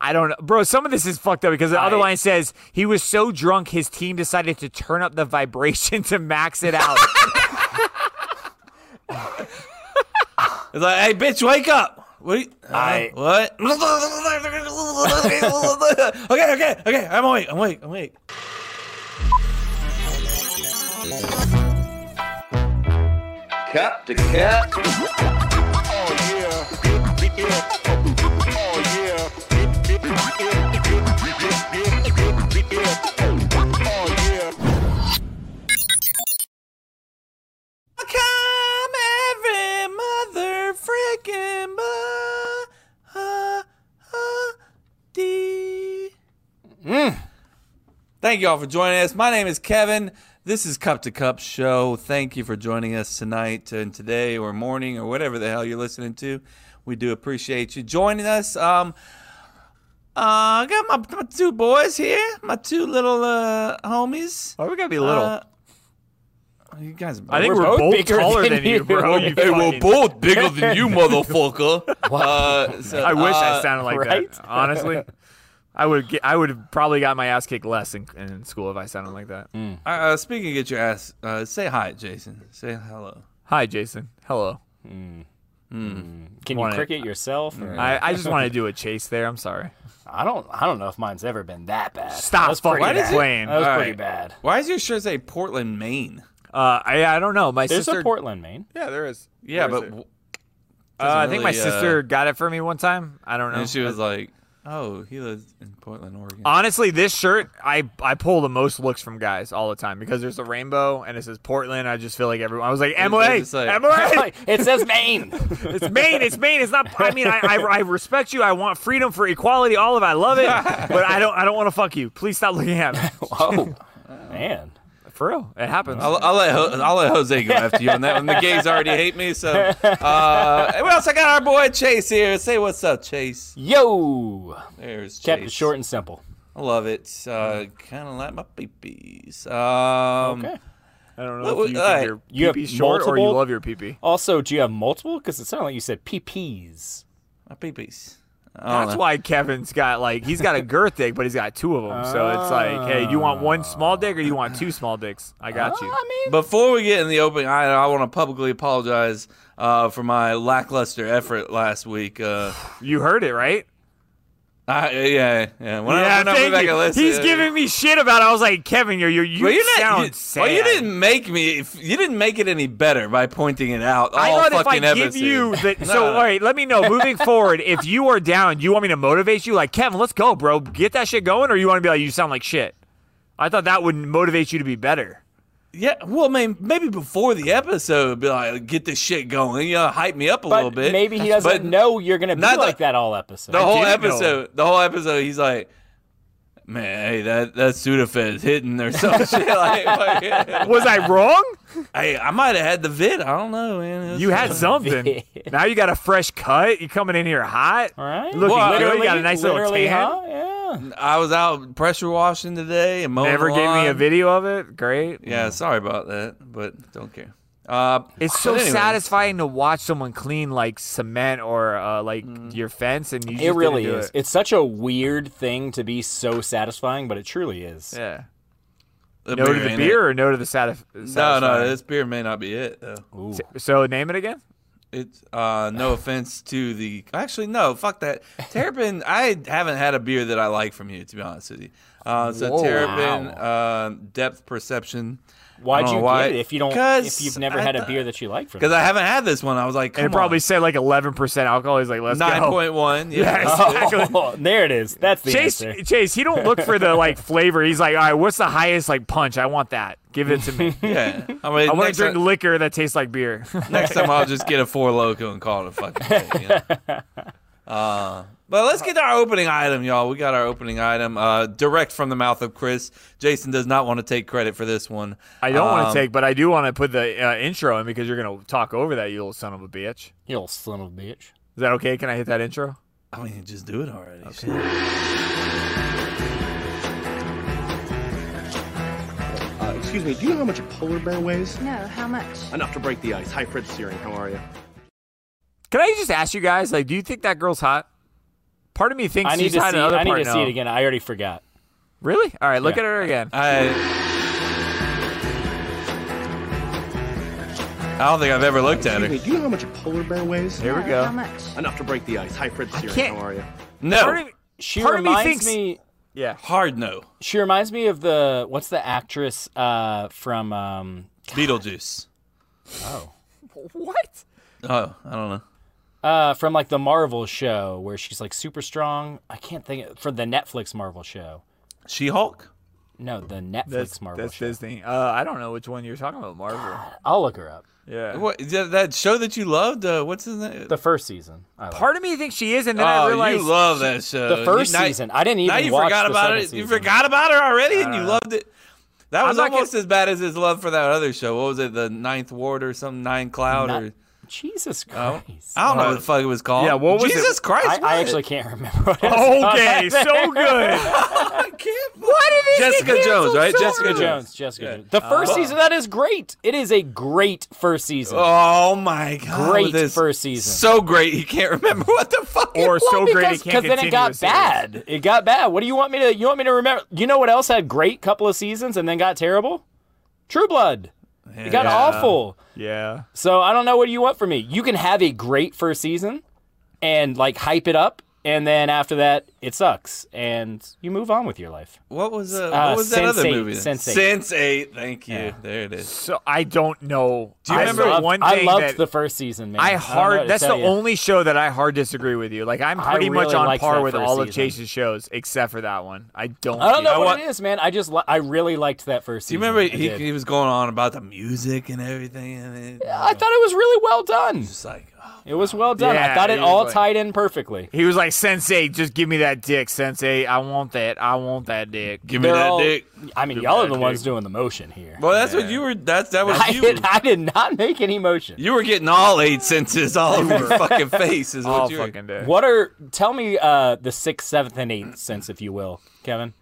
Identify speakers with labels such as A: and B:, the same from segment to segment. A: I don't know, bro. Some of this is fucked up because the other
B: I-
A: line says he was so drunk his team decided to turn up the vibration to max it out.
B: It's like, hey, bitch, wake up. What? Are you, uh, I- what? okay, okay, okay. I'm awake. I'm awake. I'm awake.
C: Cup to cup.
B: Come every mother freaking body. Mm. Thank you all for joining us. My name is Kevin. This is Cup to Cup Show. Thank you for joining us tonight and today or morning or whatever the hell you're listening to. We do appreciate you joining us. Um, uh, I got my, my two boys here, my two little uh, homies.
A: Why we gotta be little?
B: Uh, you guys,
A: I think we're, both
D: bigger
A: taller
D: than
A: than, you,
D: you.
A: bro. you
D: Hey,
A: fucking-
B: both bigger than you, motherfucker. Uh, so,
A: I wish I
B: uh,
A: sounded like
D: right?
A: that. Honestly, I would get, I would have probably got my ass kicked less in, in school if I sounded like that.
B: Uh, uh, speaking of get your ass, uh, say hi, Jason. Say hello.
A: Hi, Jason. Hello.
D: Can you
A: Wanna-
D: cricket yourself? or-
A: I, I just want to do a chase there. I'm sorry.
D: I don't. I don't know if mine's ever been that bad.
A: Stop
D: That was pretty
A: fucking
D: bad.
A: playing.
D: That was
B: All
D: pretty
B: right.
D: bad.
B: Why does your shirt say Portland, Maine?
A: Uh, I I don't know. My
D: There's
A: sister.
D: a Portland, Maine.
A: yeah, there is.
B: Yeah,
A: Where is
B: but
A: it?
B: w-
A: uh,
B: doesn't
A: I think my
B: really, uh,
A: sister got it for me one time. I don't know.
B: and she was like, "Oh, he lives in Portland, Oregon."
A: Honestly, this shirt I I pull the most looks from guys all the time because there's a rainbow and it says Portland. I just feel like everyone. I was like Emily,
B: just like-
A: Emily,
D: it says Maine.
A: it's Maine, it's Maine. It's not. I mean, I, I I respect you. I want freedom for equality. All of it. I love it, but I don't I don't want to fuck you. Please stop looking at me.
D: Whoa, man.
A: For real, it happens.
B: I'll, I'll let Ho- I'll let Jose go after you on that one. The gays already hate me, so. Uh, and what else? I got our boy Chase here. Say what's up, Chase.
D: Yo,
B: There's Chase.
D: kept it short and simple.
B: I love it. Uh, kind of like my peepees. Um,
D: Okay.
A: I don't know
B: Look,
A: if you
B: uh,
A: think your
D: you have
A: pee-pee's short or you
D: multiple-
A: love your pee-pee.
D: Also, do you have multiple? Because it sounded like you said PPs.
B: My peepees.
A: That's why Kevin's got like he's got a girth dick, but he's got two of them. So it's like, hey, you want one small dick or you want two small dicks? I got you.
D: I mean,
B: Before we get in the opening, I, I want to publicly apologize uh, for my lackluster effort last week. Uh,
A: You heard it right.
B: I, yeah, yeah. When I-
A: yeah,
B: when I went
A: thank
B: back
A: you.
B: and listened-
A: He's giving me shit about. it. I was like, Kevin, you're you're you
B: Well, you
A: sound
B: didn't, you,
A: sad.
B: well, you didn't make me. if- You didn't make it any better by pointing it out.
A: I
B: all
A: thought if I
B: fucking
A: give
B: episode.
A: you the so
B: No.
A: all right, let me know. Moving forward, if you are down, you want me to motivate you, like Kevin, let's go, bro, get that shit going, or you want to be like, you sound like shit. I thought that would motivate you to be better.
B: Yeah, well, I mean, maybe before the episode, be like, get this shit going. You know, hype me up a little
D: but
B: bit.
D: maybe he doesn't
B: But
D: know you're gonna be
B: not the-
D: like that all episode.
B: The whole
A: didn't know.
B: episode, the whole episode, he's like, "Man, hey, that that Sudafed is hitting or some shit." Like, like,
A: Was I wrong?
B: hey, I might have had the vid. I don't know, man. It was-
A: You had something. now you got a fresh cut. You coming in here hot.
D: all right.
A: Looking
B: Well,
A: good.
B: literally-
A: You got a nice little
D: Literally,
A: tan.
D: huh? Yeah.
B: I was out pressure washing today and mowing
A: Never
B: the
A: gave me a
B: lawn.
A: video of it. Great.
B: Yeah, sorry about that, but don't care. Uh,
A: It's
B: but
A: so
B: anyway,
A: satisfying to watch someone clean like cement or uh, like your fence, and you just
D: Mm. It
A: didn't
D: really
A: do
D: is.
A: It.
D: It's such a weird thing to be so satisfying, but it truly is.
A: Yeah.
B: the
A: No to the
B: ain't it.
A: beer or no to the satis-
B: No,
A: satisfying?
B: no, this beer may not be it though.
D: Ooh.
A: So name it again.
B: It's uh, no offense to the. Actually, no, fuck that. Terrapin, I haven't had a beer that I like from you, to be honest with you. Uh, so
D: Whoa.
B: Terrapin, uh, depth perception.
D: Why'd
B: I
D: you
B: don't know Oh, why.
D: get it if you don't? If
B: 'Cause
D: you've never
B: I
D: had a
B: thought-
D: beer that you like from?
B: Because I haven't had this one. I was like,
A: And
B: come
A: it probably said like 11% alcohol. He's like, let's
B: nine
A: go.
B: point one.
A: Yeah,
B: Yeah.
A: exactly.
D: Oh, there it is. That's the
A: Chase,
D: answer.
A: Chase, he don't look for the like flavor. He's like, all right, what's the highest like punch? I want that. Give it to me.
B: yeah. I mean,
A: I want
B: next,
A: to drink
B: time,
A: liquor that tastes like beer.
B: next time I'll just get a four loco and call it a fucking. Day, you know? Uh, but let's get to our opening item, y'all. We got our opening item uh, direct from the mouth of Chris. Jason does not want to take credit for this one.
A: I don't want
B: Um,
A: to take, but I do want to put the uh, intro in because you're gonna talk over that, you little son of a bitch.
D: You little son of a bitch.
A: Is that okay? Can I hit that intro?
B: I mean, just do it already.
E: Uh, excuse me, do you know how much a polar bear weighs?
F: No, how much?
E: Enough to break the ice. Hi, Fred Searing. How are you?
A: Can I just ask you guys, like, do you think that girl's hot? Part of me thinks
D: I need
A: he's
D: to
A: hot
D: see.
A: and the other
D: I need
A: part
D: to see
A: no.
D: it again. I already forgot.
A: Really? All right, look
D: Yeah.
A: at her again.
B: I I don't think I've ever looked at
E: Excuse me,
B: her.
E: do you know how much a polar bear weighs?
A: Here we
F: Yeah,
A: go.
F: How much?
E: Enough to break the ice. Hi, Fred Searing.
A: can't-
E: How are you?
A: Part
B: No,
A: of,
D: She
A: part of me
D: reminds
A: thinks.
D: me.
A: Yeah.
B: hard no.
D: She reminds me of the what's the actress uh, from um,
B: Beetlejuice.
A: What?
B: Oh, I don't know.
D: uh, from like the Marvel show where she's like super strong. I can't think of, for the Netflix Marvel show.
B: She Hulk.
D: No, the Netflix
A: That's
D: Marvel
A: that's
D: show.
A: Disney. Uh, I don't know which one you're talking about, Marvel.
D: I'll look her up.
A: Yeah.
B: What that, that show that you loved? Uh, what's his name?
D: The first season. I liked.
A: Part of me thinks she is, and then I
B: oh,
A: realize
B: you love that show.
D: the first
B: You- now-
D: season. I didn't even
B: Now you
D: watch
B: forgot
D: the
B: about
D: second
B: it. You
D: season. Uh,
B: forgot about her already, and you loved it. That was
A: not gonna-
B: almost as bad as his love for that other show. What was it? The Ninth Ward or some Nine Cloud
D: Not-
B: or
D: Jesus
B: Oh,
D: Christ.
B: I don't know what the fuck it was called.
A: Yeah, what was it?
B: Jesus Christ!
D: I, I
B: what?
D: actually can't remember. What it was called.
A: Okay, so good.
B: I can't. What Jessica Jones, right? Jessica
D: Jessica Jones. Jessica Jones. The first
A: Oh.
D: season. That is great. It is a great first season.
B: Oh my god!
D: great
B: this
D: first season.
B: So great, he can't remember what the fuck. it
A: Or
B: was.
A: so great
D: because
A: it can't
D: 'cause then
A: continue
D: it
A: a
D: got
A: series.
D: bad. It got bad. What do you want me to? You want me to remember? You know what else had great couple of seasons and then got terrible? True Blood. It got
B: Yeah.
D: awful.
A: Yeah.
D: So I don't know what do you want from me. You can have a great first season and like hype it up, and then after that it sucks, and you move on with your life.
B: What was uh,
D: Uh,
B: what was that other
D: Sense eight,
B: movie?
D: Sense eight.
B: Sense eight. Thank you. There it is.
A: So I don't know. Do
B: you
A: I
B: remember
A: saw
D: loved,
A: one
D: I
A: thing
D: loved
A: that
D: the first season, man.
A: I
D: don't know what to
A: hard. That's the
D: tell you.
A: only show that I hard disagree with you. Like I'm
D: I
A: pretty much
D: really
A: on
D: liked
A: par
D: that
A: with
D: first
A: all of
D: season.
A: Chase's shows except for that one. I don't.
D: I don't
A: get
D: know what
B: want-
D: it is, man. I just li- I really liked that first
B: Do you
D: season.
B: remember
D: I
B: he,
D: did.
B: he was going on about the music and everything? And it,
D: I thought it was really well done.
B: It's like, oh,
D: It was well done.
A: Yeah,
D: I thought
A: it
D: it
A: was
D: all
A: like-
D: tied in perfectly.
A: He was like, Sensei, just give me that dick, Sensei. I want that. I want that dick.
B: give me
D: They're
B: that
D: all-
B: dick.
D: I mean, y'all are
A: that
D: the
A: dick.
D: ones doing the motion here.
B: Well, that's what you were. That's that was
D: I
B: you.
D: did, I did not make any motion.
B: You were getting all eight senses all over your fucking face. Is what
A: all
B: you were.
A: fucking dick.
D: What are? Tell me uh, the sixth, seventh, and eighth sense, if you will, Kevin.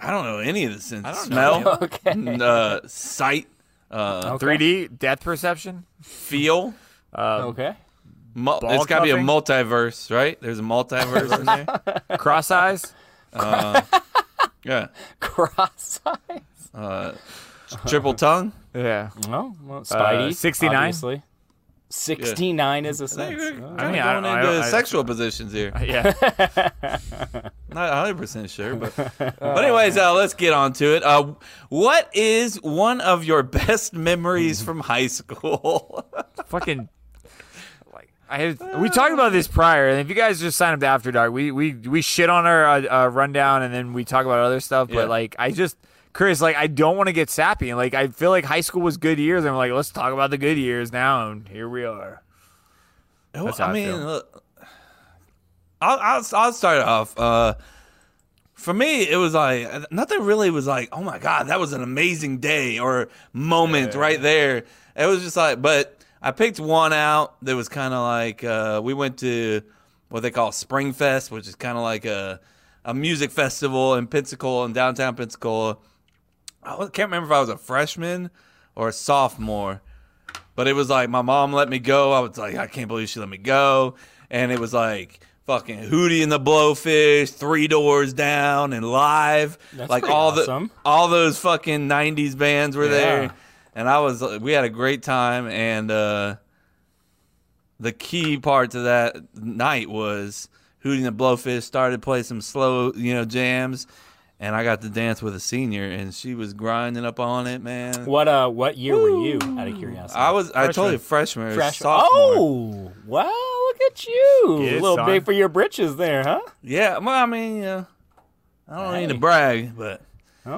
B: I don't know any of the senses.
A: know.
B: Smell,
D: Okay.
B: uh, sight, uh,
D: Okay.
A: 3D depth perception?
B: feel.
D: okay.
B: Mu-
A: Ball
B: it's got to be a
A: cuffing?
B: multiverse, right? There's a multiverse in there.
A: Cross eyes?
B: Yeah.
D: Cross eyes.
B: Triple tongue.
A: Yeah.
D: Well, well Spidey.
A: 69?
D: obviously. Sixty-nine is a sense.
B: I
A: mean,
B: mean,
A: I-
B: going
A: I-
B: into
A: I-
B: sexual positions here.
A: Yeah.
B: Not 100 percent sure, but but anyways, uh, let's get on to it. Uh, what is one of your best memories from high school?
A: fucking. like I had, we talked about this prior, and if you guys just sign up to After Dark, we we, we shit on our uh, uh, rundown, and then we talk about other stuff. But
B: Yeah.
A: like, I just Chris, like, I don't want to get sappy, and like, I feel like high school was good years, and I'm like, let's talk about the good years now, and here we are. That's how I
B: I mean,
A: feel.
B: look, I'll, I'll I'll start off. Uh, for me, it was like nothing really was like, oh my god, that was an amazing day or moment right there. It was just like, but I picked one out that was kind of like uh, we went to what they call Spring Fest, which is kind of like a a music festival in Pensacola in downtown Pensacola. I wa- can't remember if I was a freshman or a sophomore, but it was like my mom let me go. I was like, I can't believe she let me go. And it was like fucking Hootie and the Blowfish, Three Doors Down, and Live.
D: That's
B: like
D: pretty
B: all
D: awesome.
B: the all those fucking '90s bands were
D: Yeah.
B: there, and I was we had a great time. And uh, the key part to that night was Hootie and the Blowfish started playing some slow, you know, jams. And I got to dance with a senior, and she was grinding up on it, man.
D: What uh? What year were you? Out of curiosity.
B: I was I told you freshman, or
D: Fresh.
B: sophomore.
D: Oh, wow! Look at you.
A: Yeah,
D: a little
A: son.
D: big for your britches there, huh?
B: yeah. Well, I mean, uh, I don't need
D: Hey.
B: to brag, but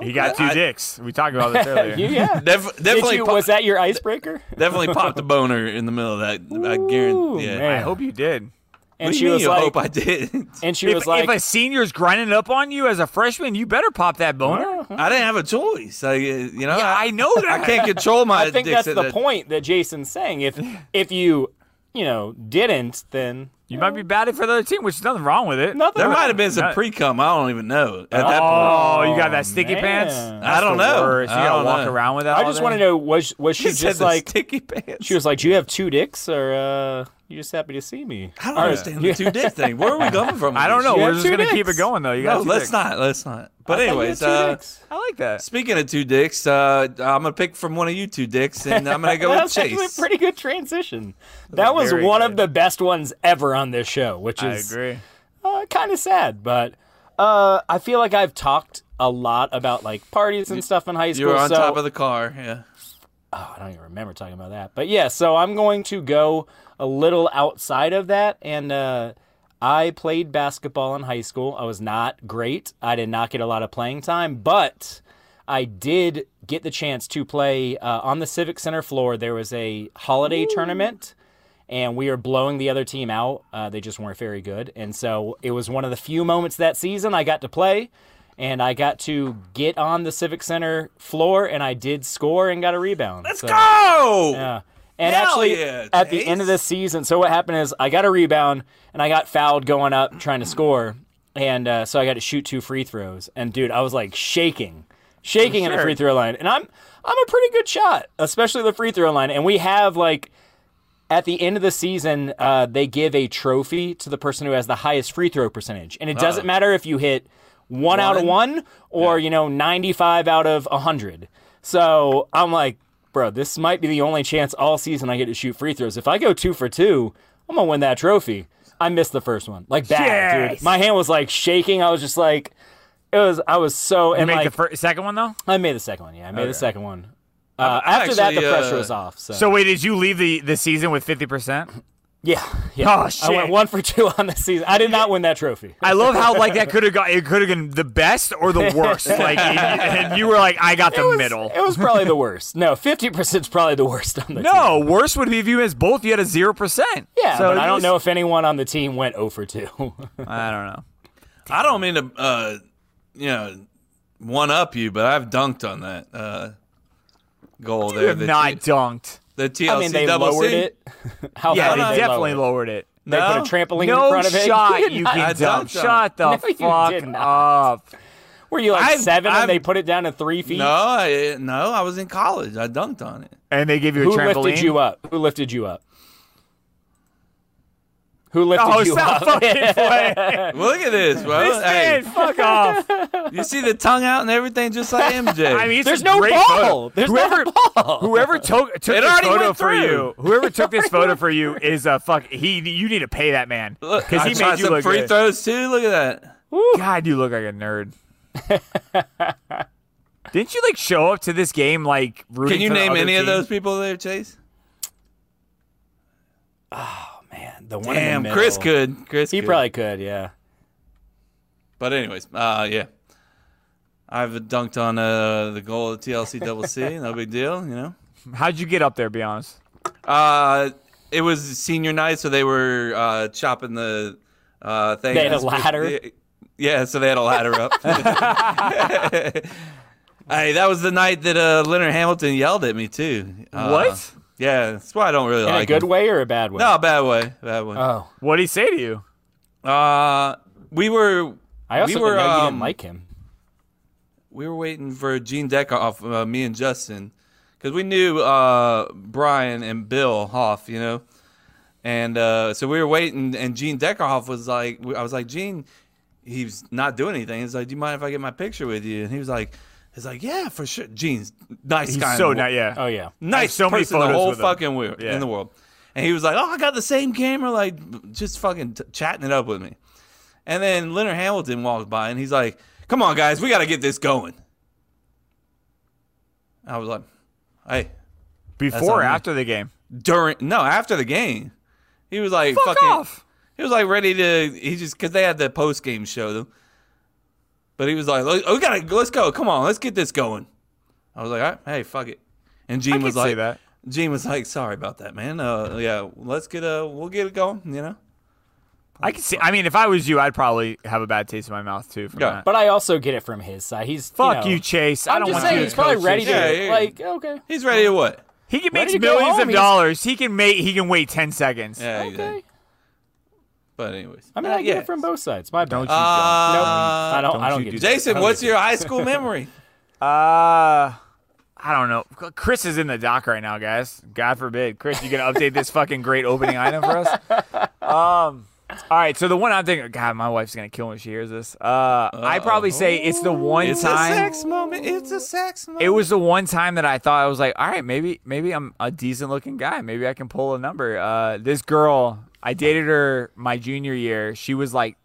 A: He got two
B: I-
A: dicks. We talked about this earlier.
D: You, yeah.
B: def-
D: Did
B: definitely,
D: you,
B: pop-
D: was that your icebreaker?
B: definitely popped a boner in the middle of that. I guarantee. Yeah.
A: I
D: man.
A: hope you did.
B: What
D: And
B: do
D: she
B: you mean
D: was
B: you
D: like,
B: hope I did?
D: and she
A: If,
D: was like,
A: if a senior's grinding up on you as a freshman, you better pop that boner.
B: I didn't have a choice. I, uh, you know,
A: Yeah, I know
B: I
A: that.
B: can't control my.
D: I think
B: dicks
D: that's
B: at
D: the point that Jason's saying. If if you you know didn't, then
A: You might be batted for the other team, which is nothing wrong with it.
D: nothing.
B: There might have been some
A: Not-
B: pre cum. I don't even know at that point.
A: Oh, you got that sticky
D: man.
A: pants?
D: I
A: That's
B: don't
A: the
B: know.
A: worst. You
B: I
A: gotta
B: don't
A: walk
B: know.
A: around with that.
D: I
A: all
D: just
A: day?
D: want to know was was she
B: She said
D: just
B: the
D: like
B: sticky pants.
D: she was like, do you have two dicks or uh You're just happy to see me.
B: I don't
D: All right.
B: understand the two dick thing. Where are we coming from?
A: I don't know.
D: You
A: We're
D: have
A: just
D: two
A: gonna keep it
D: dicks.
A: going though. You
B: No,
A: got two
B: let's
A: dicks.
B: not. Let's not. But
D: I thought you
B: anyways,
D: had two
B: uh,
D: dicks.
A: I like that.
B: speaking of two dicks, uh, I'm gonna pick from one of you two dicks, and I'm gonna go
D: that
B: with
D: was actually a
B: Chase.
D: pretty good transition. That was
A: very
D: one of
A: good.
D: the best ones ever on this show, which
A: I
D: is
A: agree.
D: uh, kind of sad, but uh, I feel like I've talked a lot about like parties and stuff in high school.
B: You were on
D: so Oh,
B: top of the car. Yeah.
D: I don't even remember talking about that. But yeah, so I'm going to go a little outside of that. And uh, I played basketball in high school. I was not great. I did not get a lot of playing time, but I did get the chance to play uh, on the Civic Center floor. There was a holiday tournament. And we were blowing the other team out. Uh, they just weren't very good. And so it was one of the few moments that season I got to play and I got to get on the Civic Center floor, and I did score and got a rebound. Let's go!
B: Oh.
D: Yeah. And
B: Hell
D: actually,
B: yeah,
D: at the end of the season, so what happened is I got a rebound and I got fouled going up trying to score, and uh, so I got to shoot two free throws. And dude, I was like shaking, shaking at the free throw line, and I'm I'm a pretty good shot, especially the free throw line. And we have like at the end of the season, uh, they give a trophy to the person who has the highest free throw percentage, and it doesn't matter if you hit one, out of one or you know ninety five out of hundred. So I'm like, bro, this might be the only chance all season I get to shoot free throws. If I go two for two, I'm gonna win that trophy. I missed the first one, like bad, dude. My hand was like shaking. I was just like, it was. I was so and
A: Make
D: like uh,
A: the fir- second one though.
D: I made the second one. Yeah, I made the second one. Uh, after that, the
B: actually,
D: pressure
B: uh,
D: was off.
A: So wait, did you leave the, the season with fifty percent?
D: Yeah. yeah.
A: Oh, shit.
D: I went one for two on the season. I did not win that trophy.
A: I love how like that could have got it could have been the best or the worst. Like and, and you were like, I got the
D: it was,
A: middle.
D: It was probably the worst. No, fifty percent is probably the worst on the team.
A: No, worst would be if you missed both. You had a zero percent.
D: Yeah, but I
A: you
D: don't
A: just-
D: know if anyone on the team went 0 for 2.
A: I don't know.
B: I don't mean to, uh, you know, one up you, but I've dunked on that uh, goal
A: You
B: there.
A: have
B: The,
A: not dunked.
B: the TLC
D: I mean, they
B: double
D: lowered
B: C.
D: it. How
A: Yeah,
D: high
A: they
D: did
A: definitely
D: lower
A: lowered
D: it?
A: it.
D: They
B: No,
D: put a trampoline
A: no
D: in front of it.
A: shot
D: You
A: you,
D: did not-
A: can
B: I
A: dunk.
B: dunked on
A: Shut the
D: No, you did
A: fuck
D: not.
A: up.
D: Were you like
B: I've-
D: 7
B: I've-
D: and they put it down to 3 feet?
B: No, I, no, I was in college. I dunked on it.
A: And they give you
D: Who
A: a trampoline.
D: lifted you up? Who lifted you up? Who lifted
A: Oh,
D: you
A: stop
D: up?
A: fucking playing.
B: Look at this, bro.
A: This
B: Hey,
A: man, fuck off.
B: you see the tongue out and everything, just like MJ.
A: I mean, it's
D: There's
A: a
D: no
A: great
D: ball.
A: Photo.
D: There's
A: whoever,
D: not a ball.
A: Whoever took took
B: It
A: this
B: already
A: photo
B: went
A: for
B: through.
A: you, whoever took this photo for you is a fuck. He, you need to pay that man
B: Look,
A: because
B: I
A: he
B: tried
A: made you
B: some
A: look
B: free
A: good.
B: throws too. Look at that.
A: God, you look like a nerd. Didn't you like show up to this game like rooting
B: Can you
A: for the
B: name
A: other
B: any of
A: team?
B: those people there, Chase?
D: The one in the
B: Damn,
D: middle.
B: Chris could. Chris,
D: He
B: could.
D: probably could, yeah.
B: But anyways, uh, yeah, I've dunked on uh, the goal of TLC double C. No big deal, you know.
A: How'd you get up there? Be honest.
B: Uh, it was senior night, so they were uh, chopping the uh, thing.
D: They had a ladder?
B: Yeah, so they had a ladder up. hey, that was the night that uh, Leonard Hamilton yelled at me too. Uh,
A: what?
B: Yeah, that's why I don't really
D: In
B: like
D: a good
B: him.
D: way or a bad way?
B: No, bad way, bad way.
D: Oh.
A: What would he say to you?
B: Uh, we were.
D: I also
B: we were,
D: didn't know you
B: um,
D: didn't like him.
B: we were waiting for Gene Deckoff, uh, me and Justin, because we knew uh, Brian and Bill Hoff, you know, and uh, so we were waiting. And Gene Deckerhoff was like, I was like, Gene, he's not doing anything. He's like, do you mind if I get my picture with you? And he was like, he's like, yeah, for sure. Gene's nice
A: He's
B: guy. in
A: so
B: the wo-
A: not yeah.
D: Oh yeah.
A: I have
B: nice
A: so many
B: person in the
A: photos
B: whole
A: with him.
B: fucking world,
A: Yeah.
B: in the world. And he was like, "Oh, I got the same camera, like just fucking t- chatting it up with me." And then Leonard Hamilton walks by, and he's like, "Come on, guys, we got to get this going." I was like, "Hey,
A: Before or
B: on me.
A: after the game?
B: during no, after the game." He was like,
A: Fuck
B: "Fucking,"
A: off.
B: he was like ready to. He just because they had the post game show though. But he was like, "Look, "We gotta, let's go. Come on, let's get this going." I was like, All right, "Hey, fuck it." And Gene
A: I
B: was
A: could say
B: like,
A: that.
B: Gene was like, "Sorry about that, man. Uh, yeah, let's get a, we'll get it going. You know,
A: I can see. I mean, if I was you, I'd probably have a bad taste in my mouth too. From
B: Yeah.
A: that.
D: But I also get it from his side. He's
A: fuck
D: you,
A: you,
D: know,
A: Chase. I
D: I'm
A: don't
D: just
A: want
D: saying
A: you
D: he's probably ready to
B: Yeah,
D: do it.
B: yeah.
D: like okay.
B: he's ready to what?
A: He can
D: Ready
A: makes
D: to go
A: millions
D: home.
A: of
D: He's-
A: dollars. He can make. He can wait ten seconds.
B: Yeah, he's
D: Okay.
B: in. But anyways,
D: I mean,
B: Uh,
D: I get
B: yeah.
D: it from both sides. My bad.
A: Don't you?
B: Uh,
D: I don't. I don't
A: you
D: get
A: do
D: it.
B: Jason, what's your high school memory?
A: Uh, I don't know. Chris is in the dock right now, guys. God forbid. Chris, you gonna update this fucking great opening item for us? Um, all right. So the one I'm thinking, God, my wife's gonna kill me when she hears this. Uh, I probably say it's the one
B: It's
A: time.
B: a sex moment. It's a sex moment.
A: It was the one time that I thought I was like, all right, maybe maybe I'm a decent looking guy. Maybe I can pull a number. Uh, this girl, I dated her my junior year. She was like,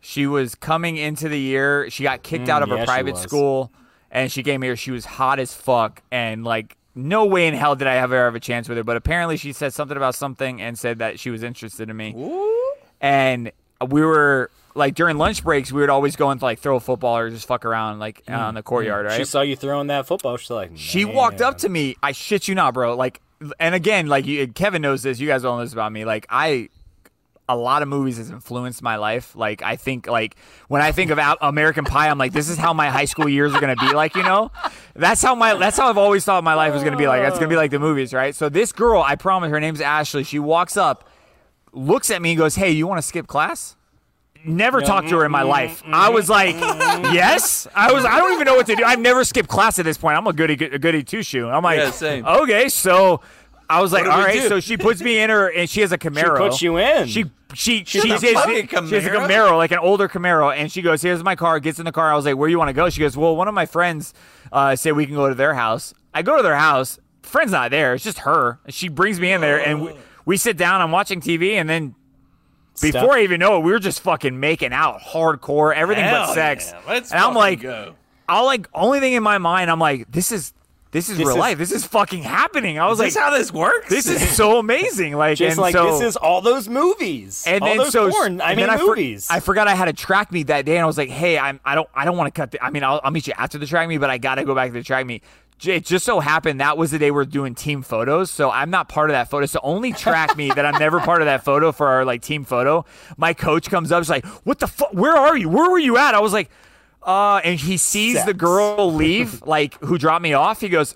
A: she was coming into the year. She got kicked out of
D: Mm, yeah,
A: her
D: she
A: private
D: was.
A: school, and she came here. She was hot as fuck, and like. No way in hell did I ever have a chance with her, but apparently she said something about something and said that she was interested in me and we were like during lunch breaks, we would always go and like throw a football or just fuck around like on the courtyard, right?
D: Mm, She saw you throwing that football. She's like,
A: She walked up to me. I shit you not, bro. Like, and again, like you, Kevin knows this. You guys all know this about me. Like, I a lot of movies has influenced my life. Like, I think like when I think of Al- American Pie, I'm like, this is how my high school years are gonna be like. You know, that's how my that's how I've always thought my life was gonna be like. That's gonna be like the movies, right? So this girl, I promise, her name's Ashley. She walks up, looks at me, and goes, "Hey, you want to skip class?" never talked to her in
B: Mm-hmm.
A: my life. I was like, yes. I was. I don't even know what to do. I've never skipped class at this point. I'm a goody a goody two shoe. I'm like,
B: Yeah, same.
A: okay, so. I was like,
B: do we
A: all right.
B: do?
A: So she puts me in her, and she has a Camaro.
D: puts you in.
A: She she she,
B: a
A: did, she has a
B: fucking Camaro?
A: Camaro, like an older Camaro, and she goes, "Here's my car." Gets in the car. I was like, "Where you want to go?" She goes, "Well, one of my friends uh, said we can go to their house." I go to their house. Friend's not there. It's just her. She brings me in there, and we, we sit down. I'm watching TV, and then before I even know it, we were just fucking making out hardcore, everything but
B: Hell
A: sex.
B: yeah. Let's
A: and I'm
B: fucking
A: like,
B: go.
A: I like only thing in my mind. I'm like, this is this is
D: This
A: real
D: is-
A: life. This is fucking happening. I was
B: Is this
A: like,
B: how this works?
A: this is so amazing. Like,
D: Just
A: and
D: like
A: so,
D: this is all those movies.
A: and
D: all
A: then
D: those
A: so
D: porn. I
A: and
D: mean
A: then for-
D: movies.
A: I forgot I had a track meet that day, and I was like, "Hey, I'm I don't I don't want to cut. The, I mean, I'll, I'll meet you after the track meet, but I gotta go back to the track meet." J- It just so happened that was the day we're doing team photos, so I'm not part of that photo. So only track meet that I'm never part of that photo for our like team photo. My coach comes up, she's like, "What the fuck? Where are you? Where were you at?" I was like, "Uh," and he sees the
D: Sex.
A: girl leave, like who dropped me off. He goes,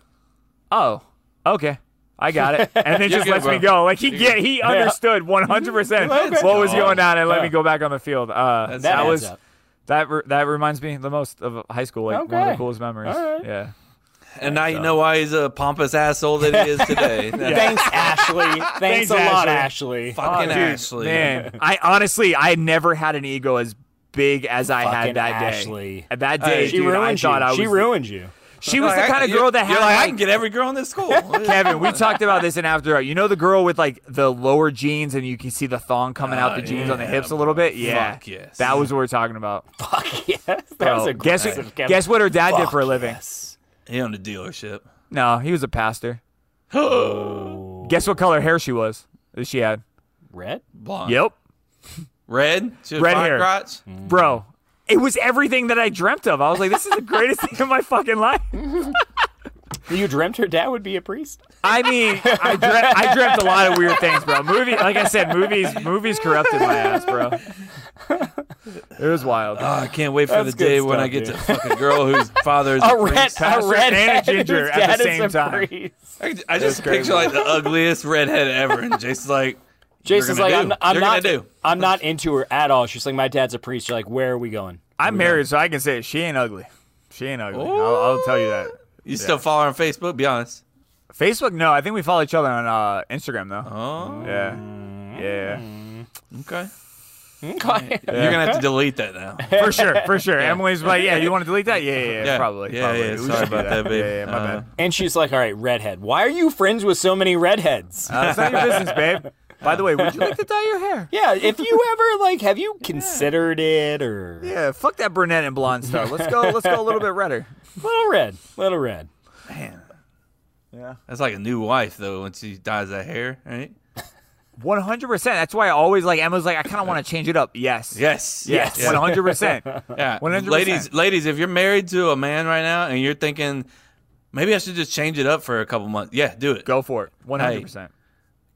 A: "Oh, okay." I got it, and then just
B: good,
A: lets me
B: bro.
A: go. Oh, Like he get, he understood one hundred percent
D: Okay.
A: what was going on, and let
D: Yeah.
A: me go back on the field. Uh, that
D: adds
A: was
D: up.
A: that. Re- that reminds me the most of high school, like one of
D: Okay.
A: the coolest memories.
D: All right.
A: Yeah.
B: and now you know why he's a pompous asshole that he is today.
D: Thanks, Ashley. Thanks,
A: Thanks,
D: a
A: Ashley.
D: lot,
A: Oh,
D: Ashley.
B: Fucking
A: Dude,
B: Ashley.
A: man, I honestly, I never had an ego as big as I
D: Fucking
A: had that
D: Ashley.
A: day. That day,
D: She
A: dude, I
D: ruined you.
A: thought I was.
D: she ruined you.
A: She was
B: Like,
A: the
B: I-
A: kind of
B: you're-
A: girl that had
B: you're like, I
A: like,
B: can get every girl in this school.
A: Kevin, we talked about this in After Dark. You know the girl with like the lower jeans and you can see the thong coming out
D: Oh,
A: the jeans on the hips a little bit? Yeah.
B: Fuck yes.
A: That was what we're talking about.
D: Fuck yes. That was
A: Bro,
D: a
A: guess,
D: aggressive Kevin.
A: guess what her dad did for a
D: Fuck
A: living?
D: yes.
B: he owned a dealership.
A: No, he was a pastor. Guess what color hair she was? That she had.
D: Red?
B: Blonde.
A: Yep.
B: Red. She had
A: Red hair.
B: fire
A: Mm.
B: crotch.
A: Bro, it was everything that I dreamt of. I was like, this is the greatest thing in my fucking life.
D: You dreamt her dad would be a priest?
A: I mean, I dreamt, I dreamt a lot of weird things, bro. Movie, like I said, movies, movies corrupted my ass, bro. It was wild.
B: Oh, I can't wait for
D: That's
B: the day
D: good
B: when
D: stuff,
B: I get
D: dude.
B: to fucking girl whose father is
D: A
B: priest.
D: red, a
A: Pastor
D: red
A: and a ginger at the same time.
B: I, could- I just picture like the ugliest redhead ever, and Jason's like,
D: Jason's
B: gonna
D: like,
B: do.
D: I'm, I'm
B: You're
D: not,
B: gonna do.
D: I'm not into her at all. She's like, my dad's a priest. You're like, where are we going?
A: I'm married, so I can say it. she ain't ugly. She ain't ugly. I'll, I'll tell you that.
B: "You still follow her on Facebook?" Be honest.
A: Facebook, no. I think we follow each other on uh, Instagram though. Yeah, yeah,
B: Oh,
A: Mm.
B: Okay.
D: Okay.
B: You're gonna have to delete that now.
A: for sure, for sure. Emily's like, yeah, you want to delete that? Yeah, yeah, yeah,
B: Yeah.
A: probably.
B: Yeah,
A: probably.
B: yeah,
A: We
B: sorry
A: should do
B: about that, babe.
A: Yeah, yeah, my
B: Uh,
A: bad.
D: And she's like, all right, redhead. Why are you friends with so many redheads?
A: Uh, it's not your business, babe. By the way, would you like to dye your hair?
D: yeah, if you ever, like, have you considered it or.
A: Yeah, fuck that brunette and blonde stuff. Let's go. Let's go a little bit redder.
D: Little red. Little red.
B: Man,
A: Yeah.
B: that's like a new wife though. When she dyes that hair, right?
A: One hundred percent. That's why I always like Emma's like I kind of want to change it up. Yes.
B: Yes.
A: Yes. One hundred percent.
B: Yeah.
A: 100%.
B: Ladies, ladies, if you're married to a man right now and you're thinking, maybe I should just change it up for a couple months, yeah, do it.
A: Go for it. One hundred percent.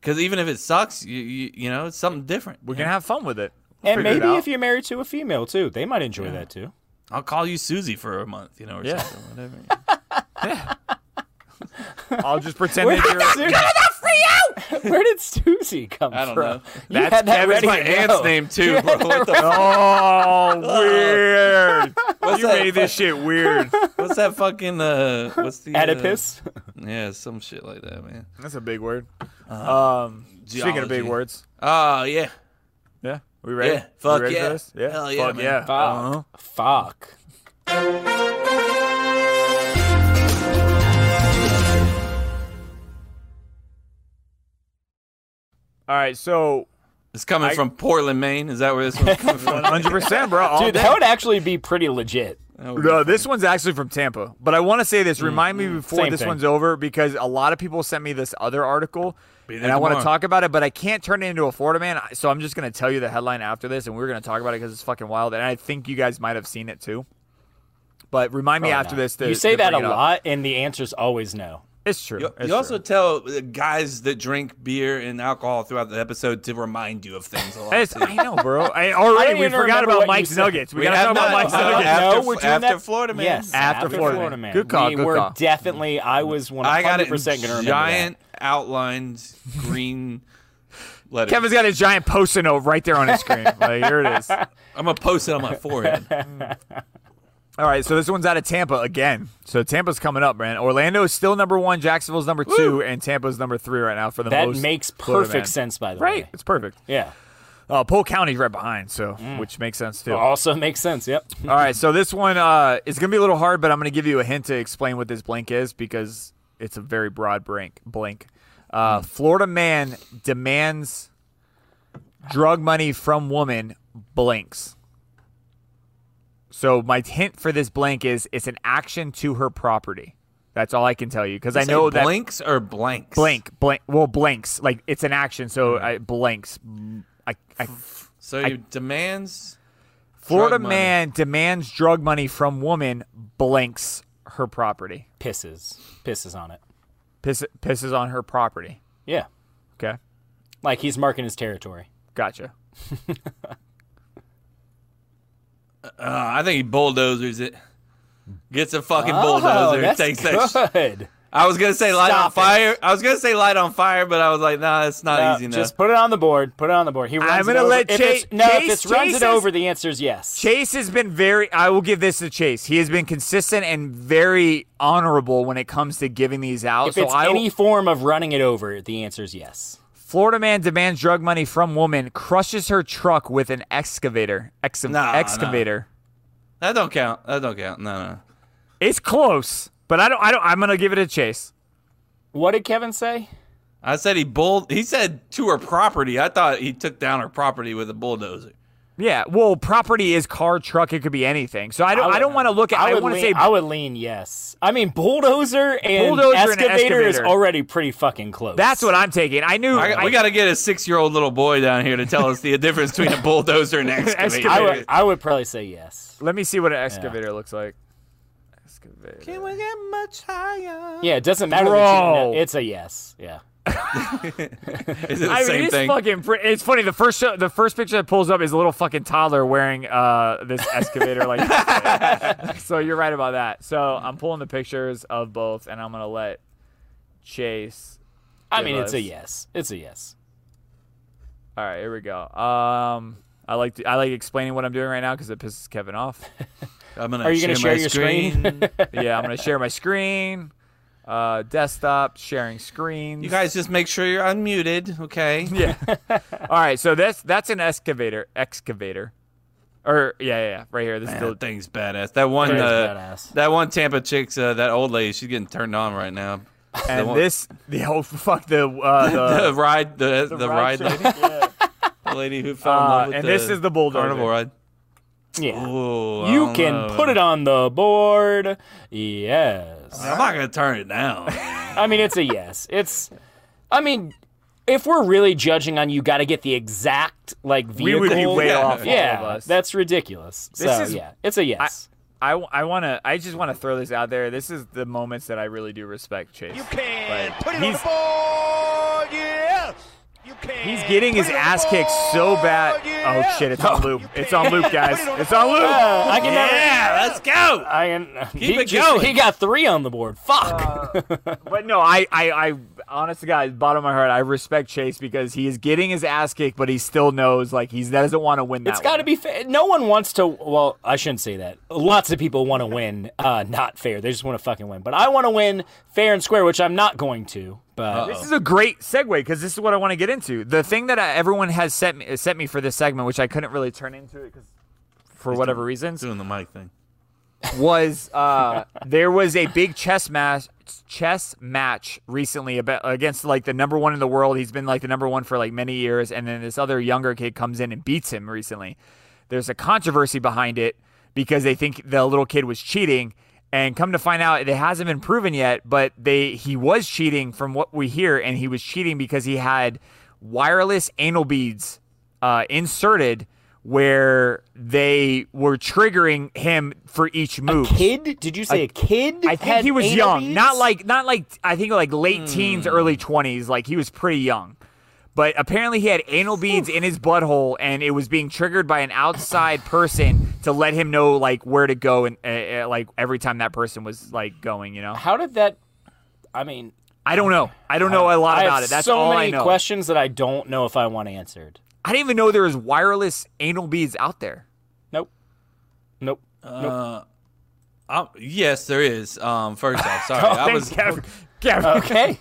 B: Because even if it sucks, you, you you know it's something different.
A: We're gonna have fun with it. We'll
D: And
A: figure it
D: maybe
A: out.
D: if you're married to a female, too, they might enjoy that, too.
B: I'll call you Susie for a month, you know, or something, whatever.
A: I'll just pretend that you're.
D: Where did Susie come
B: I don't
D: from?
B: know.
D: You
A: That's
D: had that
A: Kevin's
D: ready
A: my
D: to go.
B: Aunt's name too, bro. What the
A: Oh, weird.
B: What's
A: You
B: that
A: made this shit weird.
B: What's that fucking uh? What's the uh,
D: Oedipus.
B: yeah, some shit like that, man.
A: That's a big word. Um, speaking of
B: geology.
A: big words,
B: Oh yeah,
A: yeah, we ready?
B: Yeah.
A: We
B: Fuck
A: ready for
B: yeah.
A: this? yeah,
B: Hell yeah,
A: fuck
B: man.
A: yeah. Uh-huh.
D: Fuck. Fuck.
A: All right, so
B: it's coming from Portland, Maine. Is that where this one's coming from?
A: 100 percent, bro. all
D: Dude,
A: day.
D: that would actually be pretty legit.
B: That would be
A: No, this one's actually from Tampa. But I want to say this. Remind me before
D: Mm, Same
A: this
D: thing.
A: one's over because a lot of people sent me this other article,
B: Be there
A: and I want to
B: tomorrow.
A: talk about it. But I can't turn it into a Florida man, so I'm just going to tell you the headline after this, and we're going to talk about it because it's fucking wild. And I think you guys might have seen it too. But remind me after this. To,
D: you say
A: to
D: that a
A: bring it up.
D: lot, and the answer's always no.
A: It's true.
B: You,
A: It's
B: you also
A: true.
B: tell the guys that drink beer and alcohol throughout the episode to remind you of things a lot.
A: It's-
B: too.
A: I know, bro. I, already
D: even
A: we forgot
D: remember
A: about
D: what you
A: Mike's
D: said.
A: Nuggets. We,
B: We
A: gotta talk
B: have
A: about
B: not-
A: Mike's
B: uh,
A: Nuggets.
B: after-
D: no, we're doing
B: after
D: that-
B: Florida Man.
D: Yes,
A: After Florida Man. Good call,
D: We
A: good
D: were
A: call.
D: definitely. I was one
B: I got
D: hundred
B: it in
D: percent going to remember
B: giant outlined green letters.
A: Kevin's got a giant post-it note right there on his screen. like here it is.
B: I'm gonna post it on my forehead.
A: All right, so this one's out of Tampa again. So Tampa's coming up, man. Orlando is still number one, Jacksonville's number two, and Tampa's number three right now for the
D: That.
A: most.
D: That makes
A: Florida
D: perfect
A: man.
D: sense, by the
A: Right,
D: way.
A: it's perfect.
D: Yeah.
A: Uh, Polk County's right behind, so
D: Mm.
A: which makes sense too. All
D: Also makes sense. Yep.
A: right, so this one uh, is gonna be a little hard, but I'm gonna give you a hint to explain what this blank is because it's a very broad blank. Blank. Uh, Florida man demands drug money from woman blanks. So my hint for this blank is it's an action to her property. That's all I can tell you because I know that
B: blanks or blanks.
A: blank blank well blanks like it's an action so I blanks. I, I,
B: So he demands.
A: Florida
B: money.
A: man demands drug money from woman blanks her property.
D: Pisses. Pisses on it.
A: Piss, pisses on her property.
D: Yeah.
A: Okay,
D: Like he's marking his territory.
A: gotcha.
B: Uh, I think he bulldozers it. Gets a fucking
D: Oh,
B: bulldozer. and
D: that's
B: takes that. sh-
D: good.
B: I was gonna say light
D: Stop
B: on
D: it.
B: fire. I was gonna say light on fire, but I was like, nah, it's not
D: Uh,
B: easy enough.
D: just put it on the board. Put it on the board. He runs
A: gonna
D: it over.
A: let
D: if
A: Chase-
D: it's- no, if
A: Chase-
D: it's runs
A: Chase
D: it
A: is-
D: over, the answer is yes.
A: Chase has been very. I will give this to Chase. He has been consistent and very honorable when it comes to giving these out.
D: if
A: so
D: it's
A: I,
D: any form of running it over, the answer is yes.
A: Florida man demands drug money from woman, crushes her truck with an excavator. Ex-
B: Nah,
A: excavator.
B: that don't count. That don't count. No, no.
A: It's close, but I don't. I don't. I'm gonna give it to Chase.
D: What did Kevin say?
B: I said he bull. He said to her property. I thought he took down her property with a bulldozer.
A: Yeah. Well, property is car, truck. It could be anything. So I don't. I,
D: would-
A: don't want to look at. I,
D: would
A: want to
D: lean-
A: say.
D: I would lean yes. I mean, bulldozer and
A: Bulldozer and
D: excavator, is
A: excavator.
D: already pretty fucking close.
A: that's what I'm taking. I knew.
B: I, we got to get a six-year-old little boy down here to tell us the difference between a bulldozer and an excavator.
D: I would. I would probably say yes.
A: Let me see what an excavator looks like. Excavator.
B: Can we get much higher?
D: Yeah, it doesn't matter. That you,
A: Bro.
D: no, it's a yes. Yeah.
B: Is it the
A: I mean,
B: same
A: it's
B: thing?
A: fucking. Pre- it's funny. The first show, the first picture that pulls up is a little fucking toddler wearing uh this excavator like. outfit. so you're right about that. So I'm pulling the pictures of both, and I'm gonna let Chase.
D: I
A: Give
D: mean, it's a
A: us-
D: yes. It's a yes.
A: All right, here we go. Um, I like to, I like explaining what I'm doing right now because it pisses Kevin off.
B: I'm gonna
D: Are you gonna share
B: my
D: your screen?
A: yeah, I'm gonna share my screen. Uh, desktop sharing screens.
B: you guys just make sure you're unmuted, okay?
A: Yeah. All right, so that's that's an excavator. Excavator. Or yeah, yeah, yeah right here. This is
B: That
A: the
B: thing's badass. That one,
D: That is
B: uh,
D: badass.
B: that one Tampa chick's, uh, that old lady, she's getting turned on right now.
A: and
B: one-
A: this the oh fuck the uh, the,
B: the ride, the the, ride,
A: chick.
B: lady, the lady who fell in
A: Uh,
B: love with
A: and
B: the
A: this is the bulldozer.
B: carnival ride.
D: Yeah.
B: Ooh, I
D: you
B: don't
D: can
B: know.
D: put it on the board. Yes.
B: I'm not gonna turn it down.
D: I mean, it's a yes. It's. I mean, if we're really judging on you, got to get the exact like
A: we
D: vehicle.
A: would be way
B: Yeah.
A: off. all
D: yeah,
A: of us.
D: that's ridiculous. so
A: is-
D: yeah, it's a yes.
A: I, I want to. I just want to throw this out there. This is the moments that I really do respect Chase. You can like, put it on the board. Yes. He's getting his ass kicked so bad. Oh shit! It's on loop. It's on loop, guys. It's on loop.
D: Uh, I can never.
B: yeah, let's go.
D: Uh, I can. he,
B: it
D: just-
B: going.
A: Uh,
D: he got three on the board. Fuck.
A: But no, I, I, I, honest to God, bottom of my heart, I respect Chase because he is getting his ass kicked, but he still knows like he doesn't want to win that.
D: It's got
A: to
D: to be fair. No one wants to. Well, I shouldn't say that. Lots of people want to win. Uh, not fair. They just want to fucking win. But I want to win fair and square, which I'm not going to. But
A: This is a great segue because this is what I want to get into. The thing that I, everyone has set me set me for this segment, which I couldn't really turn into it because for whatever reasons,
B: Doing the mic thing.
A: was uh, there was a big chess match chess match recently about, against like the number one in the world. He's been like the number one for like many years, and then this other younger kid comes in and beats him recently. There's a controversy behind it because they think the little kid was cheating, and come to find out, it hasn't been proven yet. But they he was cheating from what we hear, and he was cheating because he had wireless anal beads uh, inserted. Where they were triggering him for each move.
D: kid? Did you say a kid?
A: I think
D: had
A: he was
D: anal
A: young,
D: beads? Hmm.
A: not like not like I think like late teens, early twenties. Like he was pretty young, but apparently he had anal beads in his butthole, and it was being triggered by an outside person to let him know like where to go and uh, uh, like every time that person was like going. You know,
D: How did that? I mean,
A: I don't know. I don't know a lot
D: I have
A: about it. That's
D: so
A: all
D: many
A: I know.
D: questions that I don't know if I want answered.
A: I didn't even know there was wireless anal beads out there.
D: Nope. Nope. nope.
B: Um, yes, there is. Um, first off, sorry, I
A: Thanks,
B: was.
A: Kevin. Kevin.
D: Okay.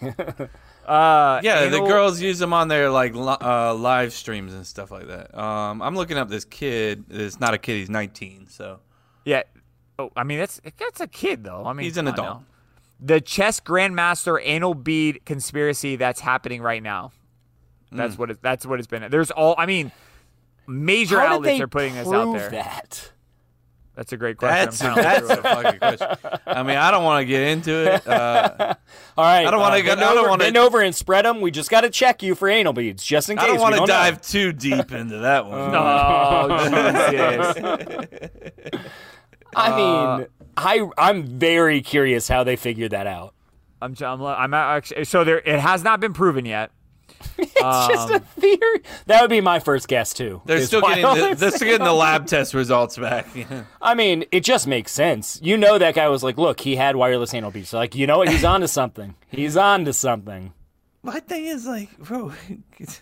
B: Yeah, the
A: Anal-
B: girls use them on their like li- uh, live streams and stuff like that. Um, I'm looking up this kid. It's not a kid. He's 19, so
A: Yeah. Oh, I mean that's that's a kid though. I mean
B: he's an
A: come on
B: adult.
A: now. the chess grandmaster anal bead conspiracy that's happening right now.
B: Hmm.
A: That's what it, that's what it's been. There's all I mean, major
D: How did
A: outlets
D: they
A: are putting this out
D: prove
A: there.
D: that?
A: That's a great question.
B: That's
A: I'm
B: a,
A: trying to look
B: that's
A: through
B: a
A: it.
B: fucking question. I mean, I don't want to get into it. Uh,
D: All right. I
B: don't wanna go- I don't wanna-
D: bend over and spread them. We just got to check you for anal beads, just in case.
B: I don't
D: We
B: want to
D: know.
B: dive too deep into that one.
A: oh Jesus!
D: I
B: uh,
D: mean, I I'm very curious how they figured that out.
A: I'm, tr- I'm lo- I'm actually so there. It has not been proven yet.
D: It's just a theory. That would be my first guess too.
B: Um, They're
D: is
B: still
D: why
B: getting
D: all
B: the,
D: this-
B: they're still getting the lab test results back.
D: I mean, it just makes sense. You know, that guy was like, "Look, he had wireless anal beads." So like, you know what? He's onto something. He's onto something.
B: My thing is like, bro,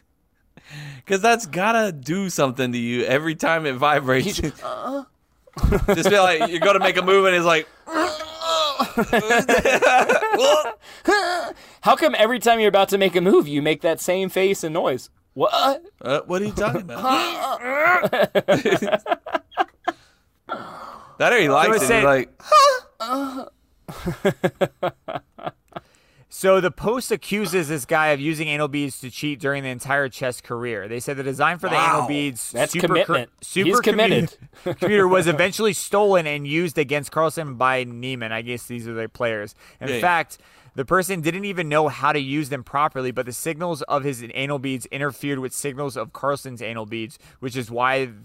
B: because that's gotta do something to you every time it vibrates. Just feel like you're gonna make a move and it's like,
D: How come every time you're about to make a move, you make that same face and noise? What?
B: uh, what are you talking about? that already likes it.
A: it's saying-
B: He's like,
A: So the post accuses this guy of using anal beads to cheat during the entire chess career. They said the design for the anal beads
D: That's
A: super
D: commitment.
A: super
D: He's committed.
A: commu- computer was eventually stolen and used against Carlson by Neiman. I guess these are their players. In
B: Yeah.
A: fact, the person didn't even know how to use them properly, but the signals of his anal beads interfered with signals of Carlson's anal beads, which is why th-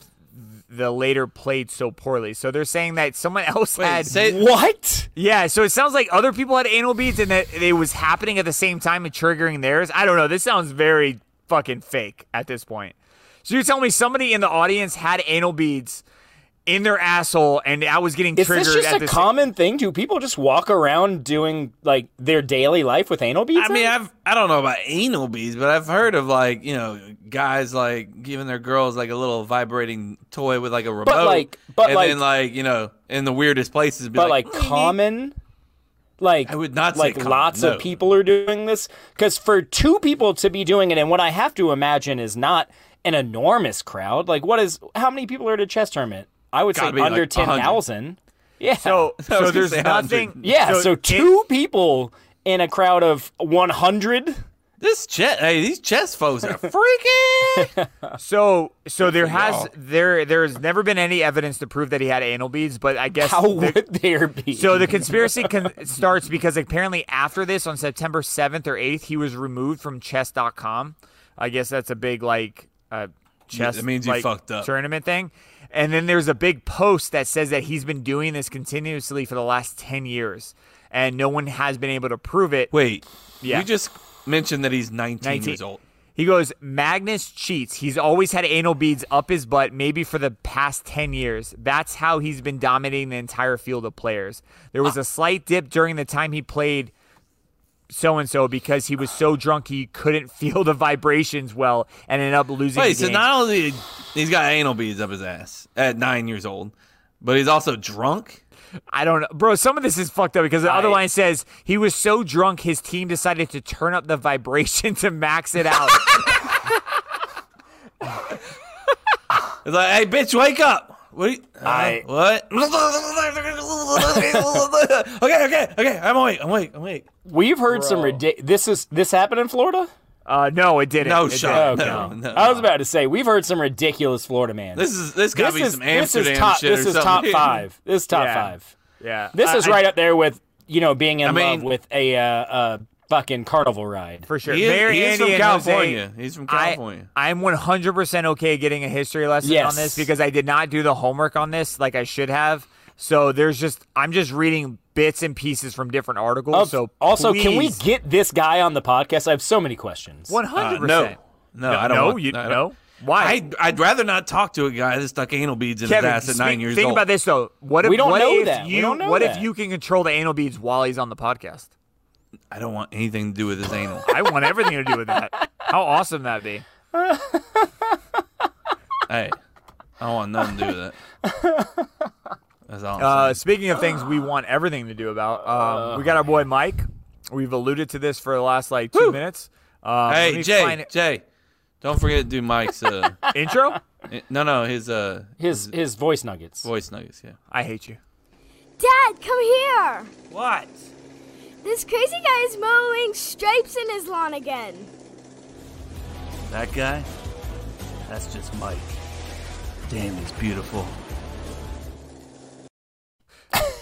A: the later played so poorly. So they're saying that someone else
B: wait,
A: had
B: say,
D: What?
A: yeah, so it sounds like other people had anal beads and that it was happening at the same time and triggering theirs. I don't know. This sounds very fucking fake at this point. So you're telling me somebody in the audience had anal beads in their asshole and I was getting
D: Is
A: triggered
D: this just
A: at
D: a
A: this
D: common thing? Do people just walk around doing like their daily life with anal beads?
B: I
D: in?
B: mean, I've I don't know about anal beads, but I've heard of like you know guys like giving their girls like a little vibrating toy with like a remote,
D: like- but
B: and
D: like-
B: then like you know in the weirdest places, be
D: but like,
B: like,
D: common like
B: I would not say
D: like
B: common,
D: lots
B: no.
D: of people are doing this because for two people to be doing it and what i have to imagine is not an enormous crowd like what is how many people are at a chess tournament i would
B: Gotta
D: say
B: be, like,
D: under
B: 100.
D: 10000 yeah
A: So,
B: I
A: so
B: was gonna
A: there's
B: say
A: nothing.
B: 100.
D: yeah so,
A: it-
D: two people in a crowd of 100
B: this chest. Hey, these chest folks are freaking.
A: So so there has there there's never been any evidence to prove that he had anal beads, but I guess
D: how
A: the-
D: would there be
A: So the conspiracy con- starts because apparently after this on September 7th or 8th, he was removed from chess.com. I guess that's a big like uh, chess
B: that means you
A: like,
B: fucked up.
A: tournament thing. And then there's a big post that says that he's been doing this continuously for the last 10 years and no one has been able to prove it.
B: Wait,
A: Yeah.
B: you just mentioned that he's 19,
A: 19.
B: years old.
A: He goes, Magnus cheats. He's always had anal beads up his butt, maybe for the past 10 years. That's how he's been
B: Uh.
A: dominating the entire field of players. There was a slight dip during the time he played so and so because he was so drunk he couldn't feel the vibrations well and ended up losing.
B: Wait,
A: the
B: so
A: game.
B: not only he's got anal beads up his ass at nine years old, but he's also drunk.
A: I don't know, bro. Some of this is fucked up because the other line says he was so drunk his team decided to turn up the vibration to max it out.
B: It's like, hey, bitch, wake up. What? Are you, uh,
D: I-
B: what? okay, okay, okay. I'm awake. I'm awake. I'm awake.
D: We've heard some ridiculous. This is this happened in Florida.
A: uh, no, it didn't.
B: No
A: It
B: shot.
A: didn't.
B: No, no.
D: I was about to say we've heard some ridiculous Florida man.
B: This is this gotta
D: This
B: be
D: is-
B: some
D: this is
B: Amsterdam
D: top.
B: shit.
D: This
B: or
D: is top
B: something.
D: five. This is top
A: Yeah.
D: five.
A: Yeah,
D: This
A: I-
D: is
A: I-
D: right up there with you know being in
B: I mean-
D: love with a uh, uh, fucking carnival ride.
A: for sure.
B: He is,
A: Mary
B: he is
A: Andy and
B: from
A: Jose,
B: California. he's from California.
A: I, I'm 100% okay getting a history lesson
D: Yes.
A: on this because I did not do the homework on this like I should have. So there's just I'm just reading bits and pieces from different articles.
D: Of-
A: so
D: also, can we
A: please-
D: get this guy on the podcast? I have so many questions.
A: 100%?
B: Uh, no, no, I don't.
A: No,
B: want-
A: you
B: I don't-
A: no. Why?
B: I'd, I'd rather not talk to a guy that stuck anal beads in
A: Kevin,
B: his ass at
A: speak-
B: nine years
A: think
B: old.
A: about this though. What if
D: We don't
A: what
D: know
A: if
D: that. We
A: you
D: don't know
A: what
D: that.
A: if you can control the anal beads while he's on the podcast?
B: I don't want anything to do with his anal.
A: I want everything to do with that. How awesome that'd be.
B: hey, I don't want nothing to do with it. That's all. I'm
A: Uh,
B: saying.
A: speaking of things we want everything to do about, um,
G: Uh,
A: we got our boy Mike. We've alluded to this for the last like two minutes. Um, let
B: hey,
A: me
B: Jay,
A: find it-
B: Jay, don't forget to do Mike's. Uh,
A: intro.
B: i- no, no, his uh,
D: His his voice nuggets.
B: voice nuggets. Yeah.
A: I hate you.
F: Dad, come here!
B: What?
F: This crazy guy is mowing stripes in his lawn again.
G: That guy? That's just Mike. Damn, he's beautiful.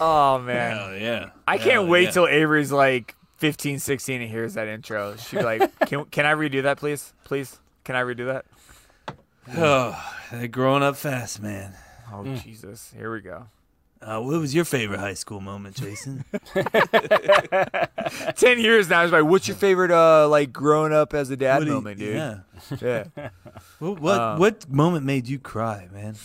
A: Oh man,
B: Hell yeah!
A: I
B: Hell
A: can't wait
B: yeah.
A: till Avery's like 15, 16 and hears that intro. She like, can can I redo that, please? Please, can I redo that?
B: Oh, they're growing up fast, man.
A: Oh
G: Hmm.
A: Jesus, here we go.
G: Uh, what was your favorite high school moment, Jason?
A: Ten years now. It's like, what's your favorite uh like growing up as a dad
G: What do you-
A: moment, dude?
G: Yeah.
A: Yeah.
G: What what,
B: Um,
G: what moment made you cry, man?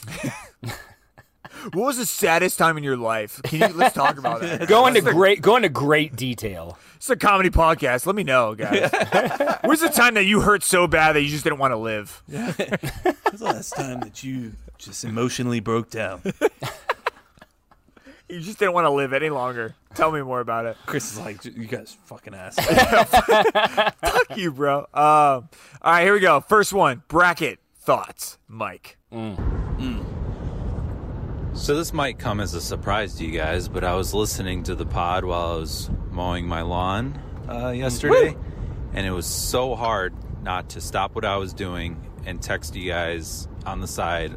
A: What was the saddest time in your life? Can you let's talk about that?
D: Go into great go into great detail.
A: It's a comedy podcast. Let me know, guys. Where's the time that you hurt so bad that you just didn't want to live?
G: When's the last time that you just emotionally broke down?
A: You just didn't want to live any longer. Tell me more about it.
B: Chris is like, you guys fucking ass.
A: Fuck you, bro. Um, all right, here we go. First one bracket thoughts, Mike.
H: So this might come as a surprise to you guys, but I was listening to the pod while I was mowing my lawn uh, yesterday, and it was so hard not to stop what I was doing and text you guys on the side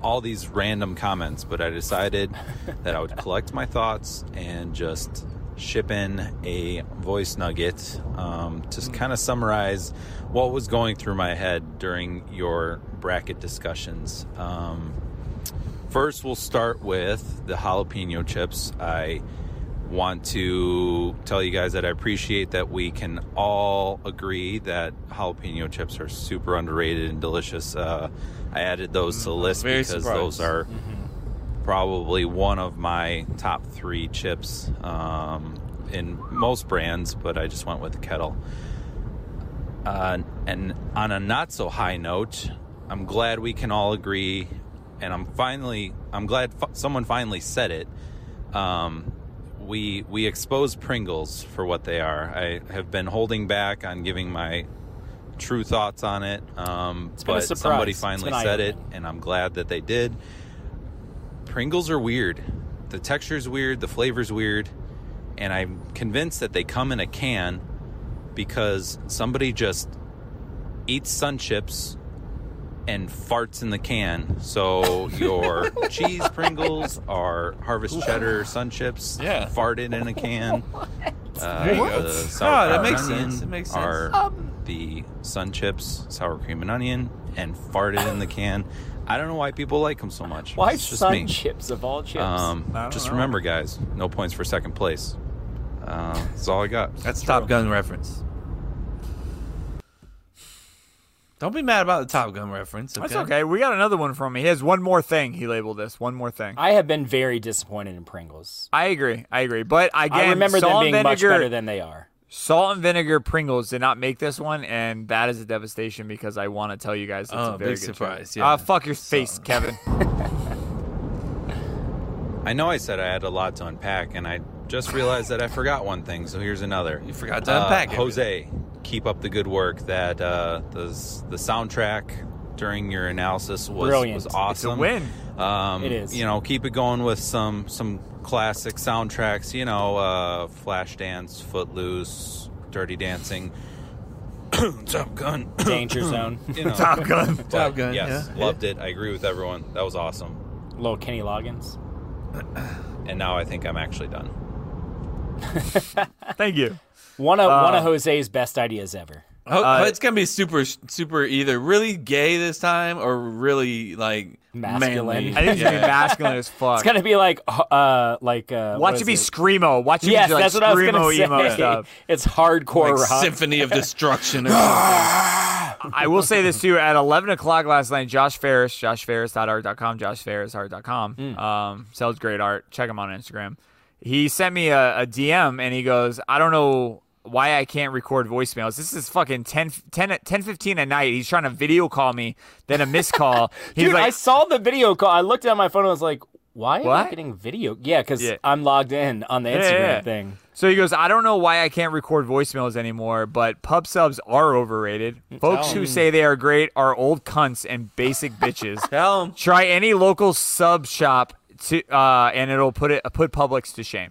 H: all these random comments. But I decided that I would collect my thoughts and just ship in a voice nugget um, to kind of summarize what was going through my head during your bracket discussions. Um, First, we'll start with the jalapeno chips. I want to tell you guys that I appreciate that we can all agree that jalapeno chips are super underrated and delicious. Uh, I added those to the list
B: Mm-hmm. very
H: because
B: surprised. Mm-hmm.
H: those are probably one of my top three chips um, in most brands, but I just went with the kettle. Uh, and on a not so high note, I'm glad we can all agree, and I'm finally, I'm glad f- someone finally said it. Um, we we expose Pringles for what they are. I have been holding back on giving my true thoughts on it, um,
D: been a
H: but somebody
D: surprise. It's
H: finally
D: been
H: said it,
D: eye-opening.
H: and I'm glad that they did. Pringles are weird. The texture's weird. The flavor's weird. And I'm convinced that they come in a can because somebody just eats sun chips and farts in the can. So your cheese Pringles are harvest cheddar sun chips
B: Yeah.
H: farted in a can. Uh,
B: There you
H: the
B: go.
H: sour
B: Oh, that
H: cream and
B: makes
H: onion
B: sense. It makes sense. Um,
H: Are the sun chips, sour cream and onion, and farted in the can. I don't know why people like them so much.
D: Why
H: it's just
D: sun
H: me.
D: chips of all chips?
H: Um, just remember, guys, no points for second place. Uh, that's all I got.
B: That's Top Gun reference. Don't be mad about the Top Gun reference. Okay?
A: That's okay. We got another one from me. He has one more thing. He labeled this one more thing. I,
D: I have been very disappointed in Pringles.
A: agree. I agree. But again,
D: I remember them
A: salt
D: being
A: vinegar,
D: much better than they are.
A: Salt and vinegar Pringles did not make this one, and that is a devastation because I want to tell you guys it's
B: Oh,
A: a very
B: big
A: good
B: surprise,
A: Show.
B: yeah.
A: Uh, fuck your face, Kevin.
H: I know I said I had a lot to unpack, and I just realized that I forgot one thing. So here's another.
B: You forgot to unpack
H: Uh,
B: it.
H: Jose, keep up the good work. That uh, the s- the soundtrack during your analysis was
D: Brilliant.
H: was
D: It's a
A: It's a
H: awesome.
A: win.
H: Um,
D: It is.
H: You know, keep it going with some some classic soundtracks. You know, uh, Flashdance, Footloose, Dirty Dancing, Top Gun.
D: Danger Zone.
H: you know,
A: Top Gun.
H: but
B: Top Gun,
H: Yes,
B: yeah.
H: loved it. I agree with everyone. That was awesome.
D: Little Kenny Loggins.
H: And now I think I'm actually done.
A: Thank you.
D: One of one
A: Uh,
D: of Jose's best ideas ever.
B: Oh,
A: Uh,
B: it's gonna be super, super either really gay this time or really like
D: Masculine.
B: manly.
A: I think it's gonna be masculine as fuck.
D: It's gonna be like uh like uh what
A: Watch
D: is
A: it be
D: it?
A: screamo. Watch it
D: Yes,
A: be like
D: that's what I was
A: screamo
D: gonna
A: emo
D: say.
A: stuff.
D: It's hardcore
B: like
D: rock.
B: symphony of destruction. Or something.
A: I will say this too. At 11 o'clock last night, Josh Ferris, joshferris.art.com, joshferrisart.com,
D: Hmm.
A: um, sells great art. Check him out on Instagram. He sent me a, a DM and he goes, I don't know why I can't record voicemails. This is fucking 10, 10, 10 15 at night. He's trying to video call me, then a missed call. He's
D: Dude,
A: like,
D: I saw the video call. I looked at my phone and was like, why am I
A: What?
D: getting video? Yeah, because
A: Yeah.
D: I'm logged in on the Instagram
A: yeah, yeah.
D: thing.
A: So he goes, I don't know why I can't record voicemails anymore, but pub subs are overrated. Folks who say they are great are old cunts and basic bitches.
B: Tell 'em.
A: Try any local sub shop to, uh, and it'll put it put Publix to shame.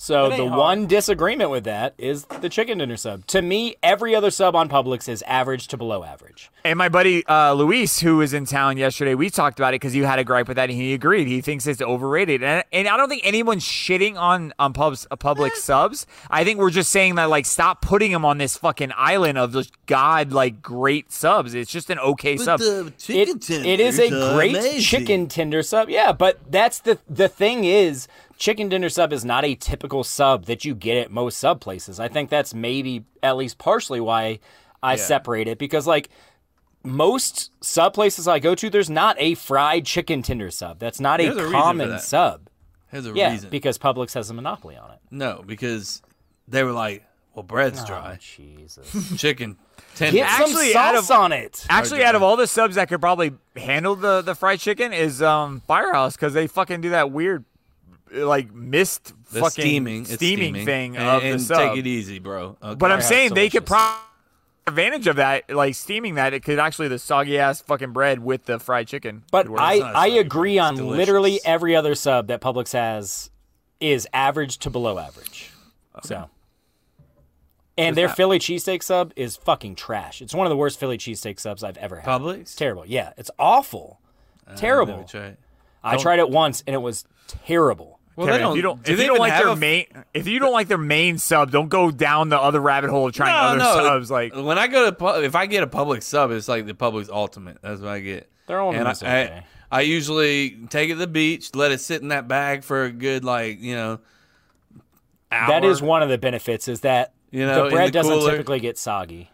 D: So
B: It ain't
D: the
B: hard.
A: uh,
D: one disagreement with that is the chicken dinner sub. To me, every other sub on Publix is average to below average.
A: And my buddy uh, Luis, who was in town yesterday, we talked about it because you had a gripe with that, and he agreed. He thinks it's overrated, and, and I don't think anyone's shitting on on pubs uh, public subs. I think we're just saying that like stop putting them on this fucking island of those god like great subs. It's just an okay sub.
D: It, it is a great chicken tender sub. Yeah, but that's the the thing is chicken dinner sub is not a typical sub that you get at most sub places. I think that's maybe at least partially why I separate it because like most sub places I go to, there's not a fried chicken tender sub. That's not
B: There's a
D: a,
B: reason for
D: common
B: that.
D: sub.
B: There's a
D: Yeah,
B: reason.
D: because Publix has a monopoly on it.
B: no, because they were like, well,
H: Oh,
B: bread's dry,
D: Jesus.
B: chicken tender.
D: Get
A: Actually,
D: some
A: out
D: sauce
A: of-
D: on it.
A: Actually, out of all the subs that could probably handle the the fried chicken is um Firehouse because they fucking do that weird like mist
B: The
A: fucking
B: steaming, it's
A: steaming thing
B: and,
A: of
B: and
A: the sub.
B: take it easy, bro. Okay.
A: But I'm
D: Yeah,
A: saying they could
D: delicious.
A: probably advantage of that, like steaming that. It could actually the soggy ass fucking bread with the fried chicken.
D: But
A: could work.
D: I,
B: It's not a
D: I
B: sub,
D: agree on
B: delicious.
D: literally every other sub that Publix has is average to below average. So. And their Philly cheesesteak sub is fucking trash. It's one of the worst Philly cheesesteak subs I've ever had.
B: Publix?
D: It's terrible. Yeah, it's awful.
B: Uh, Let me
D: terrible.
B: try it.
D: I tried it once and it was terrible.
B: Well,
A: Kevin,
B: they don't.
A: if you don't,
B: do
A: if
B: they
A: you don't
B: even
A: like
B: have
A: their
B: a-
A: main, if you don't like their main sub, don't go down the other rabbit hole of trying
B: No,
A: other
B: no.
A: subs. Like
B: when I go to Pub- if I get a public sub, it's like the public's ultimate. That's what I get.
D: Their own
B: and I,
D: is okay.
B: I, I usually take it to the beach, let it sit in that bag for a good like you know. Hour.
D: That is one of the benefits is that
B: You know,
D: the
B: in
D: bread
B: the
D: doesn't
B: cooler.
D: typically get soggy.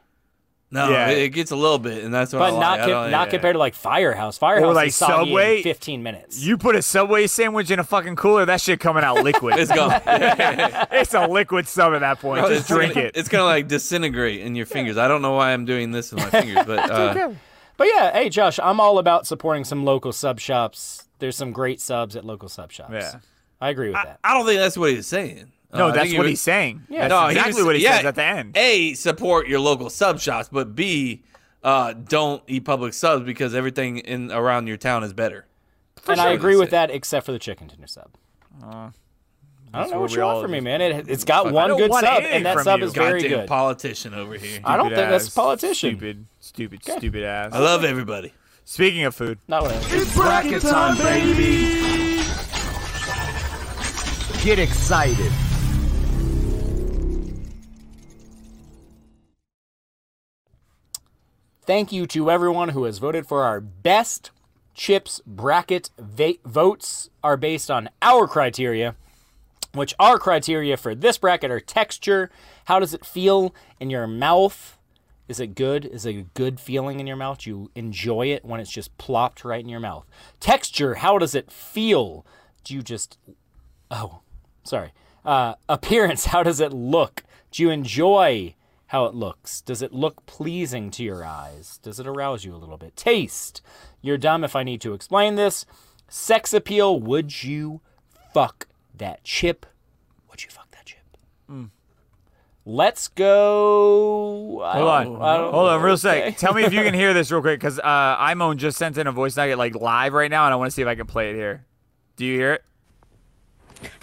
B: No,
A: Yeah.
B: it, it gets a little bit, and that's what. I
D: But
B: like.
D: not
B: I
D: com-
B: don't-
D: not
B: yeah.
D: compared to like Firehouse. Firehouse
A: like
D: is soggy in
A: Subway.
D: 15 minutes.
A: you put a Subway sandwich in a fucking cooler, that shit coming out liquid.
B: It's gone.
A: it's a liquid sub at that point. Just drink
B: gonna,
A: it.
B: It's gonna like disintegrate in your fingers. I don't know why I'm doing this with my fingers, but uh,
D: But yeah, hey Josh, I'm all about supporting some local sub shops. There's some great subs at local sub shops.
A: Yeah.
D: I agree with that.
B: I don't think that's what he's saying.
A: No,
B: Uh, I
A: that's
B: think he
A: what
B: was-
A: he's saying.
D: Yeah.
A: Yeah, that's
B: No, he
A: exactly
B: was-
A: what he
B: yeah,
A: says at the end.
B: A, support your local sub shops, but B, uh, don't eat public subs because everything in around your town is better.
D: and I
B: sure,
D: agree
B: that's
D: with
B: it.
D: that, except for the chicken tender sub. I don't know
A: Uh, where
D: what
A: we
D: you
A: all
D: want from me, man. It, it's got
A: I
D: one
A: don't
D: good
A: want
D: sub,
A: anything
D: and that
A: from
D: sub
A: you.
D: is very
B: Goddamn
D: good.
B: politician over here.
D: I don't
A: Stupid
D: think that's
A: ass,
D: politician.
A: Stupid, stupid, stupid ass.
B: I love everybody.
A: Speaking of food,
D: Not what I-
I: Get excited.
D: Thank you to everyone who has voted for our best chips bracket. Va- votes are based on our criteria, which our criteria for this bracket are texture. How does it feel in your mouth? Is it good? Is it a good feeling in your mouth? Do you enjoy it when it's just plopped right in your mouth? Texture, how does it feel? Do you just. Oh, sorry. Uh, appearance, how does it look? Do you enjoy how it looks? Does it look pleasing to your eyes? Does it arouse you a little bit? Taste. You're dumb if I need to explain this. Sex appeal. Would you fuck that chip? Would you fuck that chip?
A: Hmm.
D: Let's go. I
A: Hold on,
D: don't- I don't-
A: hold on, real
D: okay.
A: sec. Tell me if you can hear this real quick, because uh, Imon just sent in a voice nugget like live right now, and I want to see if I can play it here. Do you hear it?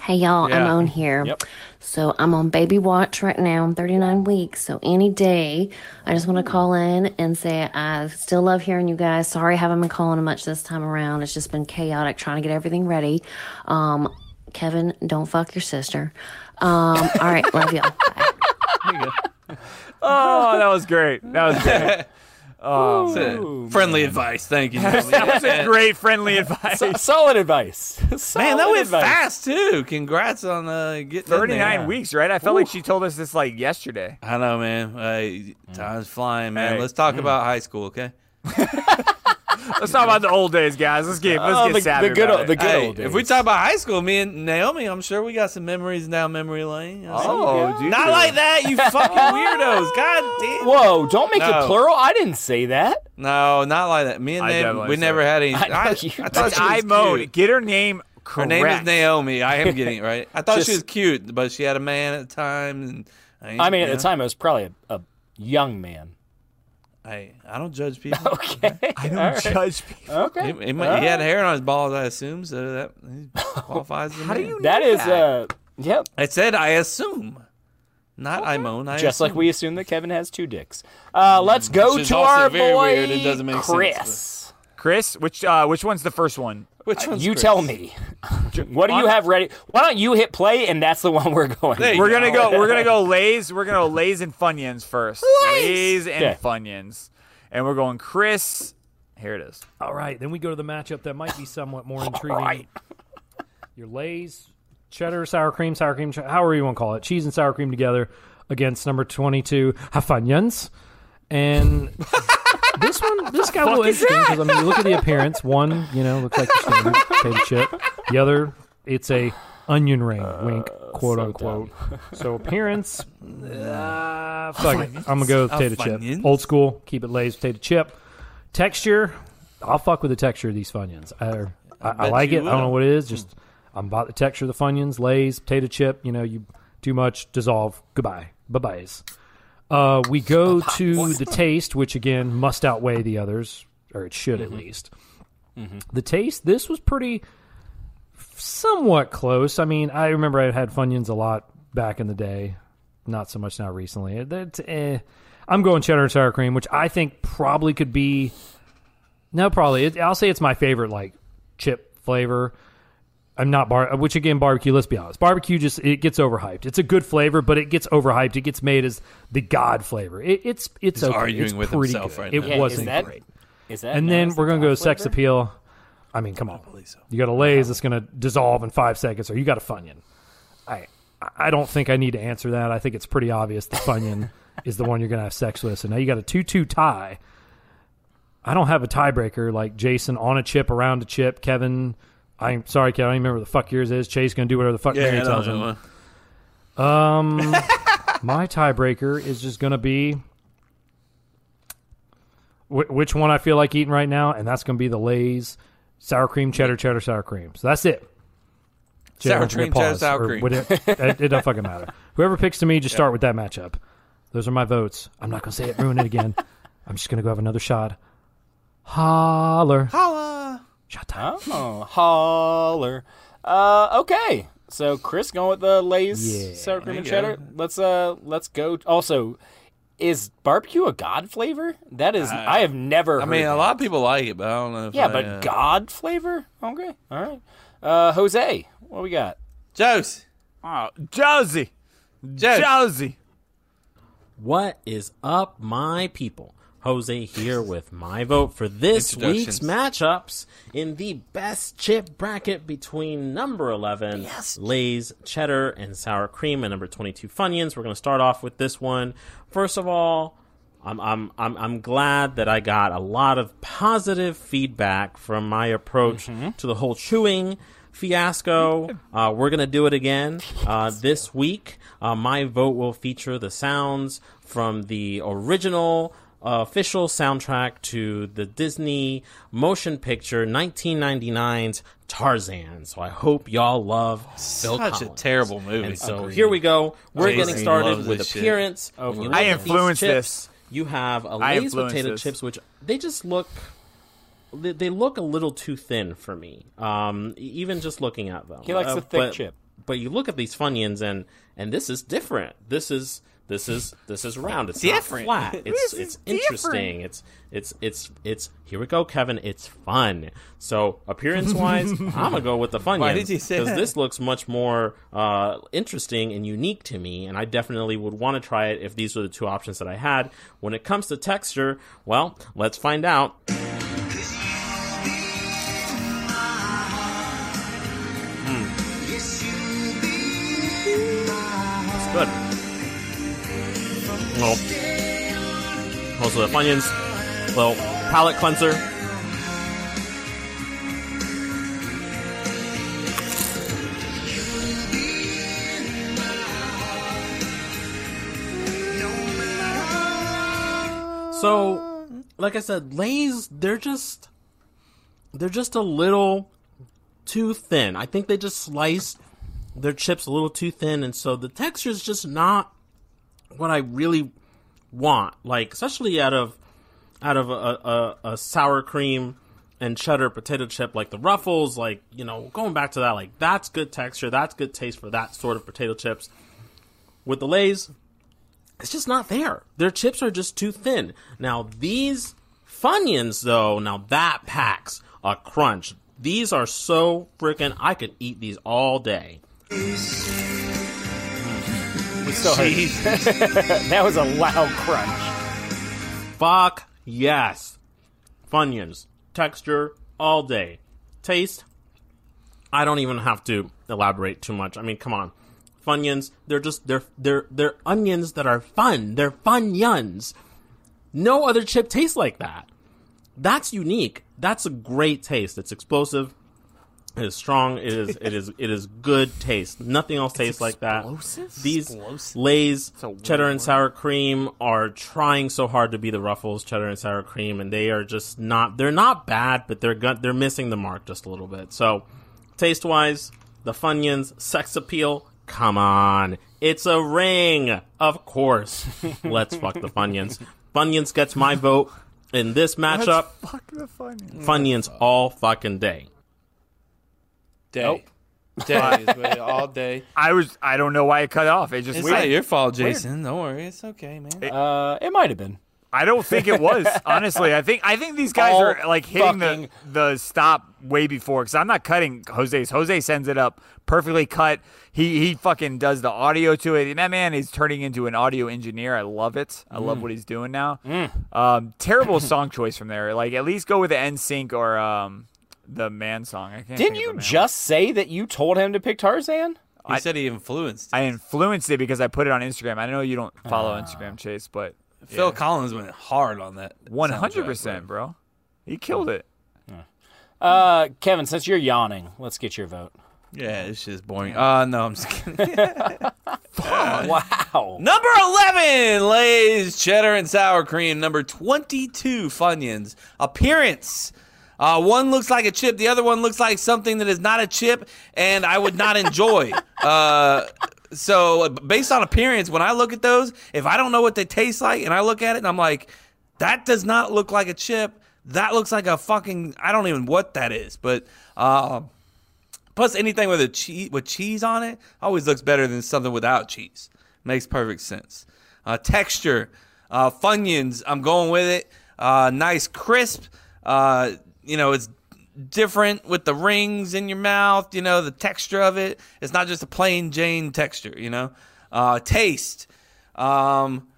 I: Hey y'all, I'm
A: Yeah.
I: on here.
D: Yep.
I: So I'm on baby watch right now. I'm 39 weeks. So any day, I just want to call in and say I still love hearing you guys. Sorry I haven't been calling much this time around. It's just been chaotic trying to get everything ready. Um, Kevin, don't fuck your sister. Um, all right, love y'all. Bye.
A: Oh, that was great. That was great.
B: Friendly advice. Thank you. Jeremy.
A: that was great friendly advice.
D: So- solid advice.
B: Man, that
D: Solid
B: went
D: advice.
B: fast too. Congrats on uh, getting
A: Thirty
B: in
A: nine
B: there.
A: weeks, right? I felt like she told us this like yesterday.
B: I know, man. Hey, time's flying, man.
A: Hey. mm.
B: Let's talk about high school, okay?
A: Let's talk about the old days, guys. Let's get let's
D: Oh,
A: get
D: the-
A: savvy
D: the good
A: about
D: old-
A: it.
D: the-
B: Hey,
D: old
B: if we
D: days.
B: talk about high school, me and Naomi, I'm sure we got some memories down memory lane.
A: Oh, dude.
B: Not like that, you fucking weirdos. God damn.
D: Whoa, don't make
B: No.
D: it plural. I didn't say that.
B: No, not like that. Me and
A: I
B: Naomi,
A: definitely
B: we
A: said
B: never
A: it.
B: had any.
D: I know
B: I, I
D: you
B: thought
D: did.
B: she
A: That's
B: was
A: iMode.
B: cute.
A: Get her name
B: Her
A: correct.
B: name is Naomi. I am getting it right. I thought she was
D: Just-
B: cute, but she had a man at the time. And ain't-
D: I mean, at
B: you
D: the
B: know,
D: time, I was probably a, a young man.
B: I, I don't judge people.
D: Okay. Uh.
A: I don't
D: All right.
A: judge people.
D: Okay.
B: He, he might- he had hair on his balls, I assume, so that he qualifies. How
A: do you
D: that is,
A: Yeah.
D: uh, yep.
B: I said I assume, not I moan. I
D: Just like
B: assume.
D: we assume that Kevin has two dicks. Uh, let's go
B: Which is
D: to
B: also
D: our
B: very
D: boy
B: weird. It doesn't make sense,
D: Chris.
A: Chris, which uh, which one's the first one?
B: Which one's
D: You
B: Chris?
D: tell me. what do you have ready? Why don't you hit play and that's the one we're going.
B: There you
D: with.
A: We're gonna go. We're gonna go Lay's. We're gonna go Lay's and Funyuns first. Lay's, and
D: Okay.
A: Funyuns, and we're going Chris. Here it is.
J: All right, then we go to the matchup that might be somewhat more intriguing. Your Lay's cheddar sour cream, sour cream, che- however you want to call it, cheese and sour cream together against number twenty-two Hafanyans. And this one, this guy will interesting because I mean, you look at the appearance. One, you know, looks like a standard potato chip. The other, it's a onion ring, wink, quote unquote. So appearance, uh, fuck it. I'm gonna go with potato
B: Funyuns?
J: chip. Old school, keep it Lay's potato chip. Texture, I'll fuck with the texture of these Funyuns. I, I, I
B: bet
J: like
B: you
J: it. I don't know
B: will.
J: what it is. Just I'm about the texture of the Funyuns, Lay's, potato chip. You know, you too much dissolve. Goodbye. Bye byes. Uh, we go to the taste, which again must outweigh the others, or it should at least. The taste. This was pretty, somewhat close. I mean, I remember I had Funyuns a lot back in the day. Not so much now recently. It- That eh. I'm going cheddar and sour cream, which I think probably could be. No, probably. It, I'll say it's my favorite like chip flavor. I'm not bar, which again, barbecue. Let's be honest, barbecue just it gets overhyped. It's a good flavor, but it gets overhyped. It gets made as the god flavor. It, it's it's
B: He's
J: okay.
B: arguing
J: It's
B: with
J: pretty
B: himself
J: good.
B: right
J: It
B: now.
D: Yeah,
J: wasn't
D: is that,
J: great.
D: Is that
J: And
D: now
J: then
D: is
J: we're
D: the
J: gonna go
D: top
J: sex
D: flavor?
J: appeal. I mean, come on. You got a Lay's
B: Um,
J: that's gonna dissolve in five seconds, or you got a Funyun. I I don't think I need to answer that. I think it's pretty obvious the Funyun is the one you're gonna have sex with. So now you got a two-two tie. I don't have a tiebreaker like Jason on a chip, around a chip. Kevin, I'm sorry, Kevin. I don't remember what the fuck yours is. Chase gonna do whatever the fuck Mary
B: Yeah, I
J: tells
B: don't
J: him.
B: know.
J: My tiebreaker is just going to be wh- which one I feel like eating right now, and that's going to be the Lay's sour cream cheddar cheddar sour cream. So that's it.
B: Sour
J: I'm gonna
B: cream, cheddar, sour
J: or
B: cream.
J: what It, it, it don't fucking matter. Whoever picks to me, just start with that matchup. Those are my votes. I'm not going to say it, ruin it again. I'm just going to go have another shot. Holler.
B: Holla.
J: Shot time.
D: Oh, holler. Uh, okay. So Chris going with the Lay's
J: Yeah.
D: sour cream and
B: There you
D: cheddar. Let's uh let's go. Also, is barbecue a god flavor? That is I have never
B: Uh, I
D: heard
B: mean, a
D: that.
B: lot of people like it, but I don't know. If
D: Yeah,
B: I,
D: but
B: uh,
D: god flavor? Okay. All right. Uh Jose, what we got?
B: Jose,
A: Oh, Josie,
B: Jose,
A: Josie.
K: What is up, my people? Jose here with my vote for this
B: Introductions.
K: week's matchups in the best chip bracket between number 11, Lay's Cheddar and Sour Cream, and number 22, Funyuns. We're going to start off with this one. First of all, I'm, I'm, I'm, I'm glad that I got a lot of positive feedback from my approach to the whole chewing fiasco. Uh, we're going to do it again uh, this week. Uh, my vote will feature the sounds from the original uh, official soundtrack to the Disney motion picture 1999's Tarzan. So I hope y'all love Bill
B: Such a
K: Collins.
B: terrible movie.
K: And so
B: Agreed.
K: here we go. We're
B: Jason
K: getting
B: loves
K: started with
B: this shit.
K: appearance.
B: Over
K: And you
B: it.
K: look
B: I
K: at these
B: influenced
K: chips.
B: this.
K: You have a
B: I
K: Lay's
B: influenced
K: potato
B: this.
K: chips, which they just look they, they look a little too thin for me. Um, e- even just looking at them,
D: He likes the thick
K: Uh, but,
D: chip.
K: But you look at these Funyuns, and and this is different. This is this is this is round. It's
B: Different.
K: not flat. It's
B: This
K: it's
B: is
K: interesting. It's it's it's it's here we go, Kevin. It's fun. So appearance wise, I'm gonna go with the Funyuns
B: Why did you say that?
K: this looks much more uh, interesting and unique to me, and I definitely would want to try it if these were the two options that I had. When it comes to texture, well, let's find out. Hmm. It's good. Well, also the Funyuns, little palate cleanser. So, like I said, Lay's they're just they're just a little too thin. I think they just sliced their chips a little too thin, and so the texture is just not what I really want. Like, especially out of out of a, a, a sour cream and cheddar potato chip, like the Ruffles, like you know, going back to that, like that's good texture, that's good taste for that sort of potato chips. With the Lay's, it's just not there. Their chips are just too thin. Now these Funyuns, though, now that packs a crunch. These are so freaking. I could eat these all day.
D: So hurt. that was a loud crunch.
K: Fuck yes. Funyuns. Texture all day. Taste. I don't even have to elaborate too much. I mean, come on. Funyuns, they're just they're they're they're onions that are fun. They're funyuns. No other chip tastes like that. That's unique. That's a great taste. It's explosive. It is strong. It is it is it is good taste. Nothing else tastes like that. These Lay's cheddar and sour cream are trying so hard to be the Ruffles cheddar and sour cream, and they are just not. They're not bad, but they're gut. They're missing the mark just a little bit. So, taste wise, the Funyuns sex appeal. Come on, it's a ring, of course. Let's fuck the Funyuns. Funyuns gets my vote in this matchup.
A: Fuck the Funyuns.
K: Funyuns all fucking day.
B: Day.
A: Nope.
B: Day is what- all day.
A: I was. I don't know why it cut off. It just.
B: It's
A: weird.
B: not your fault,
A: Weird.
B: Jason. Don't worry. It's okay, man.
D: Uh, it might have been.
A: I don't think it was. honestly, I think I think these guys
D: All
A: are like hitting
D: fucking-
A: the the stop way before because I'm not cutting Jose's. Jose sends it up perfectly cut. He he fucking does the audio to it, and that man is turning into an audio engineer. I love it. I
D: Mm.
A: love what he's doing now. Um, terrible song choice from there. Like at least go with the end sync or um the man song. I can't.
D: Didn't
A: think of
D: you
A: the man.
D: just say that you told him to pick Tarzan?
B: He said he influenced.
A: I influenced it because I put it on Instagram. I know you don't follow
D: Ah.
A: Instagram, Chase, but
B: Phil Collins went hard on that.
A: one hundred
B: soundtrack,
A: percent, bro. He killed it.
D: Uh, Kevin, since you're yawning, let's get your vote.
B: bro. Yeah, it's just boring. Uh, no, I'm just kidding.
D: Wow.
B: Number 11, Lay's cheddar and sour cream. Number 22, Funyuns. Appearance. Uh, one looks like a chip, the other one looks like something that is not a chip, and I would not enjoy. uh, so, based on appearance, when I look at those, if I don't know what they taste like, and I look at it and I'm like, that does not look like a chip. That looks like a fucking, I don't even what that is. But, uh, Plus, anything with a cheese with cheese on it always looks better than something without cheese. Makes perfect sense. Uh, texture, uh, Funyuns. I'm going with it. Uh, nice crisp. Uh, you know, it's different with the rings in your mouth. You know, the texture of it. It's not just a plain Jane texture. You know, uh, taste. Um,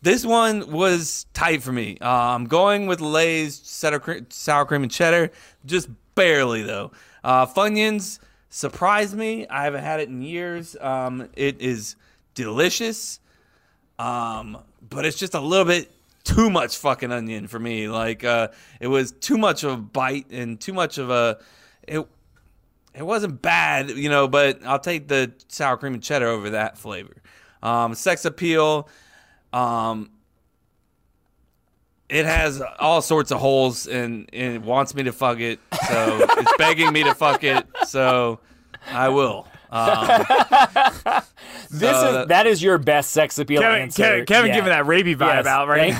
B: this one was tight for me. Uh, I'm going with Lay's cheddar cre- sour cream and cheddar, just barely though. Uh, Funyuns surprised me. I haven't had it in years. Um, it is delicious, um, but it's just a little bit too much fucking onion for me. Like uh, it was too much of a bite and too much of a. It, It wasn't bad, you know, but I'll take the sour cream and cheddar over that flavor. Um, sex appeal. Um, it has all sorts of holes and, and it wants me to fuck it. So it's begging me to fuck it. So I will. Um,
D: This
B: so
D: is Uh, that is your best sex appeal
A: Kevin-
D: answer.
A: Kevin- Kevin giving that rapey vibe out right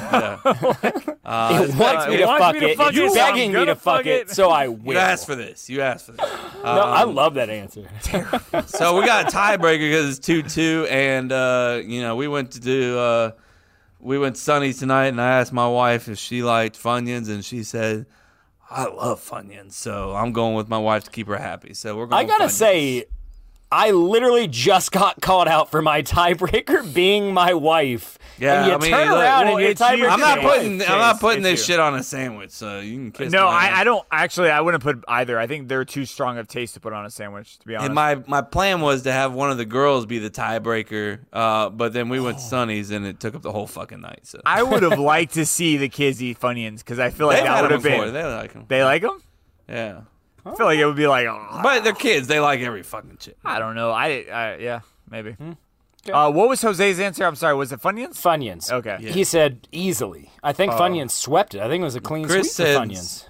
B: uh,
D: it wants me to fuck it. It's
B: You-
D: begging me to fuck it, so I will.
B: You asked for this. You asked for this.
D: No, I
B: Um,
D: love that answer.
B: so we got a tiebreaker because it's two two, and uh, you know we went to do uh, we went Sunny tonight, and I asked my wife if she liked Funyuns, and she said I love Funyuns, so I'm going with my wife to keep her happy. So we're going.
D: I gotta
B: Funyuns.
D: say, I literally just got called out for my tiebreaker being my wife.
B: Yeah,
D: and you
B: I mean,
D: turn
B: look,
D: around
B: well,
D: and your
B: it's you.
D: tiebreaker.
B: I'm not putting I'm not putting
A: It's
B: this
A: you.
B: shit on a sandwich, so you can kiss.
A: No,
B: my
A: I, I don't actually. I wouldn't put either. I think they're too strong of taste to put on a sandwich. To be honest,
B: And my, my plan was to have one of the girls be the tiebreaker, uh, but then we went
D: Oh.
B: Sunny's and it took up the whole fucking night. So
A: I would have liked to see the kids eat Funyuns because I feel like
B: They've
A: that
B: had
A: would have
B: 'em before.
A: been.
B: They like 'em.
A: They like them.
B: Yeah.
A: I feel like it would be like. "Oh,
B: But they're kids. They like every fucking shit.
A: I don't know. I, I yeah maybe.
D: Hmm.
A: Uh, what was Jose's answer? I'm sorry. Was it Funyuns?
D: Funyuns.
A: Okay.
D: He said easily. I think
A: Oh.
D: Funyuns swept it. I think it was a clean
B: Chris
D: sweep
B: said
D: for Funyuns.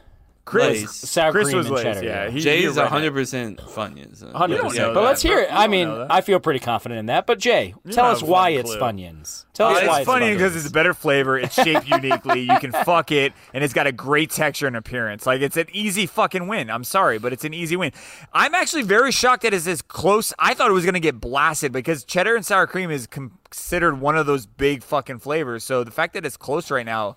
B: Chris-
D: Lays. sour
B: Chris
D: cream
B: was
D: and
B: Lays,
D: cheddar.
B: yeah.
D: Yeah,
B: He- Jay's you're right. 100% Funyuns. You don't
D: Hundred
B: know
D: percent. But
B: that.
D: let's hear it.
B: You
D: I
B: don't
D: mean,
B: know that.
D: I feel pretty confident in that. But Jay,
A: You
D: tell
A: don't
D: us
A: have
D: why
A: one
D: it's
A: clue.
D: Funyuns. Tell us
A: it's
D: why
A: funny
D: it's
A: because it's a better flavor. It's shaped uniquely. You can fuck it, and it's got a great texture and appearance. Like it's an easy fucking win. I'm sorry, but it's an easy win. I'm actually very shocked that it's as close. I thought it was gonna get blasted because cheddar and sour cream is considered one of those big fucking flavors. So the fact that it's close right now,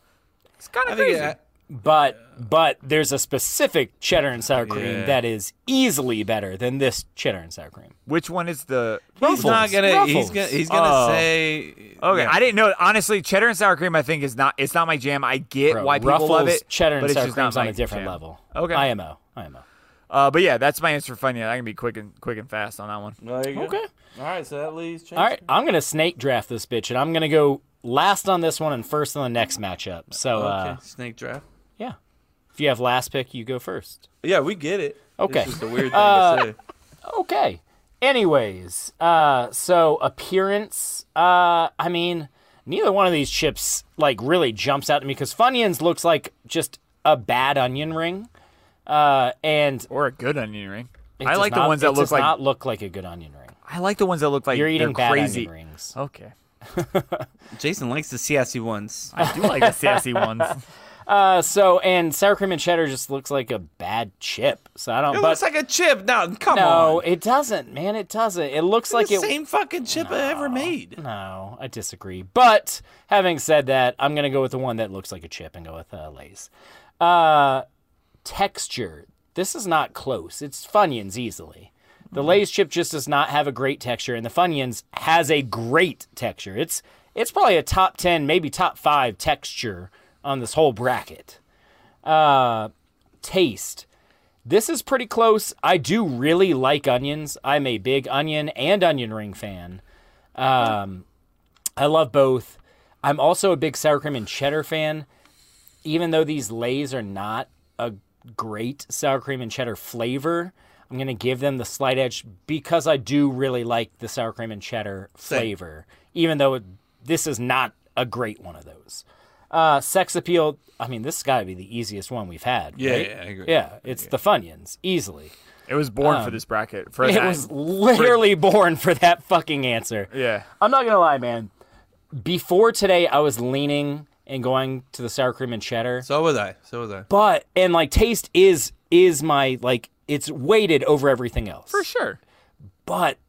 A: it's kind of crazy.
D: But but there's a specific cheddar and sour cream
A: Yeah.
D: that is easily better than this cheddar and sour cream.
A: Which one is the?
D: He's not Ruffles, gonna- he's Ruffles. Oh.
B: gonna- he's gonna say-
A: Okay,
B: yeah.
A: I didn't know. Honestly, cheddar and sour cream, I think is not. It's not my jam. I get
D: Bro,
A: why people love
D: Ruffles
A: it.
D: cheddar and
A: but it's
D: sour
A: just not
D: cream's on
A: my
D: a different
A: jam.
D: level.
A: Okay,
D: IMO, IMO.
A: Uh, but yeah, that's my answer for Funyuns. I can be quick and quick and fast on that one.
D: Okay.
B: All right, so that leaves.
D: All right, I'm gonna snake draft this bitch, and I'm gonna go last on this one and first on the next matchup. So uh,
B: okay. Snake draft.
D: yeah, if you have last pick, you go first.
B: Yeah, we get it.
D: Okay.
B: It's just a weird thing
D: Uh,
B: to say.
D: Okay. Anyways, uh, so appearance. Uh, I mean, neither one of these chips like really jumps out to me because Funyuns looks like just a bad onion ring, uh, and
A: or a good onion ring.
D: It
A: I
D: does
A: like the
D: not-
A: ones
D: it
A: that
D: does
A: look like-
D: not look like a good onion ring.
A: I like the ones that look like
D: You're eating
A: they're
D: bad onion
A: crazy.
D: rings.
A: Okay,
B: Jason likes the sassy ones.
A: I do like the sassy ones.
D: Uh, so and sour cream and cheddar just looks like a bad chip. So I don't.
B: It
D: but,
B: looks like a chip. No, come
D: no,
B: on.
D: it doesn't, man. It doesn't. It looks like
B: the
D: it.
B: same fucking chip I ever made.
D: No, I disagree. But having said that, I'm gonna go with the one that looks like a chip and go with uh, Lay's. Uh, texture. This is not close. It's Funyuns easily. The Lay's chip just does not have a great texture, and the Funyuns has a great texture. It's it's probably a top ten, maybe top five texture on this whole bracket. Uh, taste. This is pretty close. I do really like onions. I'm a big onion and onion ring fan. Um, I love both. I'm also a big sour cream and cheddar fan. Even though these Lays are not a great sour cream and cheddar flavor, I'm going to give them the slight edge because I do really like the sour cream and cheddar
B: Same.
D: flavor, even though it, this is not a great one of those. Uh, sex appeal, I mean, this has got to be the easiest one we've had.
B: Yeah,
D: right?
B: yeah, I agree.
D: Yeah, it's the Funyuns, easily.
A: It was born for
D: Um,
A: this bracket. For
D: it
A: that.
D: was literally born for that fucking answer.
A: Yeah.
D: I'm not gonna lie, man. Before today, I was leaning and going to the sour cream and cheddar.
B: So was I. So was I.
D: But and like taste is is my like it's weighted over everything else.
A: for sure.
D: But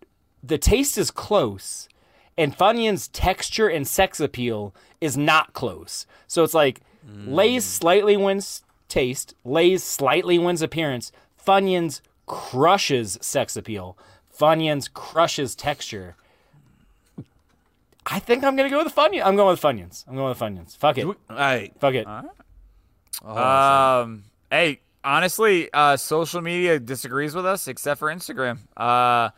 D: the taste is close, and Funyun's texture and sex appeal is not close. So it's like Lay's
A: Mm.
D: slightly wins taste, Lay's slightly wins appearance, Funyun's crushes sex appeal, Funyun's crushes texture. I think I'm gonna go with Funyuns. I'm going with Funyuns. I'm going with Funyuns. Fuck it.
B: All right.
D: Fuck it.
A: Um, hey, honestly, uh, social media disagrees with us except for Instagram. Uh,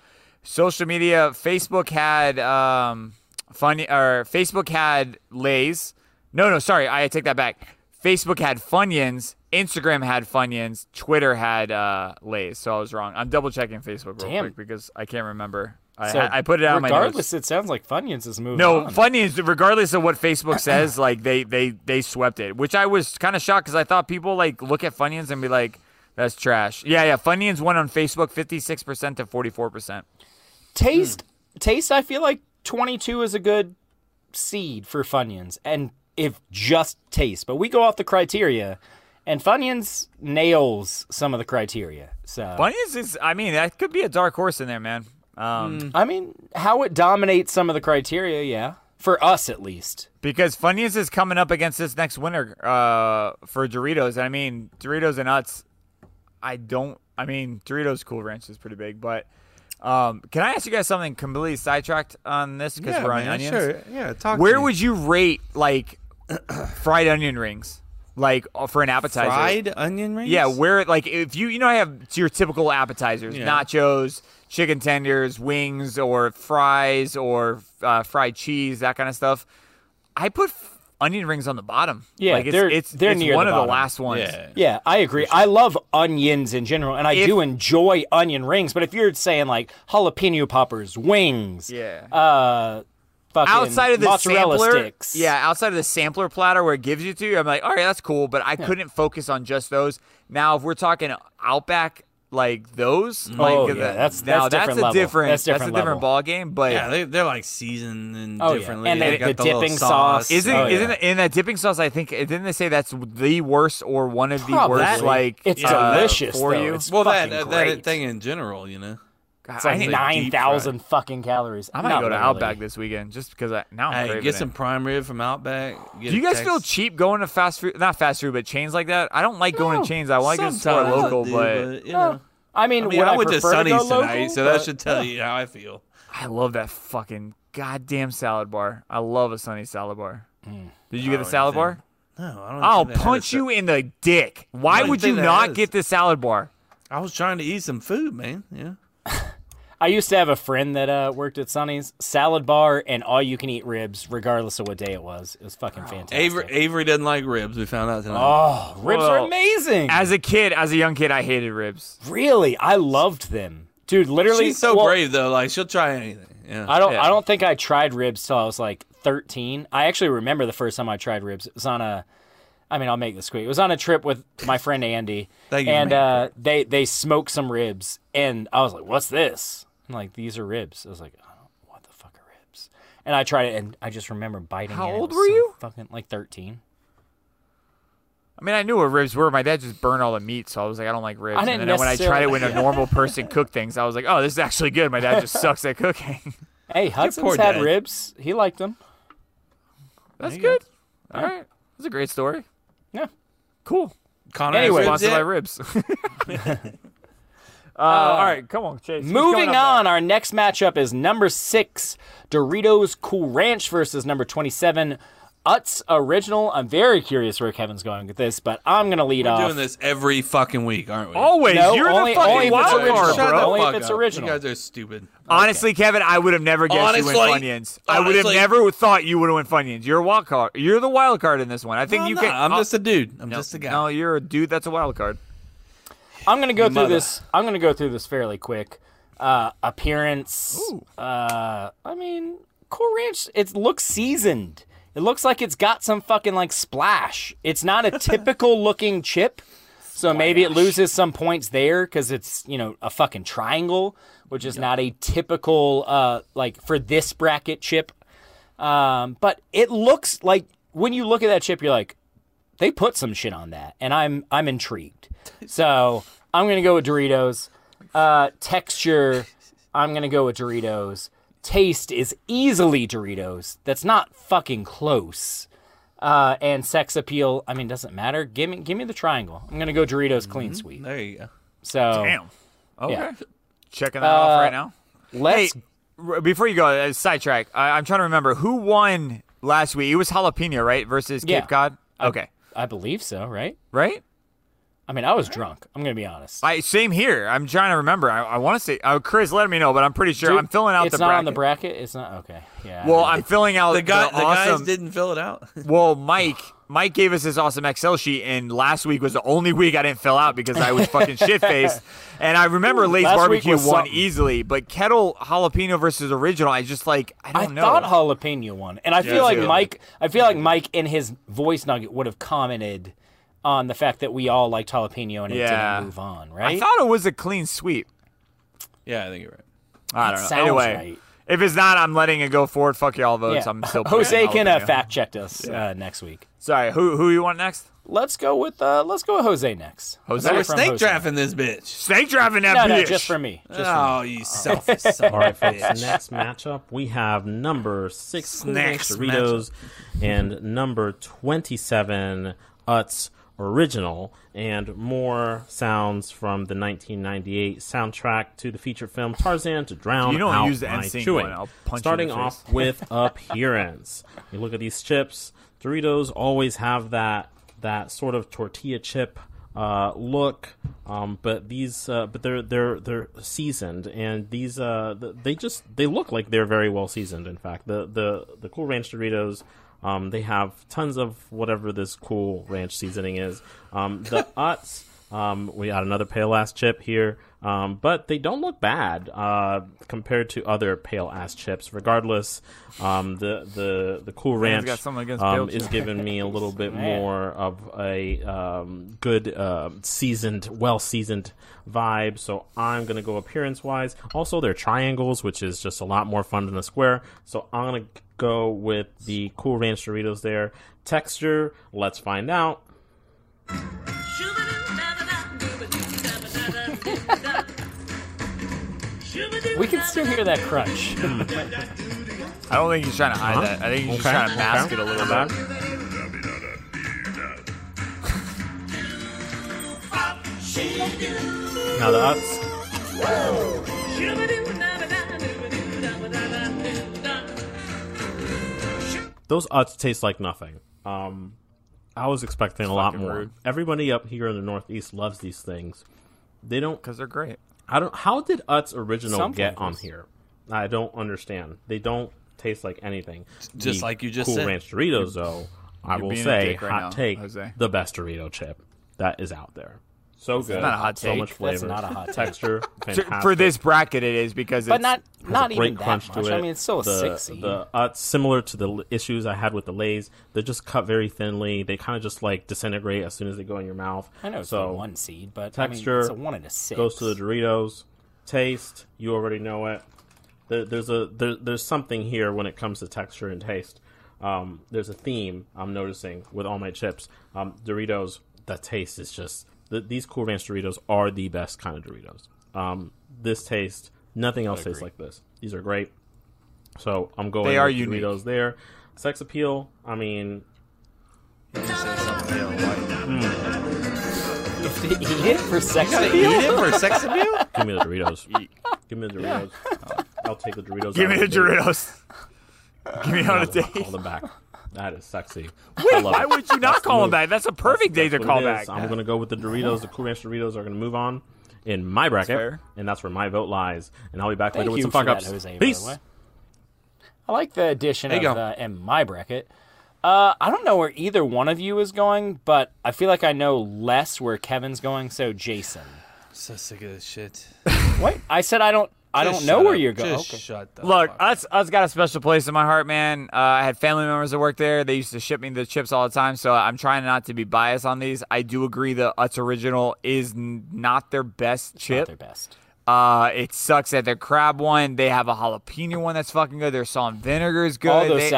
A: social media, Facebook had um, funny or Facebook had Lays. No, no, sorry, I take that back. Facebook had Funyuns. Instagram had Funyuns, Twitter had uh, Lay's. So I was wrong. I'm double checking Facebook real
D: Damn.
A: quick because I can't remember. I,
D: So,
A: I put it out on my notes.
D: Regardless, it sounds like Funyuns is moving.
A: No,
D: on.
A: funny is regardless of what Facebook says, like they they they swept it, which I was kind of shocked because I thought people like look at Funyuns and be like, "That's trash." Yeah, yeah. Funyuns went on Facebook fifty six percent to forty four percent.
D: taste taste i feel like 22 is a good seed for funyuns and if just taste but we go off the criteria and funyuns nails some of the criteria so
A: Funyuns is, I mean, that could be a dark horse in there, man. Um,
D: i mean how it dominates some of the criteria yeah for us at least
A: because Funyuns is coming up against this next winner uh, for Doritos. And I mean, Doritos and nuts. I don't. I mean, Doritos Cool Ranch is pretty big, but um, can I ask you guys something completely sidetracked on this because
B: Yeah,
A: we're on
B: man,
A: onions?
B: sure. Yeah, talk to
A: Where
B: me.
A: would you rate like fried onion rings, like uh, for an appetizer?
B: Fried onion rings?
A: Yeah, where like if you you know I have your typical appetizers,
B: Yeah.
A: nachos, chicken tenders, wings, or fries, or uh, fried cheese, that kind of stuff. I put f- onion rings on the bottom.
D: yeah
A: like it's
D: they're,
A: it's,
D: they're
A: it's
D: near
A: one
D: the
A: of
D: bottom.
A: the last ones.
D: yeah i agree i love onions in general and i
A: If-
D: do enjoy onion rings but if you're saying like jalapeno poppers wings
A: Yeah.
D: uh fucking
A: outside of the
D: mozzarella
A: sampler,
D: sticks
A: yeah, outside of the sampler platter where it gives you to, I'm like, all right, that's cool, but I couldn't focus on just those. Now, if we're talking Outback, like those,
B: Mm.
A: like
B: Oh,
A: the-
B: yeah, that's-
A: now
B: that's different
A: a
B: level.
A: different
B: That's
A: that's a
B: different
A: different
B: level.
A: ball game, but
B: yeah, they, they're like seasoned and
A: Oh, yeah.
B: differently.
A: And
B: They
A: the-
B: got
A: the
B: little
A: dipping
B: sauce.
A: Isn't
B: Oh,
A: isn't
B: yeah.
A: it- in that dipping sauce? I think didn't they say that's the worst or one of the
B: Probably.
A: worst? Like
B: It's
A: uh,
B: delicious,
A: for
B: though.
A: you.
B: It's Well, that- fucking that great. thing in general, you know.
A: God,
D: It's like
A: I need-
D: nine thousand fucking calories.
A: I'm gonna go to Outback this weekend just because I now I'm
B: Hey,
A: craving
B: get
A: it.
B: some prime rib from Outback.
A: Do you guys feel cheap going to fast food? Not fast food, but chains like that. I don't like going
B: No,
A: to chains. I like to support
B: sometimes I
A: local,
B: do,
A: but,
B: but, you know.
D: I mean, would I
B: went to
D: prefer to
B: Sonny's
D: go
B: tonight,
D: local?
B: so that
D: But-
B: should tell you how I feel.
A: I love that fucking goddamn salad bar. I love a sunny salad bar. Did you
B: I
A: get the
B: don't
A: salad
B: think-
A: bar?
B: No, I don't.
A: I'll
B: think Oh, that
A: punch you in the dick. Why
B: don't
A: would
B: think
A: you
B: that
A: not
B: is.
A: get the salad bar?
B: I was trying to eat some food, man. Yeah.
D: I used to have a friend that uh, worked at Sonny's salad bar and all you can eat ribs, regardless of what day it was. It was fucking fantastic.
B: Avery, Avery doesn't like ribs. We found out tonight.
D: Oh, ribs are amazing.
A: As a kid, as a young kid, I hated ribs.
D: Really, I loved them, dude. Literally,
B: She's so
D: well,
B: brave though. Like she'll try anything. Yeah.
D: I don't.
B: Yeah.
D: I don't think I tried ribs till I was like 13. I actually remember the first time I tried ribs. It was on a. I mean, I'll make this quick. It was on a trip with my friend Andy,
B: Thank you for
D: and
B: making
D: uh, they they smoked some ribs, and I was like, "What's this?" And like, "These are ribs." I was like, oh, "What the fuck are ribs?" And I tried it, and I just remember biting.
A: How
D: in. It
A: old
D: was
A: were
D: so
A: you?
D: Fucking like 13.
A: I mean, I knew what ribs were. My dad just burned all the meat, so I was like, I don't like ribs.
D: I didn't
A: and then when I tried it
D: necessarily-
A: when a normal person cooked things, I was like, oh, this is actually good. My dad just sucks at cooking.
D: Hey, Hudson's had ribs. He liked them.
A: That's
D: There you
A: good. All right. That's a great story.
D: Yeah.
A: Cool.
D: Connor has
A: anyway,
D: ribs
A: sponsored by
D: yet?
A: ribs. Uh,
D: Uh,
A: all right, come on, Chase. Who's coming
D: Moving
A: up
D: on, our next matchup is number six, Doritos Cool Ranch versus number 27, Utz Original. I'm very curious where Kevin's going with this, but I'm going to lead
B: We're
D: off.
B: doing this every fucking week, aren't we?
A: Always.
D: No,
A: You're the
D: only-
A: fucking
D: only if it's
A: wild
D: original.
A: card,
D: Shut
A: bro.
D: the Only if fuck
B: Fuck
D: it's
B: up.
D: original.
B: You guys are stupid.
A: Honestly, Kevin, I would have never guessed you win
B: Honestly-
A: Funyuns. I would have
B: honestly-
A: never thought you would have win Funyuns. You're a wild card. You're the wild card in this one. I think
B: No, I'm
A: you
B: not.
A: can.
B: I'm just a dude. I'm
A: No,
B: just a guy.
A: No, you're a dude. That's a wild card.
D: I'm going to go
A: Your
D: through
A: mother.
D: this. I'm going to go through this fairly quick. Uh, appearance. Uh, I mean, Cool Ranch. It looks seasoned. It looks like it's got some fucking like splash. It's not a typical looking chip. So maybe it loses some points there because it's you know a fucking triangle, which is not a typical uh like for this bracket chip. Um, but it looks like when you look at that chip, you're like, they put some shit on that, and I'm I'm intrigued. So I'm gonna go with Doritos. Uh, texture, I'm gonna go with Doritos. Taste is easily Doritos. That's not fucking close. Uh, and sex appeal, I mean, doesn't matter. Give me give me the triangle. I'm gonna go
A: Mm-hmm.
D: Doritos clean sweet.
B: There you go. Oh.
D: So
A: Damn. Okay.
D: yeah.
A: Checking that off right
D: Uh,
A: now.
D: let's-
A: Hey, r- before you go, uh, sidetrack. I- I'm trying to remember who won last
D: Uh,
A: week. It was Jalapeno, right? Versus Cape
D: Yeah.
A: Cod. Okay.
D: I believe so, right?
A: Right?
D: I mean, I was drunk. I'm gonna be honest.
A: I same here. I'm trying to remember. I, I want to say, oh, Chris, let me know, but I'm pretty sure
D: Dude,
A: I'm filling out
D: it's
A: the
D: not
A: bracket.
D: on the bracket. It's not okay. Yeah.
A: well, I'm filling out
B: The guy- the guys
A: didn't fill it out. well, Mike, Mike gave us this awesome Excel sheet, and last week was the only week I didn't fill out because I was fucking shit faced. And I remember
D: Ooh,
A: Lay's
D: last week
A: barbecue won
D: was something.
A: easily, but kettle jalapeno versus original, I just like I
D: I,
A: don't know.
D: thought jalapeno won, and I
A: Yeah,
D: feel like
A: too.
D: Mike. I feel like Mike in his voice nugget would have commented on the fact that we all liked jalapeno and it
A: Yeah.
D: didn't move on, right?
A: I thought it was a clean sweep.
B: Yeah, I think you're right.
A: I
D: That
A: don't know.
D: sounds
A: Anyway,
D: right.
A: if it's not, I'm letting it go forward. Fuck y'all votes.
D: Yeah.
A: I'm still. putting
D: Jose
A: jalapeno.
D: can uh, fact check us uh, next week.
A: Sorry, who who you want next?
D: Let's go with uh, let's go with Jose next.
A: Jose?
D: Aside
A: We're
D: from
A: snake
D: Jose.
B: drafting this bitch.
A: Snake driving that
D: no,
A: bitch.
D: no, just for me. Just
B: Oh,
D: for me.
B: you selfish son
K: All right,
B: of a
K: folks.
B: bitch.
K: Next matchup, we have number six Cool Ranch
B: Next
K: Doritos and number twenty-seven Utz Original, and more sounds from the 1998 soundtrack to the feature film Tarzan to Drown
A: You don't
K: Out
A: use the
K: My
A: end scene
K: Chewing.
A: one, I'll punch you in
K: Starting
A: the face.
K: off with appearance. You look at these chips. Doritos always have that that sort of tortilla chip uh, look, um, but these uh, but they're they're they're seasoned, and these uh, th- they just they look like they're very well seasoned. In fact, the the the Cool Ranch Doritos. Um, they have tons of whatever this cool ranch seasoning is. Um, the Utz, um, we got another pale ass chip here, um, but they don't look bad uh, compared to other pale ass chips. Regardless, um, the the the cool
A: Man's
K: ranch
A: got something against pale
K: um, is
A: chips.
K: giving me a little bit
D: Man.
K: more of a um, good uh, seasoned, well seasoned vibe. So I'm gonna go appearance wise. Also, they're triangles, which is just a lot more fun than a square. So I'm gonna go with the cool ranch Doritos there. Texture, let's find out.
D: We can still hear that crunch.
A: I don't think he's trying to hide
K: Huh?
A: that. I think he's just
K: Okay,
A: trying to mask
K: okay.
A: it a little
K: My
A: bit.
K: Now the ups. Those uts taste like nothing. Um, I was expecting a lot more.
A: rude.
K: Everybody up here in the Northeast loves these things. They don't.
A: Because they're great.
K: I don't. How did Utz original
D: Some
K: get on
D: flavors.
K: here? I don't understand. They don't taste like anything.
B: just
K: The
B: like you just
K: cool
B: said.
K: ranch Doritos, though. I
A: you're
K: will
A: being a
K: say,
A: dick right
K: hot
A: now,
K: take,
A: Jose.
K: the best Dorito chip that is out there. So good,
A: not a hot
K: so
A: take.
K: much
A: That's
K: flavor,
D: not a hot take.
K: texture,
A: So,
K: fantastic.
A: for this bracket, it is because it's
D: but not
K: Has
D: not
K: a
D: even
K: great
D: that
K: crunch
D: much.
K: to it.
D: I mean, it's still a
K: the,
D: six seed.
K: The uh, similar to the l- issues I had with the Lays, they're just cut very thinly. They kind of just like disintegrate as soon as they go in your mouth.
D: I know it's
K: so
D: a one seed, but I
K: texture
D: mean, it's a one and a six.
K: goes to the Doritos. Taste, you already know it. There, there's a there, there's something here when it comes to texture and taste. Um, there's a theme I'm noticing with all my chips. Um, Doritos, the taste is just th- these Cool Ranch Doritos are the best kind of Doritos. Um, this taste, nothing else tastes like this. These are great. So I'm going.
A: They are
K: with
A: unique.
K: Doritos there. Sex appeal. I mean,
D: Did he eat it for sex
B: Gotta
D: appeal?
B: eat it for sex appeal?
K: give me the Doritos. give me the Doritos. I'll take the Doritos.
A: Give
K: out
A: me
K: of
A: the
K: bag.
A: Doritos. Give me on a
K: I'll
A: date.
K: call them back. That is sexy. I
A: Wait,
K: love
A: why
K: it.
A: would you not
K: That's the
A: call him
K: move.
A: back? That's a perfect day to
K: That's
A: call
K: what it
A: back.
K: is. I'm going to go with the Doritos. The Cool Ranch Doritos are going to move on in my bracket,
A: fair.
K: and that's where my vote lies. And I'll be back
D: Thank
K: later with
D: you
K: some
D: for
K: fuck
D: that,
K: ups.
D: Jose, by the
K: Peace.
D: way. I like the addition
B: There
D: of
B: you go.
D: uh, in my bracket. Uh, I don't know where either one of you is going, but I feel like I know less where Kevin's going. So Jason,
B: So sick of this shit.
D: what I said, I don't, I
B: Just
D: don't know
B: shut
D: where
B: up.
D: you're going.
B: Just
D: Okay.
B: shut the
A: Look,
B: fuck up.
A: us us got a special place in my heart, man. Uh, I had family members that worked there. They used to ship me the chips all the time, so I'm trying not to be biased on these. I do agree the Utz original is n- not their best
D: Not
A: chip.
D: their best.
A: Uh, it sucks that their crab one. They have a jalapeno one that's fucking good. Their salt and vinegar is good.
D: All those
A: They-
B: Oh,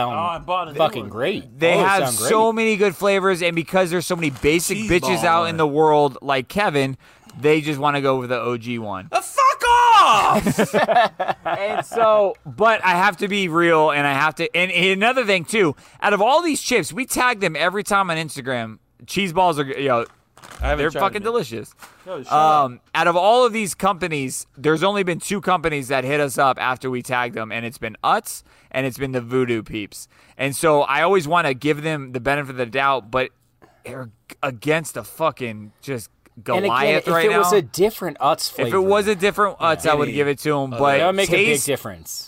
D: sound fucking great.
A: They
D: All those
A: have
D: sound great.
A: so many good flavors, and because there's so many basic
B: Cheese
A: bitches
B: ball
A: out
B: on
A: in
B: it.
A: the world like Kevin, they just want to go with the OG one.
B: Uh, fuck off!
A: and so, but I have to be real, and I have to. And, and another thing too, out of all these chips, we tag them every time on Instagram. Cheese balls are, you know,
B: I haven't
A: they're
B: tried
A: fucking
B: it.
A: delicious.
B: No, shut up.
A: Um, out of all of these companies, there's only been two companies that hit us up after we tagged them, and it's been Utz and it's been the Voodoo Peeps. And so I always want to give them the benefit of the doubt, but they're against the fucking just Goliath
D: and again,
A: right
D: if it
A: now.
D: was a different Utz flavor,
A: if it was a different Utz, I would give it to
B: Uh,
A: him. But
D: that would make a big
A: taste-
D: difference.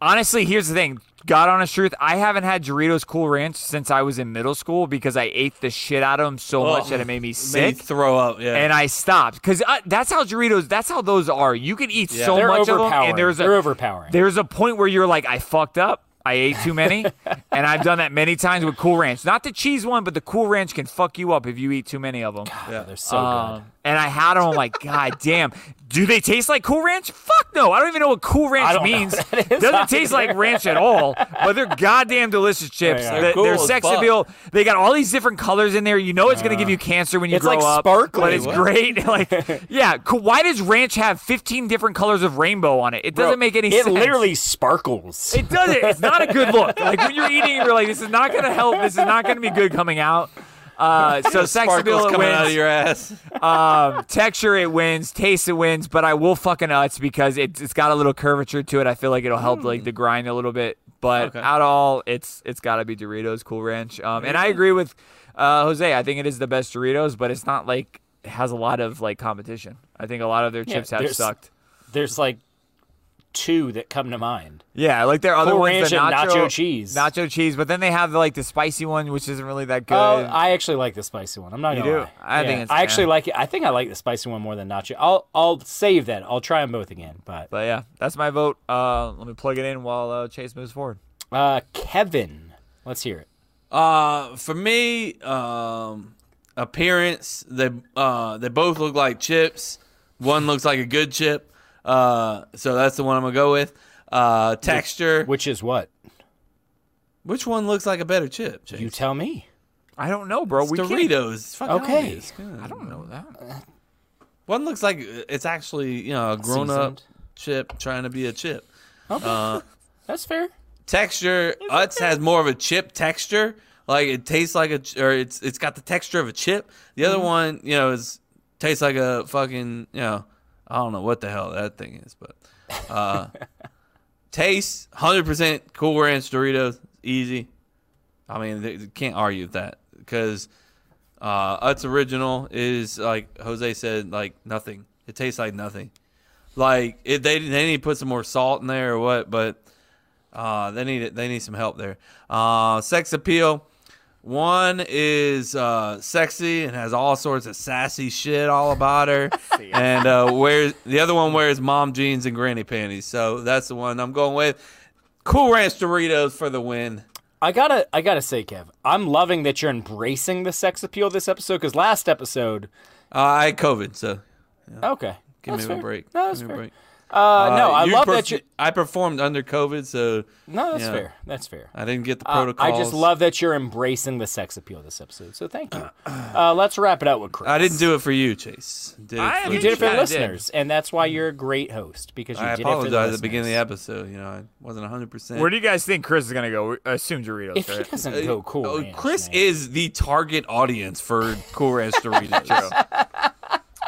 A: Honestly, here's the thing. God honest truth, I haven't had Doritos Cool Ranch since I was in middle school because I ate the shit out of them so
B: Oh,
A: much that it made me
B: made
A: sick.
B: you throw up, yeah.
A: And I stopped because uh, that's how Doritos. That's how those are. You can eat
D: Yeah.
A: so
D: They're
A: much of them,
D: overpowering.
A: oh and there's a
D: They're overpowering.
A: There's a point where you're like, I fucked up. I ate too many, and I've done that many times with Cool Ranch. Not the cheese one, but the Cool Ranch can fuck you up if you eat too many of them.
D: Yeah, they're so
A: Um,
D: good.
A: And I had them. I'm like, God damn. Do they taste like Cool Ranch? Fuck no. I don't even know what Cool
D: I
A: Ranch
D: don't know
A: means.
D: what that is
A: Doesn't taste
D: either.
A: like ranch at all, but they're goddamn delicious chips.
D: They are.
A: They- They're,
D: They're cool as
A: sex
D: fuck.
A: appeal. They got all these different colors in there. You know it's going to give you cancer when you
D: It's
A: grow
D: like
A: up. But
D: sparkly.
A: it's
D: What?
A: great. like, yeah. Cool. Why does ranch have 15 different colors of rainbow on it? It doesn't
D: Bro,
A: make any
D: it
A: sense.
D: literally sparkles.
A: It does it. It's not a good look. Like when you're eating, you're like, this is not going to help. This is not going to be good coming out. Uh, so
B: Sparkles
A: sex appeal it
B: coming
A: wins.
B: out of your ass.
A: um, texture it wins, taste it wins, but I will fucking nuts because it's it's got a little curvature to it. I feel like it'll help like
D: Mm.
A: the grind a little bit, but out of all, it's it's got to be Doritos Cool Ranch. Um, and I agree with uh, Jose. I think it is the best Doritos, but it's not like it has a lot of like competition. I think a lot of their
D: Yeah,
A: chips have
D: there's-
A: sucked.
D: There's like two that come to mind.
A: Yeah, like their other
D: Cool
A: ones, the
D: Ranch and
A: nacho,
D: nacho cheese.
A: nacho cheese. But then they have like the spicy one, which isn't really that good.
D: Oh, I actually like the spicy one. I'm not
A: You
D: gonna
A: do?
D: lie.
A: I think it's-
D: I actually
A: yeah.
D: like it. I think I like the spicy one more than nacho. I'll I'll save that. I'll try them both again. But
A: but yeah, that's my vote. Uh, let me plug it in while uh, Chase moves forward.
D: uh, Kevin, let's hear it.
B: Uh, for me, um, appearance they uh they both look like chips. One looks like a good chip. Uh, so that's the one I'm gonna go with. Uh, texture.
D: Which is what?
B: Which one looks like a better chip? Chase?
D: You tell me.
A: I don't know, bro.
B: It's
A: we can't-
B: Doritos. It's fucking
D: Okay.
B: obvious. Come on.
A: I don't know that.
B: One looks like it's actually you know a grown up chip trying to be a chip.
D: Okay.
B: Uh,
D: That's fair.
B: texture Utz has more of a chip texture. Like it tastes like a ch- or it's it's got the texture of a chip. The
D: Mm-hmm.
B: other one, you know, is tastes like a fucking you know I don't know what the hell that thing is, but uh, taste hundred percent Cool Ranch Doritos easy. I mean, they, they can't argue with that because uh, Utz original is like Jose said, like nothing. It tastes like nothing. Like it, they they need to put some more salt in there or what, but uh, they need it. They need some help there. Uh, sex appeal. One is uh, sexy and has all sorts of sassy shit all about her, and uh, wears the other one wears mom jeans and granny panties. So that's the one I'm going with. Cool Ranch Doritos for the win.
D: I gotta, I gotta say, Kev, I'm loving that you're embracing the sex appeal this episode. Because last episode,
B: Uh, I had COVID, so
D: okay,
B: give
D: that's
B: me
D: fair.
B: a break.
D: No, that's
B: Give me
D: fair.
B: a break.
D: Uh, no, I
B: you
D: love
B: perf-
D: that you.
B: I performed under COVID, so
D: No, that's
B: you know,
D: fair. That's fair.
B: I didn't get the
D: Uh,
B: protocol.
D: I just love that you're embracing the sex appeal this episode. So thank you. Uh, let's wrap it up with Chris.
B: I didn't do it for you, Chase. Did it
A: I
B: for
D: You did it for
A: Yeah, I did.
D: the listeners, and that's why you're a great host because you
B: I
D: did it for the
B: apologize at
D: listeners.
B: the beginning of the episode. You know, I wasn't 100. percent
A: Where do you guys think Chris is gonna go? I assume Doritos.
D: If he
A: right?
D: doesn't go cool,
B: Oh,
D: Ranch,
B: Chris
D: man.
B: is the target audience for Cool Ranch Doritos.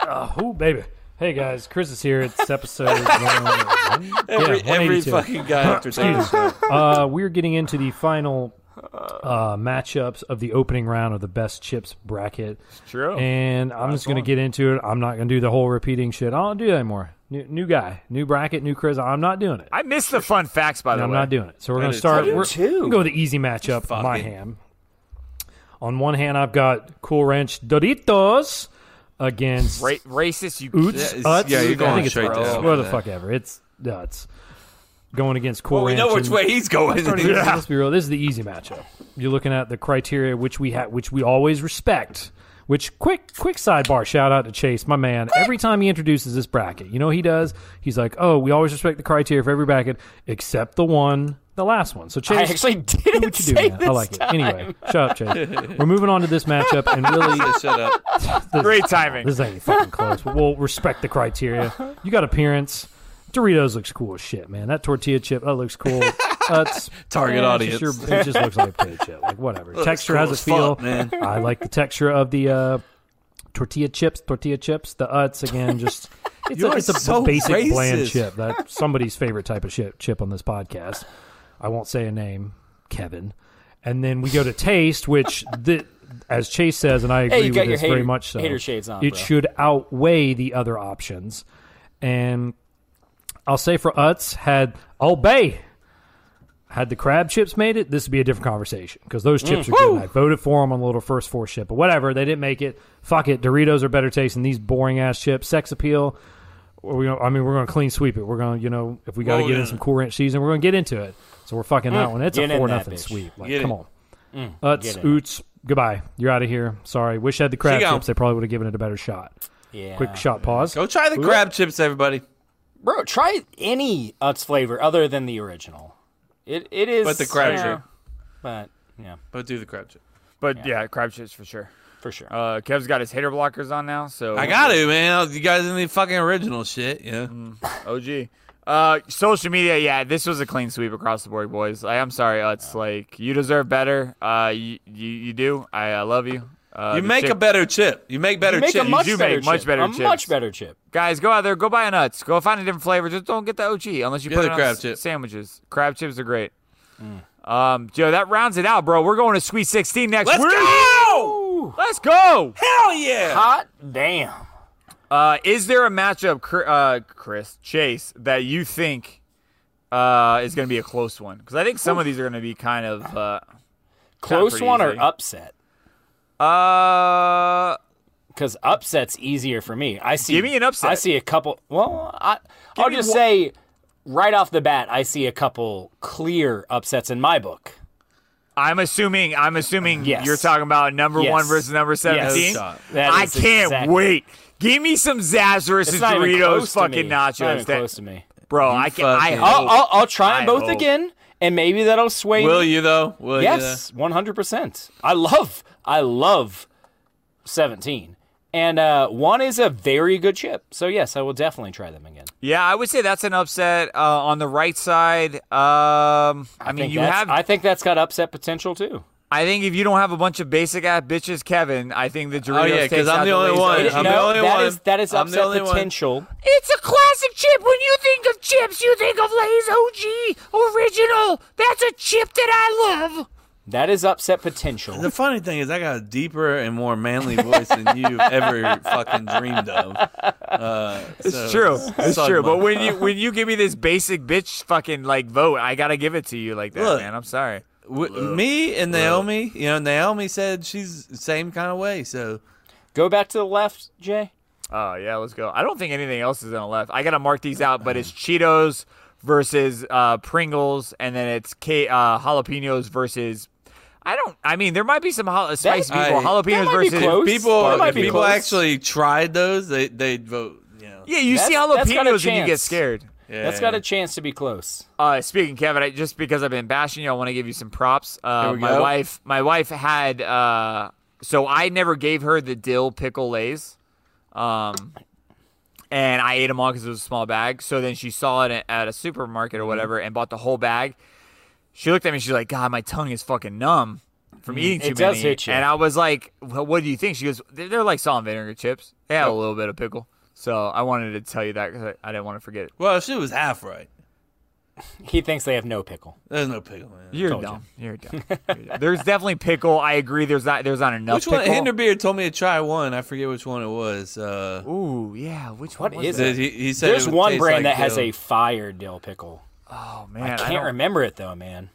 J: Oh, baby. Hey, guys. Chris is here. It's episode. one-
B: every
J: yeah,
B: every
J: 182.
B: fucking guy after
J: Excuse
B: that.
J: me. Uh, we're getting into the final uh, matchups of the opening round of the best chips bracket.
A: True.
J: And I'm just going to get into it. I'm not going to do the whole repeating shit. I don't do that anymore. New, new guy, new bracket, new Chris. I'm not doing it.
A: I missed the fun facts by the
J: I'm
A: way.
J: not doing it. So we're
B: I
J: going
B: do
J: to start.
B: too. I
J: We're,
D: do too.
J: we'll go with the easy matchup.
B: Fuck
J: my
B: it.
J: ham. On one hand, I've got Cool Ranch Doritos against
A: Ra- racist, you.
J: Oots.
B: Yeah, it's-
J: Uts,
B: yeah, you're
J: I
B: going
J: think it's
B: straight
J: Uts.
B: down.
J: What the
B: Yeah.
J: fuck ever. It's nuts. Going against Cool
B: Well, we
J: Ranch.
B: know which
J: and-
B: way he's going.
J: Let's- Let's be real. This is the easy matchup. You're looking at the criteria which we ha- which we always respect. Which quick quick sidebar shout out to Chase, my man. Every time he introduces this bracket, you know what he does. He's like, "Oh, we always respect the criteria for every bracket except the one, the last one." So Chase,
D: I actually didn't
J: what you doing? I like it. Anyway, shut up, Chase. We're moving on to this matchup, and really,
B: Yeah, shut up.
A: Great timing.
J: this ain't fucking close. But we'll respect the criteria. You got appearance. Doritos looks cool as shit, man. That tortilla chip, that looks cool. That's
B: Target
J: eh,
B: audience.
J: It's just your- it just looks like a tortilla chip. Like whatever. texture
B: cool
J: has a
B: as fuck,
J: feel.
B: man.
J: I like the texture of the uh, tortilla chips. Tortilla chips. The Uts again. Just it's,
B: You
J: a,
B: are
J: it's a
B: so
J: basic bland
B: racist.
J: chip. That somebody's favorite type of chip. Chip on this podcast. I won't say a name. Kevin. And then we go to taste, which the, as Chase says, and I agree
D: you
J: with
D: got your
J: this
D: hater-
J: very much so.
D: hater shades on,
J: it
D: bro.
J: should outweigh the other options. And I'll say for Utz had obey. Had the crab chips made it, this would be a different conversation because those chips
D: Mm.
J: are good.
D: Woo!
J: and I voted for them on the little first four ship, but whatever. They didn't make it. Fuck it. Doritos are better tasting these boring ass chips. Sex appeal. Or we, I mean, we're going to clean sweep it. We're going to, you know, if we got to
D: Whoa,
J: get in
D: yeah.
J: some cool ranch season, we're going to get into it. So we're fucking that
D: Mm.
J: one. It's
D: Get
J: a
D: in
J: four
D: that
J: nothing
D: bitch.
J: sweep. Like,
D: Get
J: come
D: in.
J: on.
D: Mm. Get
J: Uts,
D: in.
J: oots, goodbye. You're out of here. Sorry. Wish I had the crab
B: She gone.
J: chips. They probably would have given it a better shot.
D: Yeah.
J: Quick shot pause.
B: Go try the crab chips, everybody.
D: Bro, try any Utz flavor other than the original. It it is
B: But the crab
D: you
B: chip.
D: But yeah.
B: But do the crab chip.
A: But yeah, crab chips for sure.
D: For sure.
A: Uh, Kev's got his hater blockers on now, so
B: I got to, man. You guys in the fucking original shit, yeah.
J: Mm-hmm.
A: OG. Uh, social media, yeah, this was a clean sweep across the board, boys. I, I'm sorry, Uts. Like you deserve better. Uh, you you, you do. I, I love you. Uh,
B: you
A: the
B: make a
A: chip-
B: better chip. You make better
A: You make
B: chip.
A: a much You do better make much chip. better A chips. much
D: better chip.
A: Guys, go out there, go buy a nuts, go find a different flavor. Just don't get the OG unless you
B: Get
A: put
B: the
A: it on
B: crab
A: s-
B: chip. Mm.
A: sandwiches. Crab chips are great. Um, Joe, that rounds it out, bro. We're going to Sweet 16 next
B: Let's
A: week.
B: go!
A: Let's go!
B: Hell yeah!
D: Hot damn.
A: Uh, is there a matchup, Cr- uh, Chris Chase, that you think uh, is going to be a close one? Because I think some of these are going to be kind of uh, kinda
D: Close
A: pretty
D: one
A: easy.
D: or upset?
A: Uh,
D: because upset's easier for me. I see.
A: Give me an upset.
D: I see a couple. Well, I, I'll
A: me
D: just
A: one-
D: say right off the bat, I see a couple clear upsets in my book.
A: I'm assuming. I'm assuming
D: Yes.
A: you're talking about number
D: Yes.
A: one versus number
D: Yes.
A: seventeen.
D: That
A: I
D: is
A: can't
D: exactly-
A: wait. Give me some Zaz versus
D: It's not even
A: Doritos
D: close to me.
A: fucking
D: It's not
A: nachos.
D: even
A: That-
D: close to me.
A: bro. I can. I Oh,
D: I'll,
A: hope.
D: I'll, I'll try them
A: I
D: both
A: hope.
D: again, and maybe that'll sway.
B: Will
D: me.
B: you though? Will you
D: yes, one hundred percent. I love. I love seventeen. And uh, one is a very good chip, so yes, I will definitely try them again.
A: Yeah, I would say that's an upset uh, on the right side. Um, I, mean,
D: think
A: you
D: that's-
A: have.
D: I think that's got upset potential too.
A: I think if you don't have a bunch of basic ass bitches, Kevin, I think the Doritos.
B: Oh, yeah, 'cause
A: takes
B: I'm
A: out
B: the only
A: lazy
B: one.
A: bitch.
B: I'm the No, only that one. is-
D: That is
B: I'm the
D: upset
B: only one.
D: potential.
A: It's a classic chip. When you think of chips, you think of Lay's OG original. That's a chip that I love.
D: That is upset potential.
B: The funny thing is, I got a deeper and more manly voice than you've ever fucking dreamed of. Uh,
A: It's
B: so,
A: true. It's
B: suck
A: true.
B: my-
A: But when you when you give me this basic bitch fucking like vote, I gotta give it to you like that,
B: Look.
A: man. I'm sorry.
B: W- me and Naomi, you know, Naomi said she's the same kind of way. So
D: Go back to the left, Jay.
A: Oh yeah, let's go. I don't think anything else is on the left. I gotta mark these out, but it's Cheetos versus uh, Pringles, and then it's K uh, jalapenos versus. I don't. I mean, there might be some jal- spicy people.
B: I-
A: Jalapenos versus
B: If people.
A: Spartan
B: if people
A: people.
B: actually tried those, they they vote. You know.
A: Yeah, you see
D: That's- that's got a
A: jalapenos and you get
D: chance.
A: scared.
D: That's got a chance to be close.
A: Uh, speaking, Kevin, I, just because I've been bashing you, I want to give you some props.
D: Here
A: Uh,
D: we
A: my
D: go.
A: wife, my wife had. Uh, so I never gave her the dill pickle lays, um, and I ate them all because it was a small bag. So then she saw it at- at a supermarket
D: Mm-hmm.
A: or whatever and bought the whole bag. She looked at me. She's like, "God, my tongue is fucking numb from
D: Mm,
A: eating too
D: it does
A: many."
D: hit you.
A: And I was like, "Wh- "What do you think?" She goes, "They're, they're like salt and vinegar chips. They had a little bit of pickle." So I wanted to tell you that because I, I didn't want to forget it.
B: Well, she was half right.
D: He thinks they have no pickle.
B: There's no pickle. Man.
A: You're
D: Told
A: dumb. You. are dumb. You're dumb. There's definitely pickle. I agree. There's not. There's not enough
B: Which one?
A: pickle.
B: Hinderbeard told me to try one. I forget which one it was. Uh,
A: Ooh, yeah. Which
D: What
A: one
D: is
B: that?
D: it?
B: He- he said it
D: There's
B: would
D: one
B: taste
D: brand
B: like
D: that has
B: dill.
D: a fire dill pickle.
A: Oh man,
D: I
A: I
D: can't
A: don't-
D: remember it though, man.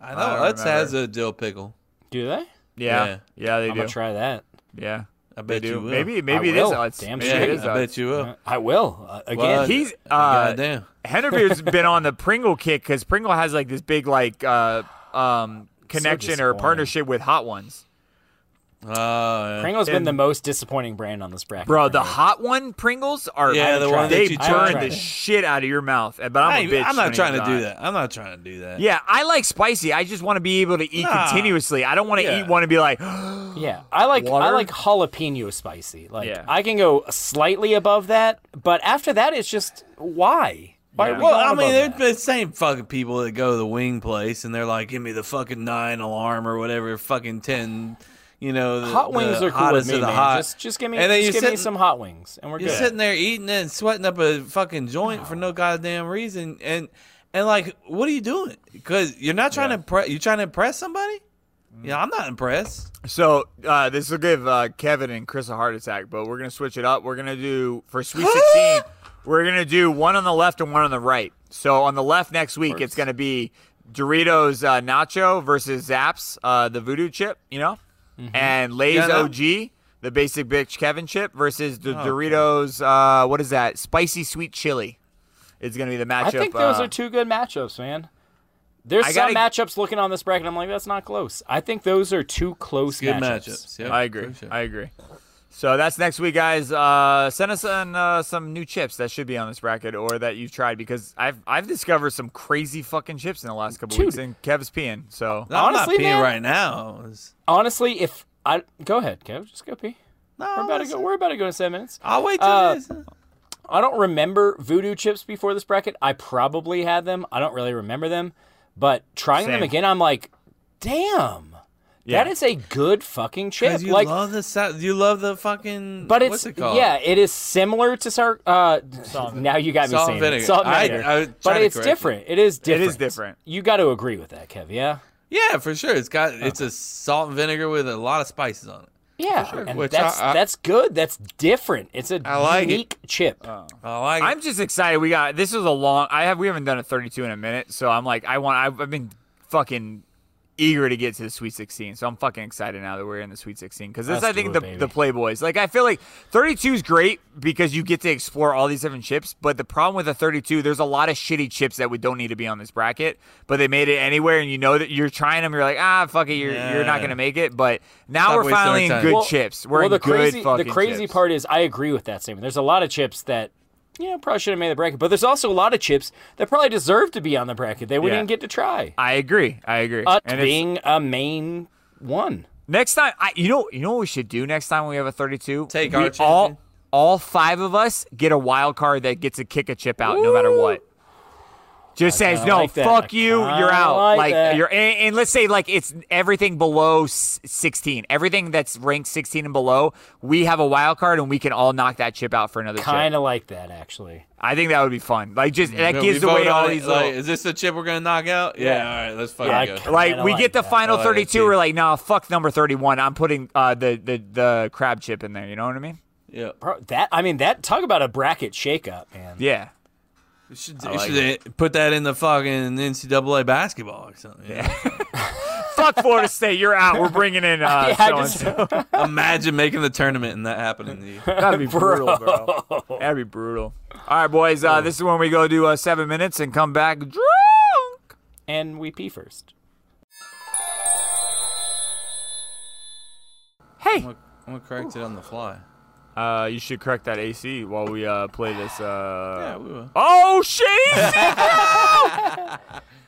B: I
A: I
B: know
A: don't
B: Utz has a dill pickle.
D: Do they?
A: Yeah. Yeah, they
D: I'm
A: do.
D: gonna try that.
A: Yeah.
B: I bet
A: they do.
B: you will.
A: Maybe. Maybe
D: I
A: it is.
D: will.
A: Odds.
D: Damn
A: maybe
D: straight.
A: it is.
B: I
A: odds.
B: bet you will.
D: I will uh, again.
B: Well,
A: He's uh,
B: Goddamn.
A: Henderbeard's been on the Pringle kick because Pringle has like this big like uh, um, connection or
D: disappointing.
A: partnership with Hot Ones.
B: Oh, yeah.
D: Pringle's been
A: and-
D: the most disappointing brand on this bracket.
A: Bro,
D: for
A: the
D: me.
A: hot one Pringles are
B: Yeah, the one
A: they
B: that you
A: burn
D: tried.
A: the shit out of your mouth. But
B: I
A: I'm a
B: ain't-
A: bitch.
B: I'm
A: when
B: not
A: it's
B: trying to
A: hot.
B: do that. I'm not trying to do that.
A: Yeah, I like spicy. I just want to be able to eat
B: Nah.
A: continuously. I don't want to
B: Yeah.
A: eat one and be like,
D: Yeah, I like I
A: Water?
D: like jalapeno spicy. Like
A: Yeah.
D: I can go slightly above that, but after that, it's just why? Why? Are we
B: Well,
D: going
B: I
D: above
B: mean,
D: that?
B: they're the same fucking people that go to the wing place and they're like, "Give me the fucking nine alarm or whatever, fucking ten, you know." The,
D: hot wings
B: the
D: are cool with
B: hottest
D: me,
B: of the
D: man.
B: hot.
D: Just, just give me,
B: And then
D: just
B: you're
D: give me
B: sitting-
D: some hot wings, and we're
B: You're
D: good.
B: sitting there eating it and sweating up a fucking joint for no goddamn reason, and and like, what are you doing? Because you're not trying to impress. You're trying to impress somebody.
D: Mm-hmm.
B: Yeah, I'm not impressed.
A: So uh, this will give uh, Kevin and Chris a heart attack, but we're gonna switch it up. We're gonna do for Sweet Sixteen. we're gonna do one on the left and one on the right. So on the left next week, it's gonna be Doritos uh, Nacho versus Zaps, uh, the Voodoo Chip, you know,
D: Mm-hmm.
A: and Lay's
B: Yeah, I know.
A: OG, the Basic Bitch Kevin Chip versus the
B: Oh, okay.
A: Doritos. Uh, what is that? Spicy Sweet Chili. It's gonna be the matchup.
D: I think those
A: uh,
D: are two good matchups, man. There's
A: I
D: some matchups looking on this bracket. I'm like, that's not close. I think those are two close
A: Good
D: matchups.
A: matchups, yeah, I agree. for sure. I agree. So that's next week, guys. Uh, send us on uh, some new chips that should be on this bracket or that you've tried because I've I've discovered some crazy fucking chips in the last couple
D: Dude.
A: weeks, and Kev's peeing. So
D: honestly, man,
B: now.
D: Honestly, if I go ahead, Kev, just go pee. we're about to go. We're about to go in seven minutes.
B: I'll wait till
D: Uh,
B: this.
D: I don't remember voodoo chips before this bracket. I probably had them. I don't really remember them, but trying them
B: Same.
D: again, I'm like, damn,
B: Yeah.
D: that is a good fucking chip.
B: 'Cause you
D: like,
B: love the sa- you love the fucking.
D: but
B: what's
D: it's
B: it called?
D: yeah, it is similar to sar. Uh, now you got me
B: Salt
D: saying
B: and vinegar.
D: It. Salt and
B: I-
D: vinegar.
B: I was trying
D: but
B: to
D: it's
B: correct you.
D: different. It is
B: It
D: different.
B: is different.
D: You got to agree with that, Kev. Yeah.
B: Yeah, for sure. It's got it's a salt and vinegar with a lot of spices on it.
D: Yeah,
B: sure.
D: and
B: Which
D: that's
B: I- I-
D: that's good. That's different. It's a
B: I like it. Oh.
D: unique chip.
B: I like
A: I'm just excited. We got this is a long. I have we haven't done a 32 in a minute, so I'm like I want. I've, I've been fucking eager to get to the Sweet 16, so I'm fucking excited now that we're in the Sweet 16 because this
D: Let's
A: I think
D: do it,
A: the
D: baby.
A: the Playboys. Like I feel like 32 is great because you get to explore all these different chips, but the problem with a 32, there's a lot of shitty chips that would don't need to be on this bracket, but they made it anywhere, and you know that you're trying them. You're like ah fuck it, you're you're not
D: Yeah.
A: gonna make it, but now
D: Stop
A: we're
D: wasting our
A: finally in
D: time.
A: good
D: Well-
A: chips. We're
D: well,
A: in
D: the
A: good
D: crazy,
A: fucking
D: The crazy
A: chips.
D: part is, I agree with that statement. There's a lot of chips that you know probably should have made the bracket, but there's also a lot of chips that probably deserve to be on the bracket. They wouldn't
A: Yeah.
D: even get to try.
A: I agree. I agree.
D: Ut
A: And it's-
D: being a main one.
A: Next time, I, you know, you know what we should do next time when we have a 32. Take
B: our
A: we all, all five of us get a wild card that gets to kick a chip out no matter what. Just
B: I
A: says
B: kinda
A: no,
B: like that.
A: fuck
B: I
A: you,
B: kinda
A: you're out.
B: like that.
A: you're, and, and let's say like it's everything below s- 16, everything that's ranked 16 and below, we have a wild card and we can all knock that chip out for another.
D: Kind
A: chip.
D: of like that actually.
A: I think that would be fun. Like just that
B: Yeah, we
A: gives
B: vote
A: away
B: on
A: all
B: it,
A: these
B: like,
A: little.
B: is this the chip we're gonna knock out? Yeah, all right, let's fucking go.
A: Like we get the final
B: Oh, yeah,
A: 32,
B: see.
A: we're like, nah, fuck number 31. I'm putting uh, the the the crab chip in there. You know what I mean?
B: Yeah.
D: Bro, that I mean that talk about a bracket shakeup, man.
A: Yeah.
B: You should,
D: I
B: you
D: like
B: should, uh, put that in the fucking NCAA basketball or something. you know?
A: Fuck Florida State, you're out. We're bringing in uh,
B: Yeah, I
A: so-and-so.
B: Imagine making the tournament and that happening to you.
A: That'd be brutal, bro. That'd be brutal. All right, boys. Uh, this is when we go to uh, seven minutes and come back.
D: And we pee first. Hey,
B: I'm gonna, I'm gonna correct it on the fly.
A: Uh, you should correct that AC while we uh, play this. Uh...
B: Yeah, we will.
A: Oh shit!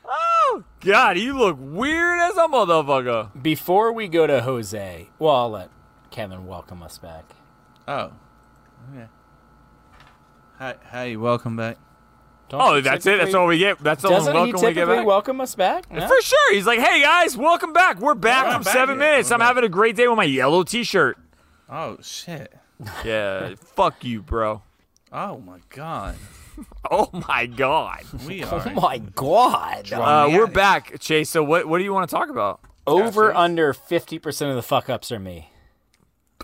A: oh God, you look weird as a motherfucker.
D: Before we go to Jose, well, I'll let Kevin welcome us back.
B: Oh, okay. Hi, hey, welcome back.
D: Don't
A: oh,
D: you
A: that's it. That's all we get. That's the only
D: Doesn't
A: welcome
D: he
A: we get
D: typically
A: back.
D: welcome us back? No?
A: For sure. He's like, hey guys, welcome back. We're back. from seven minutes. I'm having a great day with my yellow t-shirt.
B: Oh shit.
A: Yeah, fuck you, bro.
B: Oh my god.
A: Oh my god.
B: We are.
D: Oh my god.
A: Uh, we're back, Chase. So what what do you want to talk about?
D: Over under 50% of the fuck ups are me.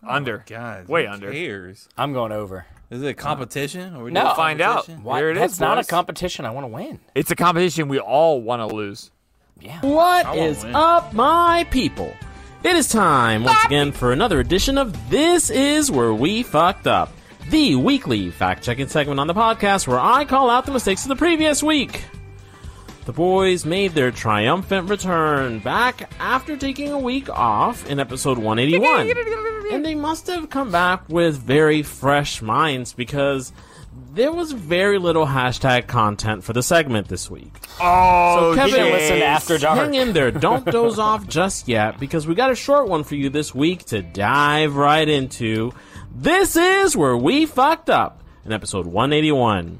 K: Oh
A: under.
B: God.
A: Way
B: who
A: under.
B: Cares?
D: I'm going over.
B: Is it
K: Uh,
B: a competition? Or we
D: No.
B: doing a
A: Find out.
B: competition?
D: Why?
A: Here it
D: That's
A: is,
D: not
A: boys.
D: a competition. I want to win.
A: It's a competition we all want to lose.
K: What
D: wanna
K: is
D: win.
K: up, my people? It is time once again for another edition of This Is Where We Fucked Up, the weekly fact checking segment on the podcast where I call out the mistakes of the previous week. The boys made their triumphant return back after taking a week off in episode 181. and they must have come back with very fresh minds because there was very little hashtag content for the segment this week.
A: Oh,
K: So Kevin,
D: shit. listen after dark.
K: Hang in there. Don't doze off just yet because we got a short one for you this week to dive right into. This is where we fucked up in episode 181.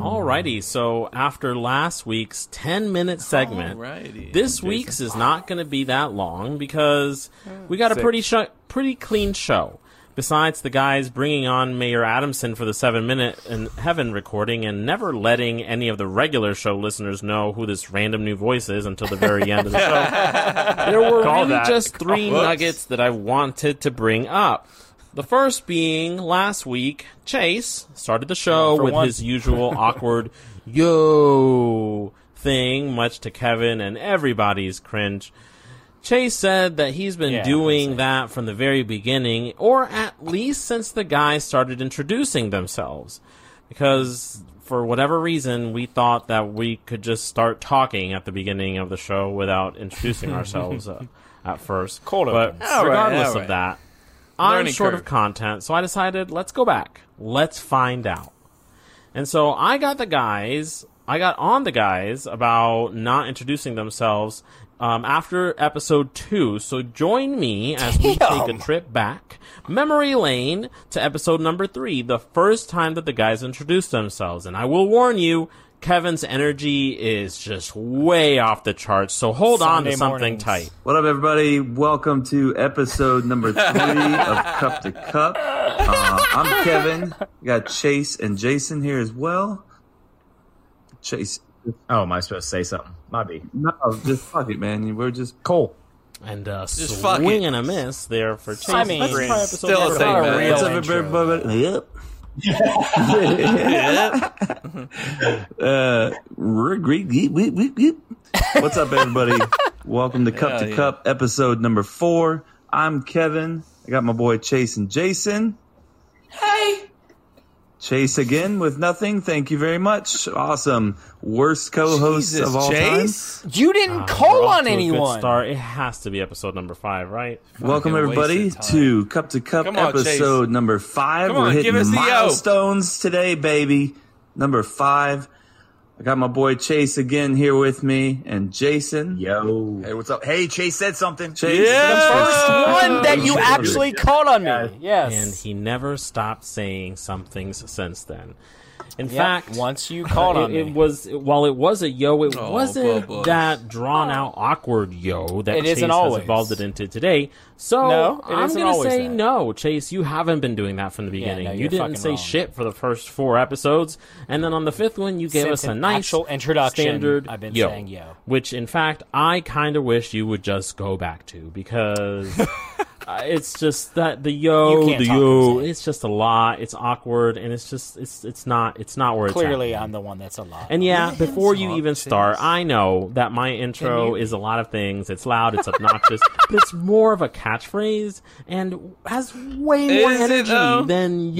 K: Alrighty, so after last week's 10 minute segment,
B: Alrighty,
K: this
D: Hmm.
K: week's is not going to be that long because we got a
B: Six.
K: pretty sho- pretty clean show. Besides the guys bringing on Mayor Adamson for the seven minute in heaven recording and never letting any of the regular show listeners know who this random new voice is until the very end of the show, there were
D: Call
K: really
D: that.
K: just three
D: Whoops.
K: nuggets that I wanted to bring up. The first being last week, Chase started the show
D: For
K: with
D: once.
K: his usual awkward yo thing, much to Kevin and everybody's cringe. Chase said that he's been
D: Yeah,
K: doing that from the very beginning, or at least since the guys started introducing themselves. Because for whatever reason, we thought that we could just start talking at the beginning of the show without introducing ourselves uh, at first. but
D: opens. All right,
K: regardless
D: all
K: of
D: right.
K: that, I'm
D: Learning
K: short
D: curve.
K: of content, so I decided let's go back. Let's find out. And so I got the guys, I got on the guys about not introducing themselves um, after episode two. So join me as we take a trip back memory lane to episode number three, the first time that the guys introduced themselves. And I will warn you, Kevin's energy is just way off the charts. So hold on
A: Sunday
K: to something
A: mornings.
K: tight.
A: What up, everybody? Welcome to episode number three of Cup to Cup. Uh, I'm Kevin. We got Chase and Jason here as well. Chase.
K: Oh, am I supposed to say something? Might be.
A: No, just fuck it, man. We're just
K: Cole. And uh,
A: Just fuck
K: swing
A: it.
K: and a miss there for Chase.
D: I mean,
K: That's probably episode
A: Still
K: number
A: a thing,
K: five.
A: man.
K: Real
A: What's up,
K: intro.
A: everybody? Yep. Yeah. Uh, re- re- re- re- re- re- What's up, everybody? Welcome to Cup
B: Hell
A: to
B: yeah.
A: Cup, episode number four. I'm Kevin. I got my boy Chase and Jason.
L: Hey.
A: Chase again with nothing. Thank you very much. Awesome. Worst co-host
K: Jesus,
A: of all
K: Chase?
A: time.
J: You didn't
K: Ah, We're off to a good start. It has to be episode number five, right?
A: Welcome everybody to Cup to Cup
K: Come on, Chase.
A: episode number five.
K: Come
A: We're
K: on, give
A: hitting
K: us the O.
A: milestones today, baby. Number five. I got my boy Chase again here with me and Jason. Yo.
M: Hey, what's up? Hey, Chase said something.
A: Chase,
K: Oh,
D: One that you actually called on me. Yes.
K: And he never stopped saying some things since then. In
D: Yep,
K: fact,
D: once you called
K: it,
D: on
K: it
D: me.
K: was while it was a yo, it
D: Oh,
K: wasn't
D: Bubba.
K: that drawn out awkward yo that
D: It
K: Chase
D: isn't
K: has
D: always.
K: evolved it into today. So
D: No, it
K: I'm
D: isn't
K: gonna
D: always
K: say
D: that.
K: no, Chase. You haven't been doing that from the
D: Yeah,
K: beginning.
D: no,
K: you
D: you're
K: didn't
D: fucking
K: say
D: wrong.
K: shit for the first four episodes, and then on the fifth one, you gave
D: Since
K: us a
D: an
K: nice
D: actual introduction,
K: standard.
D: I've been saying yo.
K: which in fact I kind of wish you would just go back to because uh, it's just that the
D: You
K: yo,
D: can't
K: the
D: talk
K: yo, it's just a lot. It's awkward and it's just it's it's not it's not where it's
D: Clearly,
K: at.
D: I'm the one that's a lot.
K: And yeah, before you even start, I know that my intro
D: Can
K: is a lot of things. It's loud, it's obnoxious, but it's more of a catchphrase and has way more
D: Is it,
K: energy
D: though?
K: than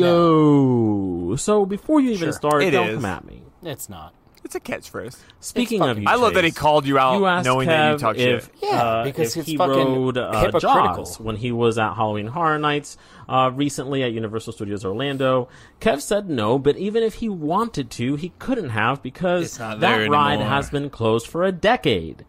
K: yo. So before you even
J: Sure.
K: start,
J: It
K: don't
J: is.
K: come at me.
D: It's not.
J: It's a catchphrase.
K: Speaking
J: It's
K: of
J: fucking-
K: you,
J: I love that he
K: Chase,
J: called you out
K: you asked
J: knowing that you
K: Kev
J: talked
K: if,
J: shit.
K: Yeah,
A: Uh,
D: Yeah,
K: because
D: because
K: if
D: it's
K: he
D: fucking
K: rode uh,
D: hypocritical.
K: Jaws when he was at Halloween Horror Nights uh, recently at Universal Studios Orlando. Kev said no, but even if he wanted to, he couldn't have because
D: It's not
K: that
D: there
K: ride
D: anymore.
K: has been closed for a decade.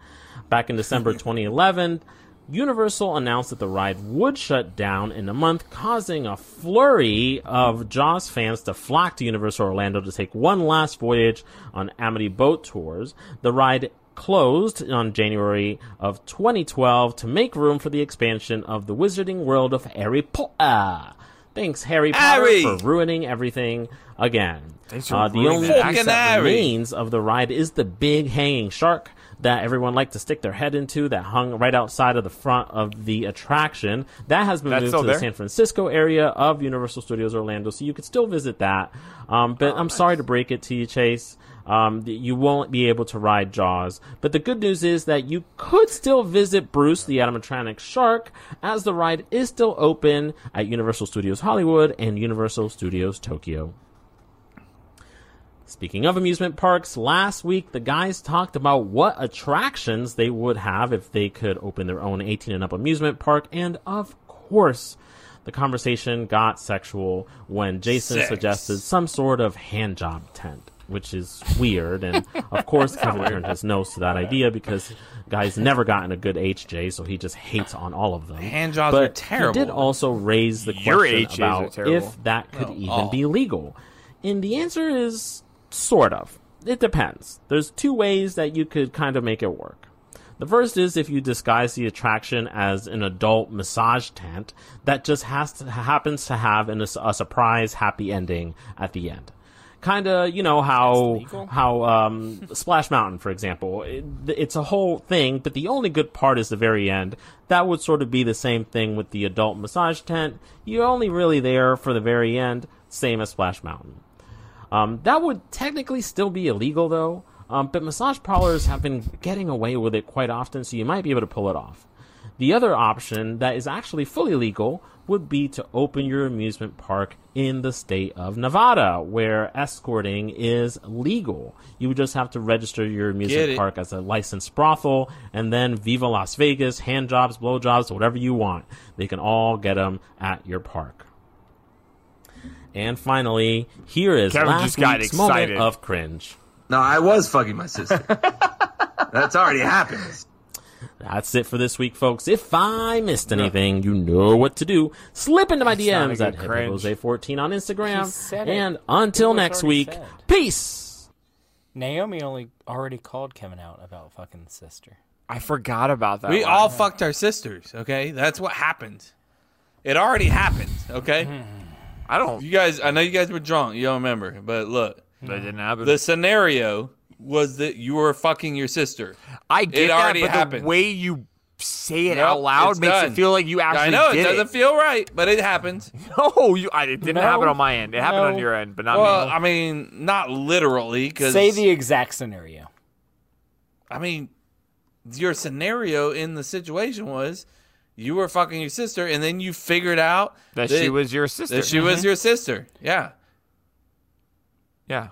K: Back in December 2011, Universal announced that the ride would shut down in a month, causing a flurry of Jaws fans to flock to Universal Orlando to take one last voyage on Amity boat tours. The ride closed on January of 2012 to make room for the expansion of the Wizarding World of Harry Potter. Thanks, Harry Potter,
A: Harry!
K: for ruining everything again.
A: should
K: Uh, the
A: ruin
K: only
A: that.
K: piece
A: Fucking
K: that
A: Harry.
K: remains remains of the ride is the big hanging shark that everyone liked to stick their head into that hung right outside of the front of the attraction. That has been
D: That's
K: moved
D: still
K: to the
D: there?
K: San Francisco area of Universal Studios Orlando, so you could still visit that. Um, but I'm sorry to break it to you, Chase. Um, th- you won't be able to ride Jaws. But the good news is that you could still visit Bruce, the animatronic shark, as the ride is still open at Universal Studios Hollywood and Universal Studios Tokyo. Speaking of amusement parks, last week the guys talked about what attractions they would have if they could open their own 18 and up amusement park, and of course, the conversation got sexual when Jason
D: Sex.
K: suggested some sort of hand job tent, which is weird. And of course, Kevin turned his nose to that idea because guys never gotten a good HJ, so he just hates on all of them.
A: Hand jobs
K: but
A: are terrible.
K: He did also raise the
A: Your
K: question
A: HJs are
K: about
A: terrible.
K: if that could
A: No,
K: even
A: all.
G: oh.
K: be legal. And the answer is sort of. It depends. There's two ways that you could kind of make it work. The first is if you disguise the attraction as an adult massage tent that just has to, happens to have an, a surprise happy ending at the end kind of you know how how um, Splash Mountain, for example, it, it's a whole thing, but the only good part is the very end. That would sort of be the same thing with the adult massage tent. You're only really there for the very end, same as Splash Mountain. Um, that would technically still be illegal though, um, but massage parlors have been getting away with it quite often, so you might be able to pull it off. The other option that is actually fully legal would be to open your amusement park in the state of Nevada, where escorting is legal. You would just have to register your amusement park as a licensed brothel, and then Viva Las Vegas, hand jobs, blow jobs, whatever you want. They can all get them at your park. And finally, here is
A: Kevin
K: last
A: just got
K: week's
A: excited.
K: moment of cringe.
N: No, I was fucking my sister. That's already happened.
K: That's it for this week, folks. If I missed anything, you know what to do. Slip into my
D: That's not a
K: DMs
D: good
K: at
D: cringe.
K: Jose14 on
D: He
K: Instagram.
D: said it.
K: And until
D: It was
K: next
D: already
K: week,
D: said.
K: peace.
D: Naomi only already called Kevin out about fucking sister.
A: I forgot about that.
B: we
A: one.
B: all fucked our sisters. Okay, that's what happened. It already happened. Okay.
A: I don't.
B: You guys, I know you guys were drunk. You don't remember, but look,
A: That didn't happen.
B: The scenario was that you were fucking your sister.
A: I get
B: it
A: that,
B: already
A: but the
B: happened.
A: way you say it
B: Nope,
A: out loud
B: it's
A: makes
B: done.
A: it feel like you actually
B: I know
A: did
B: it doesn't feel right, but it happened.
A: No, you. I, it didn't
B: No,
A: happen on my end. It happened on
B: no.
A: your end, but not
B: well,
A: me.
B: I mean, not literally. Because
D: Say the exact scenario.
B: I mean, your scenario in the situation was you were fucking your sister, and then you figured out
A: That she was your sister.
B: That she was
A: Mhm.
B: your sister. Yeah.
A: Yeah.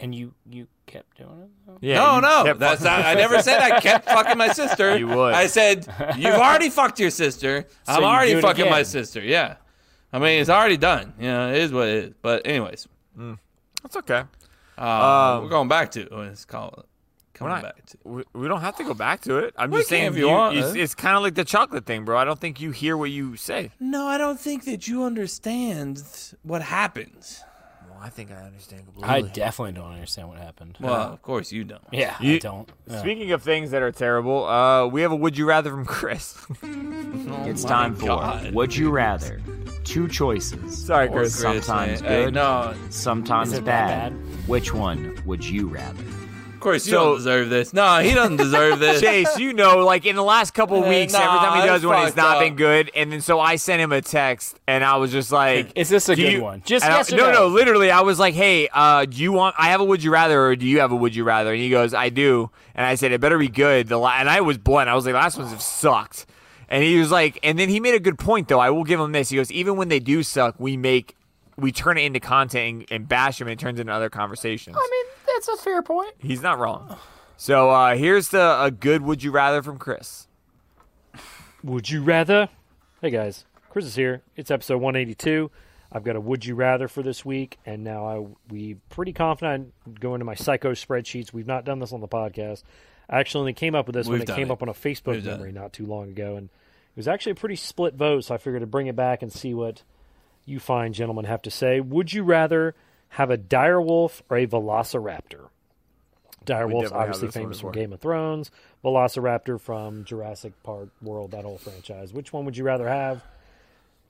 D: And you you kept doing it. Though?
B: no, no. That's not, I never said I kept fucking my sister.
A: You would.
B: I said you've already fucked your sister.
A: So
B: I'm
A: you do
B: already
A: it
B: fucking my
A: again.
B: sister. Yeah. I mean, it's already done. You know, it is what it is. But anyways,
A: That's okay.
B: uh,
A: Um,
B: we're going back to it's called
A: We're
B: coming
A: not,
B: back.
A: we, we don't have to go back to it. I'm
B: We
A: just saying
B: can if you want.
A: It's, it's kind of like the chocolate thing, bro. I don't think you hear what you say.
B: No, I don't think that you understand what happens.
A: Well, I think I understand
D: I definitely don't understand what happened.
B: Well, of course you don't.
D: Yeah, I
A: You-
D: don't. Uh, Yeah.
A: Speaking of things that are terrible, uh, we have a would you rather from Chris.
O: It's time for Would You Rather. Two choices.
A: Sorry,
O: Or
A: Chris. Chris,
O: Sometimes
A: man. Hey,
O: good,
A: no.
O: sometimes
A: Is it
O: bad. Which one would you rather?
B: Of course, you don't deserve this. No, he doesn't deserve this.
A: Chase, you know, like in the last couple
B: Uh,
A: weeks,
B: nah,
A: every time he does
B: it's
A: one, it's
B: fucked
A: not
B: up.
A: been good. And then so I sent him a text, and I was just like,
D: Is this a
A: "Do
D: good
A: you-"
D: one? Just
A: and I-
D: yes or
A: no,
D: no.
A: no. Literally, I was like, "Hey, uh, do you want? I have a would you rather, or do you have a would you rather?" And he goes, "I do." And I said, "It better be good." The la-, and I was blunt. I was like, "Last ones have sucked." And he was like, and then he made a good point though. I will give him this. He goes, even when they do suck, we make, we turn it into content and, and bash them. And it turns into other conversations.
D: I mean, that's a fair point.
A: He's not wrong. So uh, here's the a good would you rather from Chris.
J: Would you rather? Hey guys, Chris is here. It's episode 182. I've got a would you rather for this week, and now I we pretty confident I go into my psycho spreadsheets. We've not done this on the podcast. I actually only came up with this
G: We've
J: when it
G: done
J: came
G: it.
J: up on a Facebook
G: We've done
J: memory not too long ago, and it was actually a pretty split vote. So I figured to bring it back and see what you fine gentlemen have to say. Would you rather have a direwolf or a velociraptor?
G: definitely
J: Direwolf's
G: have
J: obviously
G: this one
J: famous from
G: before.
J: Game of Thrones, Velociraptor from Jurassic Park World, that whole franchise. Which one would you rather have?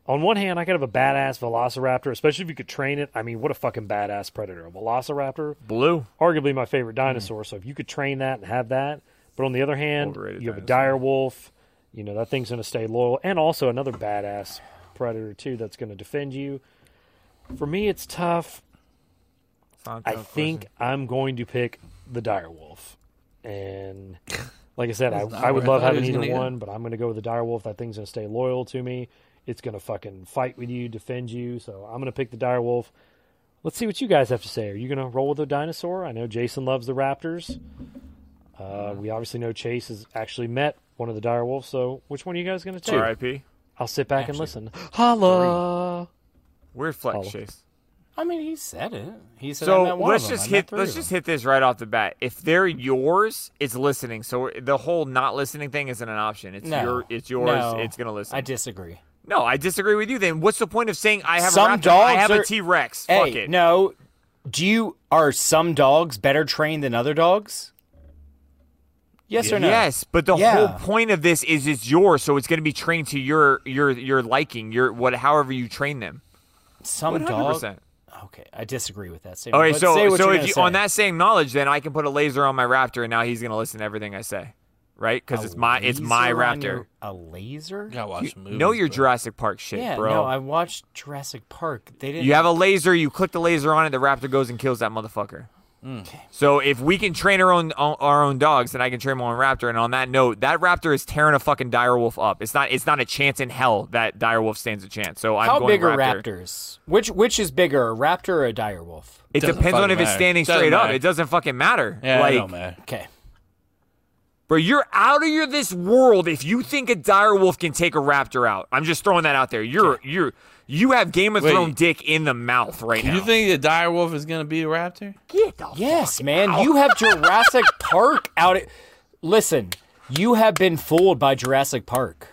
J: On one hand, I could have a badass Velociraptor, especially if you could train it. I mean, what a fucking badass predator. A Velociraptor.
A: Blue.
J: Arguably my favorite dinosaur. So if you could train that and have that. But on the other hand, you have a direwolf. You know, that thing's going to stay loyal. And also another badass predator, too, that's going to defend you. For me, it's tough. I think I'm going to pick the direwolf. And like I said, I,
G: That's not
J: I would
G: where I thought
J: love
G: he
J: having
G: was
J: either
G: gonna go.
J: one, but I'm going to go with the direwolf. That thing's going to stay loyal to me. It's going to fucking fight with you, defend you. So I'm going to pick the direwolf. Let's see what you guys have to say. Are you going to roll with the dinosaur? I know Jason loves the raptors. Uh, we obviously know Chase has actually met one of the direwolves. So which one are you guys going to take?
A: R.I.P.
J: I'll sit back and listen. Holla.
A: Weird flex, Chase.
D: I mean, he said it. He said I
A: So
D: met one
A: let's
D: of them.
A: just
D: I met
A: hit
D: three
A: let's
D: of
A: just hit this right off the bat. If they're yours, it's listening. So the whole not listening thing isn't an option. It's
D: No.
A: your it's yours.
D: No.
A: It's gonna listen.
D: I disagree.
A: No, I disagree with you. Then what's the point of saying I have
D: some
A: a raptor?
D: dogs
A: I have
D: are...
A: a T Rex.
D: Hey,
A: Fuck it.
D: No, do you are some dogs better trained than other dogs? Yes or no?
A: Yes, but the
D: Yeah.
A: whole point of this is it's yours, so it's going to be trained to your your your liking, your what, however you train them.
D: Some
A: 100%.
D: dog. Okay, I disagree with that
A: All
D: statement.
A: right,
D: but
A: so
D: say what
A: so
D: you're
A: if
D: gonna
A: you,
D: say.
A: on that same knowledge, then I can put a laser on my Raptor, and now he's going to listen to everything I say, right? Because it's my it's my
D: laser Oh, on
A: Raptor.
D: your- a laser?
B: Gotta
A: You know your Jurassic Park shit,
D: yeah,
A: bro.
D: no, I watched Jurassic Park. They didn't.
A: You have a laser. You click the laser on it. The raptor goes and kills that motherfucker.
D: Hmm.
A: So if we can train our own our own dogs, then I can train my own raptor. And on that note, that raptor is tearing a fucking direwolf up. It's not it's not a chance in hell that direwolf stands a chance. So I'm
D: How
A: going
D: big are
A: raptor.
D: raptors? Which which is bigger, a raptor or a direwolf?
A: It depends on if it's standing straight up. It doesn't fucking matter. like,
D: Okay.
A: Bro, you're out of your this world if you think a direwolf can take a raptor out. I'm just throwing that out there. You're you're you have Game of
B: Wait.
A: Thrones dick in the mouth right now.
B: You think the direwolf is gonna be a raptor?
D: Yes, man. You have Jurassic Park out. At, listen, you have been fooled by Jurassic Park.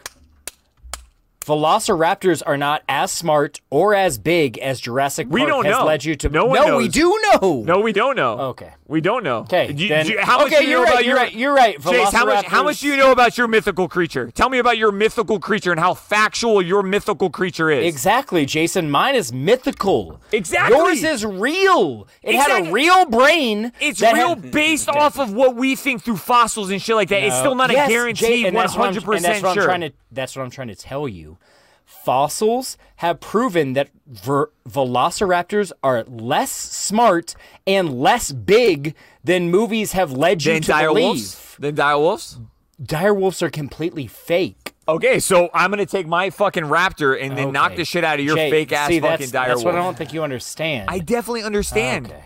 D: Velociraptors are not as smart or as big as Jurassic Park
A: We don't
D: has
A: know.
D: led you to.
A: No one
D: no,
A: knows.
D: we do know.
A: No, we don't know.
D: Okay.
A: We don't know.
D: Okay.
A: Do you-
D: then-
A: do you- how much
D: okay,
A: do you
D: are
A: know
D: right.
A: about
D: you're
A: your-
D: right. You're right.
A: Chase, how much how much do you know about your mythical creature? Tell me about your mythical creature and how factual your mythical creature is.
D: Exactly, Jason. Mine is mythical.
A: Exactly.
D: Yours is real. It had
A: Exactly.
D: a real brain.
A: It's
D: that
A: real
D: had-
A: based off of what we think through fossils and shit like that. It's
D: No.
A: still not
D: Uh,
A: a
D: Yes, Jay,
A: guarantee
D: and
A: one
D: that's what I'm-
A: hundred
D: and that's
A: percent
D: what I'm
A: sure.
D: trying to- that's what I'm trying to tell you. Fossils have proven that ver- velociraptors are less smart and less big than movies have led you
A: Then
D: to believe.
A: direwolves? Then direwolves?
D: Direwolves are completely fake.
A: Okay, so I'm gonna take my fucking raptor and then knock
D: Okay.
A: the shit out of your
D: Jay,
A: fake ass
D: see,
A: fucking
D: that's, That's what I
A: direwolf.
D: don't think you understand.
A: I definitely understand.
D: Okay.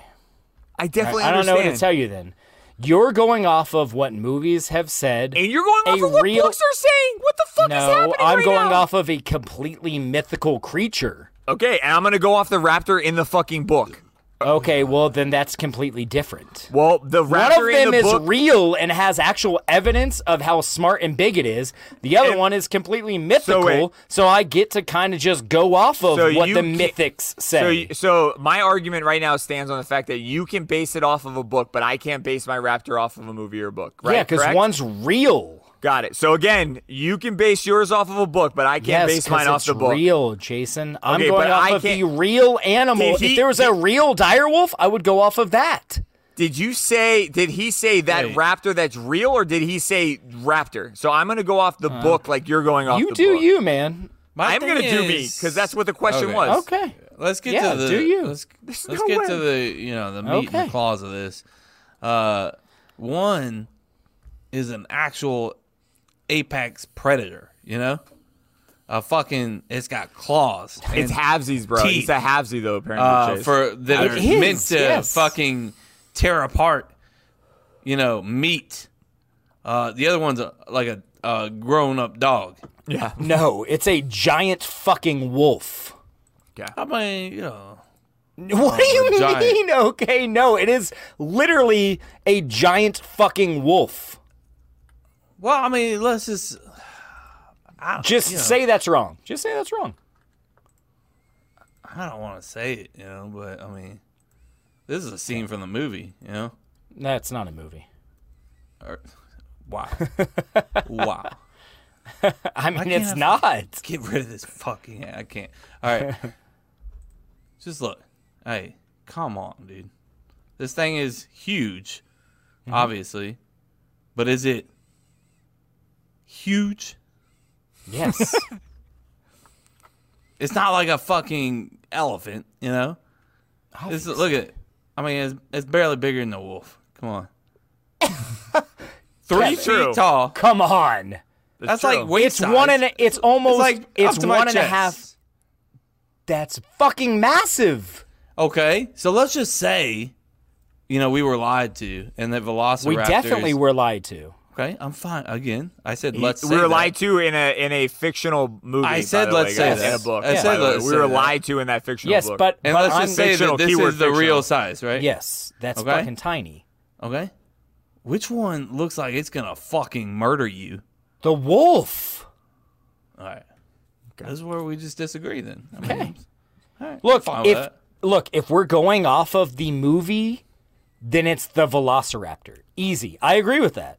A: I definitely
D: I, I don't know
A: understand.
D: what to tell you then. You're going off of what movies have said,
A: And you're going off
D: a
A: of what
D: real,
A: books are saying. What the fuck is
D: No,
A: happening
D: I'm
A: right
D: going
A: now?
D: off of a completely mythical creature.
A: Okay, and I'm gonna go off the raptor in the fucking book.
D: Okay, well then that's completely different.
A: Well, the
D: One
A: raptor
D: of
A: in
D: them
A: the
D: is
A: book.
D: real and has actual evidence of how smart and big it is. The other one is completely mythical, so,
A: wait.
D: I get to kind of just go off of
A: So
D: what
A: you
D: the
A: can't-
D: mythics say.
A: So, you- so my argument right now stands on the fact that you can base it off of a book, but I can't base my raptor off of a movie or a book, right?
D: yeah, because
A: correct?
D: one's real.
A: Got it. So again, you can base yours off of a book, but I can't
D: yes,
A: base mine
D: 'cause
A: off
D: it's
A: the book.
D: real, Jason. I'm
A: Okay,
D: going
A: but
D: off
A: I
D: of the
A: can't-
D: real animal.
A: Did he-
D: if there was a real direwolf, I would go off of that.
A: Did you say? Did he say that raptor that's real, or did he say raptor? So I'm gonna go off
B: Uh,
A: the book, like you're going off.
D: You
A: the
D: do
A: book.
D: you, man.
A: I'm gonna do me because that's what the question
B: Okay.
A: was.
D: Okay.
B: Let's get
D: Yeah,
B: to the
D: do you.
B: let's,
D: There's
B: let's
D: no
B: get
D: way.
B: to the you know the meat and
D: Okay.
B: the claws of this. Uh, one is an actual apex predator. You know, a fucking it's got claws.
A: It's
B: and
A: halvesies, bro.
B: teeth,
A: It's a halvesy though, apparently.
B: uh,
A: Chase.
B: for that
A: It
B: are
A: is,
B: meant to
A: yes.
B: fucking tear apart. You know, meat. Uh, the other one's a, like a, a grown up dog.
A: Yeah.
D: No, it's a giant fucking wolf.
B: I mean, you know.
D: What do
B: a
D: you
B: giant.
D: mean? Okay, no, it is literally a giant fucking wolf.
B: Well, I mean, let's just
D: Just
B: Oh, yeah.
D: say that's wrong. Just say that's wrong.
B: I don't want to say it, you know, but I mean, this is a scene from the movie, you know.
D: That's not a movie.
B: Or, wow, wow.
D: I mean,
B: can't
D: it's
B: I-
D: not.
B: Get rid of this fucking. I can't. All right, just look. Hey, come on, dude. This thing is huge, obviously, but is it huge?
D: Yes.
B: It's not like a fucking elephant, you know. This is, look at. it. I mean, it's, it's barely bigger than a wolf. Come on. Three
D: Kevin.
B: feet
D: True.
B: tall.
D: Come on.
B: That's like waist
D: it's
B: size.
D: one and a, it's almost
B: like up
D: it's
B: to my
D: one and a
B: chest.
D: half. That's fucking massive.
B: Okay, so let's just say, you know, we were lied to, and that Velociraptors.
D: We definitely were lied to.
B: Okay, I'm fine. Again, I said
A: You-
B: let's.
A: we
B: say
A: were
B: that.
A: lied to in a in a fictional movie.
B: I
A: by
B: said
A: the
B: let's
A: way,
B: say
A: guys, in
B: that.
A: a book.
B: I
A: by
B: said
A: the way.
B: let's
A: we
B: say
A: were
B: that.
A: lied to in that fictional
D: Yes,
A: book.
D: but-
B: And
D: but
B: let's
D: I'm-
B: just say that
A: Fictional,
B: this
A: keyword
B: is the real
A: fictional.
B: size, right?
D: Yes, that's
B: Okay.
D: fucking tiny.
B: Okay. Which one looks like it's gonna fucking murder you?
D: The wolf.
B: All right. This is where we just disagree then. I mean, all right,
D: Look,
B: fine with
D: if
B: that.
D: look, if we're going off of the movie, then it's the Velociraptor. Easy. I agree with that.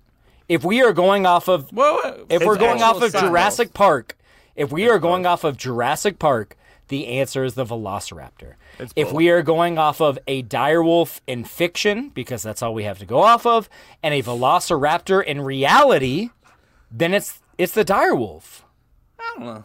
D: If we are going off of, if
B: uh, it's
D: we're going
B: actual
D: off of
B: science.
D: Jurassic Park, if we are going off of Jurassic Park, the answer is the Velociraptor. If we are going off of a direwolf in fiction, because that's all we have to go off of, and a Velociraptor in reality, then it's it's the direwolf.
B: I don't know.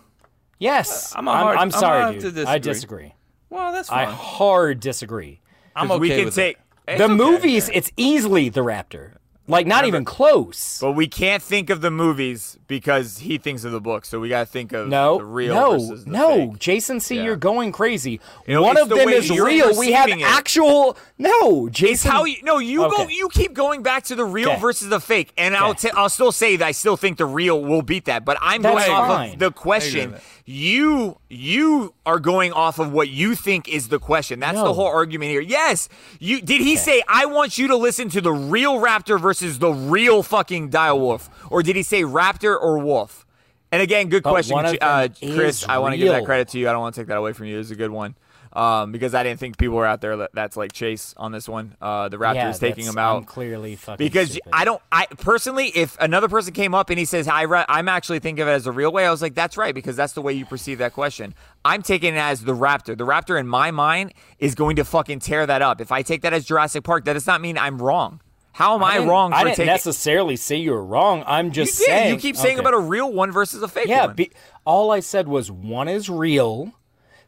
D: Yes,
B: Uh, I'm
D: I'm,
B: a
D: I'm,
B: hard- I'm
D: sorry,
B: hard
D: dude.
B: to
D: I
B: disagree.
D: disagree.
B: Well, that's
D: I
B: fine.
D: hard disagree.
B: I'm 'Cause we okay can with take- it.
D: the
B: It's okay.
D: movies. It's easily the Raptor. Like not even close.
A: But we can't think of the movies because he thinks of the book. So we got to think of
D: No,
A: the real
D: no,
A: versus the
D: no, Jason. See, you're going crazy. One
A: it's
D: of
A: the
D: them
A: way
D: is
A: you're
D: real. We have
A: perceiving it.
D: actual. No, Jason.
A: How you, no, you go.
D: Okay.
A: You keep going back to the real
D: Okay.
A: versus the fake, and I'll t- I'll still say that I still think the real will beat that. But I'm
D: That's
A: going off
D: fine.
A: of the
D: I agree
A: question.
D: with
A: You you are going off of what you think is the question. That's the
D: No.
A: whole argument here. Yes, you did. He say I want you to listen to the real raptor versus the real fucking dire wolf, or did he say raptor or wolf? And again, good
D: But
A: question,
D: one of
A: Ch- uh,
D: them
A: Chris.
D: is
A: I want to give that
D: real.
A: credit to you. I don't want to take that away from you. It was a good one. Um, because I didn't think people were out there that- that's like Chase on this one. Uh, the Raptors
D: Yeah,
A: taking
D: that's-
A: him out
D: I'm clearly fucking
A: because
D: stupid.
A: I don't. I personally, if another person came up and he says, "I, ra- I'm actually thinking of it as a real way," I was like, "That's right," because that's the way you perceive that question. I'm taking it as the Raptor. The Raptor in my mind is going to fucking tear that up. If I take that as Jurassic Park, that does not mean I'm wrong. How am I,
D: didn't-
A: wrong? For
D: I didn't
A: taking-
D: necessarily say you were wrong. I'm
A: You
D: just
A: did.
D: saying.
A: You keep saying
D: Okay.
A: about a real one versus a fake
D: yeah,
A: one.
D: be- all I said was one is real,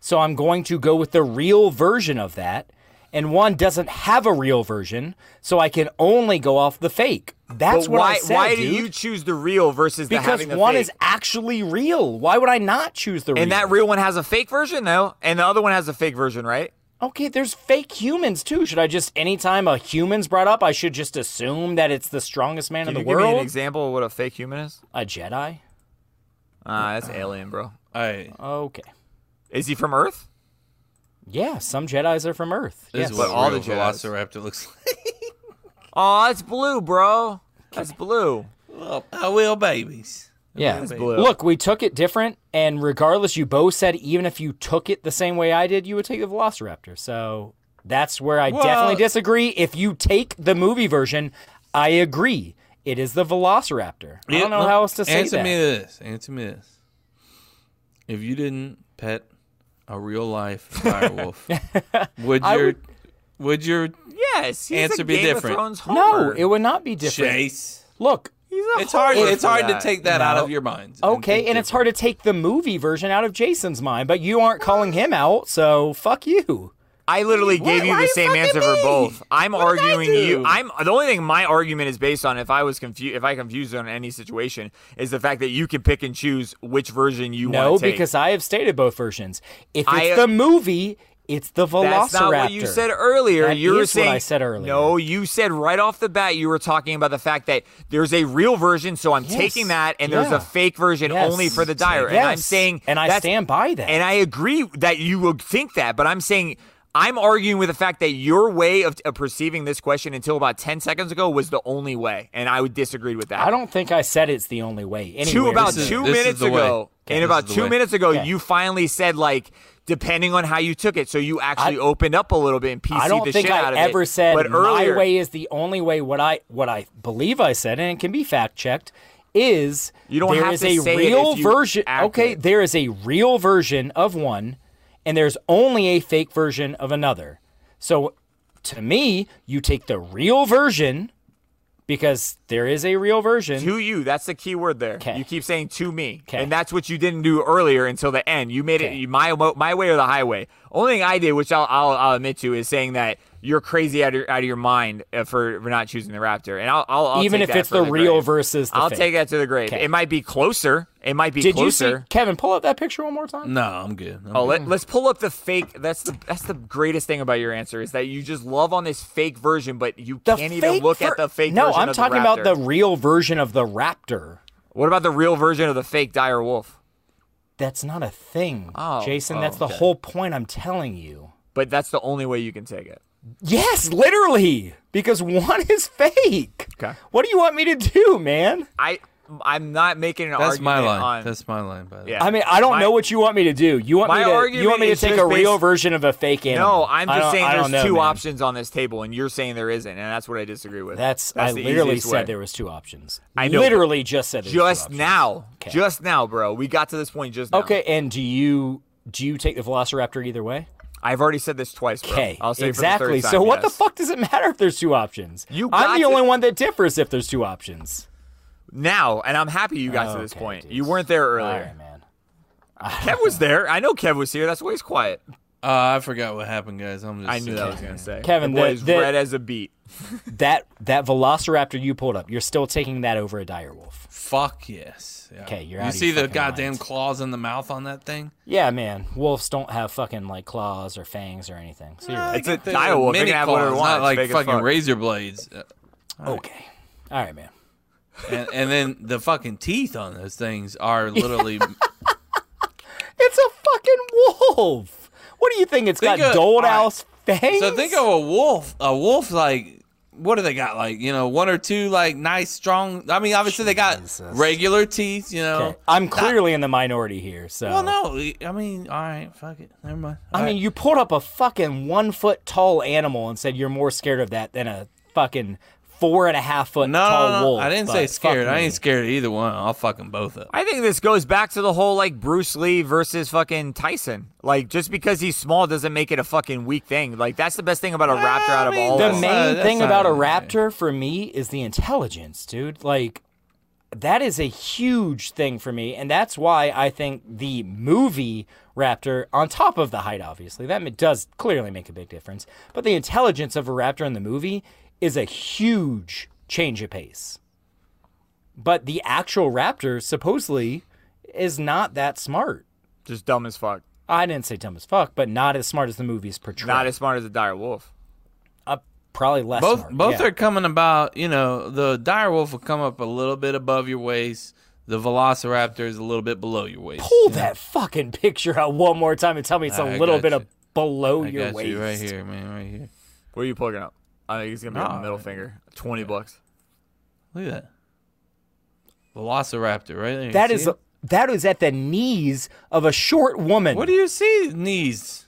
D: so I'm going to go with the real version of that, and one doesn't have a real version, so I can only go off the fake. That's
A: but
D: what
A: why,
D: I said,
A: why
D: dude.
A: do you choose the real versus the
D: because
A: having the
D: one
A: fake?
D: is actually real. Why would I not choose the real?
A: And that real one has a fake version though, and the other one has a fake version, right?
D: Okay, there's fake humans too. Should I just anytime a human's brought up, I should just assume that it's the strongest man
A: Can
D: in the
A: you give
D: world?
A: me an example of what a fake human is?
D: A Jedi.
B: Uh,
A: Ah, that's alien, bro.
B: I
D: okay.
A: Is he from Earth?
D: Yeah, some Jedi's are from Earth.
B: This
D: yes.
B: is what all the Velociraptor looks like.
A: Oh, it's blue, bro. That's blue.
B: Well, I will, babies.
D: Yeah.
B: It's blue.
D: Look, we took it different, and regardless, you both said even if you took it the same way I did, you would take the Velociraptor. So that's where I
B: Well-
D: definitely disagree. If you take the movie version, I agree. It is the Velociraptor. I
B: Yeah,
D: don't know
B: no,
D: how else to say
B: answer
D: that.
B: me this. Answer me this. If you didn't pet a real life direwolf, would
D: I
B: your would,
D: would-
B: your
A: Yes, he's
B: answer
A: a
B: be
A: Game of
B: different?
A: Thrones
D: no,
A: Homer.
D: it would not be different.
B: Chase.
D: Look,
B: It's hard.
D: Homer
B: It's
D: for
B: hard
D: that.
B: to take that out
D: No.
B: of your mind.
D: Okay, and it's hard to take the movie version out of Jason's mind, but you aren't calling him out, so fuck you.
A: I literally gave you the same answer for both. I'm arguing you.
D: do?
A: I'm the only thing my argument is based on. If I was confused, if I confused on any situation, is the fact that you can pick and choose which version you
D: no,
A: want to take.
D: because I have stated both versions. If it's
A: I- uh,
D: the movie, it's the Velociraptor.
A: That's not what you said earlier.
D: That
A: you were
D: is
A: saying
D: what I said earlier.
A: No, you said right off the bat you were talking about the fact that there's a real version, so I'm
D: Yes.
A: taking that, and there's
D: Yeah.
A: a fake version
D: Yes.
A: only for the dire. And I'm
D: Yes.
A: saying,
D: And I
A: that's-
D: stand by that.
A: And I agree that you would think that, but I'm saying. I'm arguing with the fact that your way of, of perceiving this question until about 10 seconds ago was the only way, and I would disagree with that
D: I don't think I said it's the only way.
A: two
D: anywhere.
A: about two minutes ago,
D: Okay,
A: and
D: this
A: about
D: is the
A: two
D: way.
A: minutes ago,
D: Okay.
A: you finally said like, depending on how you took it. So you actually
D: I-
A: opened up a little bit and PC'd
D: I don't
A: the
D: think
A: shit
D: I
A: out of it.
D: ever said
A: but earlier,
D: my way is the only way. What I what I believe I said, and it can be fact checked, is
A: You don't
D: there
A: have
D: is
A: to say
D: a
A: it if
D: real
A: you
D: version.
A: act
D: Okay, there is a real version of one, and there's only a fake version of another. So, to me, you take the real version because there is a real version.
A: to you, that's the key word there. You keep saying to me, and that's what you didn't do earlier until the end. You made it my mo- my way or the highway. Only thing I did, which I'll I'll, I'll admit to, is saying that. You're crazy out of, out of your mind uh, for, for not choosing the Raptor, and I'll, I'll, I'll
D: Even
A: take
D: if
A: that
D: it's
A: for
D: the real
A: grave.
D: versus the
A: I'll
D: fake.
A: take that to the grave.
D: Okay.
A: It might be closer. It might be
D: Did
A: closer.
D: you see Kevin pull up that picture one more time?
B: No, I'm good. I'm
A: Oh,
B: good.
D: Mm.
A: let, let's pull up the fake. That's the that's the greatest thing about your answer is that you just love on this fake version, but you can't even
D: fake
A: look
D: ver-
A: at the fake.
D: No,
A: version
D: I'm
A: of
D: talking
A: the
D: about the real version of the Raptor.
A: What about the real version of the fake dire wolf?
D: That's not a thing,
A: Oh,
D: Jason.
A: oh,
D: that's the
A: okay.
D: whole point I'm telling you.
A: But that's the only way you can take it.
D: Yes, literally, because one is fake.
A: Okay.
D: What do you want me to do, man?
A: I I'm not making an
B: That's
A: argument
B: my line.
A: on.
B: That's my line. By the way.
A: Yeah.
D: I mean, I don't
A: My-
D: know what you want me to do. You want
A: my
D: me to
A: argument
D: you want me to
A: is
D: take
A: just
D: a real
A: based-
D: version of a fake animal?
A: No, I'm
D: I
A: just
D: don't- I
A: saying there's
D: don't know,
A: two
D: man.
A: options on this table, and you're saying there isn't, and that's what I disagree with.
D: That's, I
A: the
D: literally
A: easiest
D: said
A: way.
D: there was two options.
A: I know,
D: literally just said there was two
A: Just
D: options.
A: now,
D: Okay.
A: just now, bro. We got to this point just now.
D: Okay, and do you do you take the Velociraptor either way?
A: I've already said this twice. Bro.
D: Okay,
A: I'll say it for the third
D: exactly.
A: time,
D: so what the
A: yes.
D: fuck does it matter if there's two options?
A: You got
D: I'm
A: to-
D: the only one that differs if there's two options.
A: now? And I'm happy you got to this
D: Okay,
A: point. You weren't there earlier,
D: right,
A: man. Kev was there. I know Kev was here. That's why he's quiet.
B: Uh, I forgot what happened, guys. I'm just.
A: I knew that
B: sitting
A: was
B: here.
A: gonna say.
D: Kevin,
A: the boy
D: that-
A: is
D: that-
A: red as a beet.
D: that that Velociraptor you pulled up, you're still taking that over a direwolf.
B: Fuck yes. Yeah.
D: Okay, you're
B: You
D: out of
B: see
D: your
B: the
D: fucking
B: goddamn
D: minds.
B: claws in the mouth on that thing?
D: Yeah, man. Wolves don't have fucking like claws or fangs or anything. So you're right.
A: It's a
B: They're
A: direwolf. They
B: mini
A: can have whatever they want.
B: claws, not
A: It's
B: like
A: big as
B: fucking
A: fuck.
B: razor blades. Uh, all right.
D: Okay. All right, man.
B: and, and then the fucking teeth on those things are literally.
D: It's a fucking wolf. What do you think? It's
B: Think
D: got
B: of-
D: dolled
B: all right.
D: house fangs.
B: So think of a wolf. A wolf, like, what do they got? Like, you know, one or two, like, nice, strong. I mean, obviously, they got regular teeth, you know.
D: Okay. I'm clearly in the minority here. So
B: Well, no. I mean, all right, fuck it. Never mind.
D: I mean, you pulled up a fucking one foot tall animal and said you're more scared of that than a fucking four and a half foot
B: No,
D: tall
B: no, no,
D: wolf.
B: I didn't
D: but
B: say
D: fuck
B: scared. I
D: me.
B: ain't scared of either one. I'll fuck them both up.
A: I think this goes back to the whole like Bruce Lee versus fucking Tyson. Like just because he's small doesn't make it a fucking weak thing. Like that's the best thing about a raptor out of all
D: the
A: of them.
D: main thing about a
B: really
D: raptor for me is the intelligence, dude. Like that is a huge thing for me, and that's why I think the movie raptor, on top of the height, obviously, that ma- does clearly make a big difference. But the intelligence of a raptor in the movie is a huge change of pace. But the actual raptor supposedly is not that smart.
A: Just dumb as fuck.
D: I didn't say dumb as fuck, but not as smart as the movies portray.
A: Not as smart as a dire wolf.
D: uh, probably less.
B: both
D: smart,
B: both
D: yeah.
B: are coming about. You know, the dire wolf will come up a little bit above your waist. The velociraptor is a little bit below your waist.
D: pull that fucking picture out one more time and tell me it's a
B: I
D: little
B: got
D: bit
B: you.
D: of below
B: I
D: your
B: got
D: waist.
B: you right here, man, right here.
A: What are you plugging up? I think it's gonna be on
B: No.
A: the middle finger. Twenty bucks.
B: Look at that velociraptor right there. You
D: That
B: see
D: is
B: it?
D: that is at the knees of a short woman.
B: What do you see? Knees.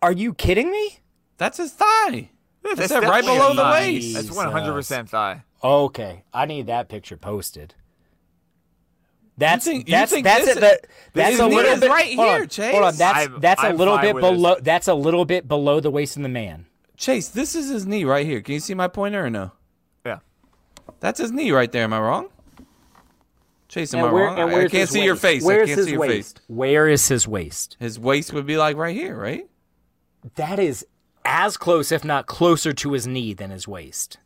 D: Are you kidding me?
B: That's his thigh. That's,
A: That's
B: it right
A: definitely
B: below
A: a
B: the
A: thigh.
B: waist.
A: That's one hundred percent thigh.
D: Okay, I need that picture posted. That's
B: think- you
D: that's
B: think
D: that's
B: this
D: at the
B: is-
D: that's
B: his
D: a
B: knee
D: little
B: is
D: bit
B: right
D: hold on,
B: here, Chase.
D: Hold on, that's
A: I'm-
D: that's
A: I'm
D: a little
A: fine
D: bit
A: with this.
D: below. That's a little bit below the waist in the man.
B: Chase, this is his knee right here. Can you see my pointer or no?
A: Yeah.
B: That's his knee right there. Am I wrong? Chase, am
D: And
B: I
D: where-
B: wrong?
D: and
B: I- I
D: where's
B: can't
D: his
B: see your
D: waist?
B: face. I
D: Where's
B: can't
D: his
B: see your
D: waist? Where is his waist?
B: face. His waist would be like right here, right?
D: That is as close, if not closer, to his knee than his waist.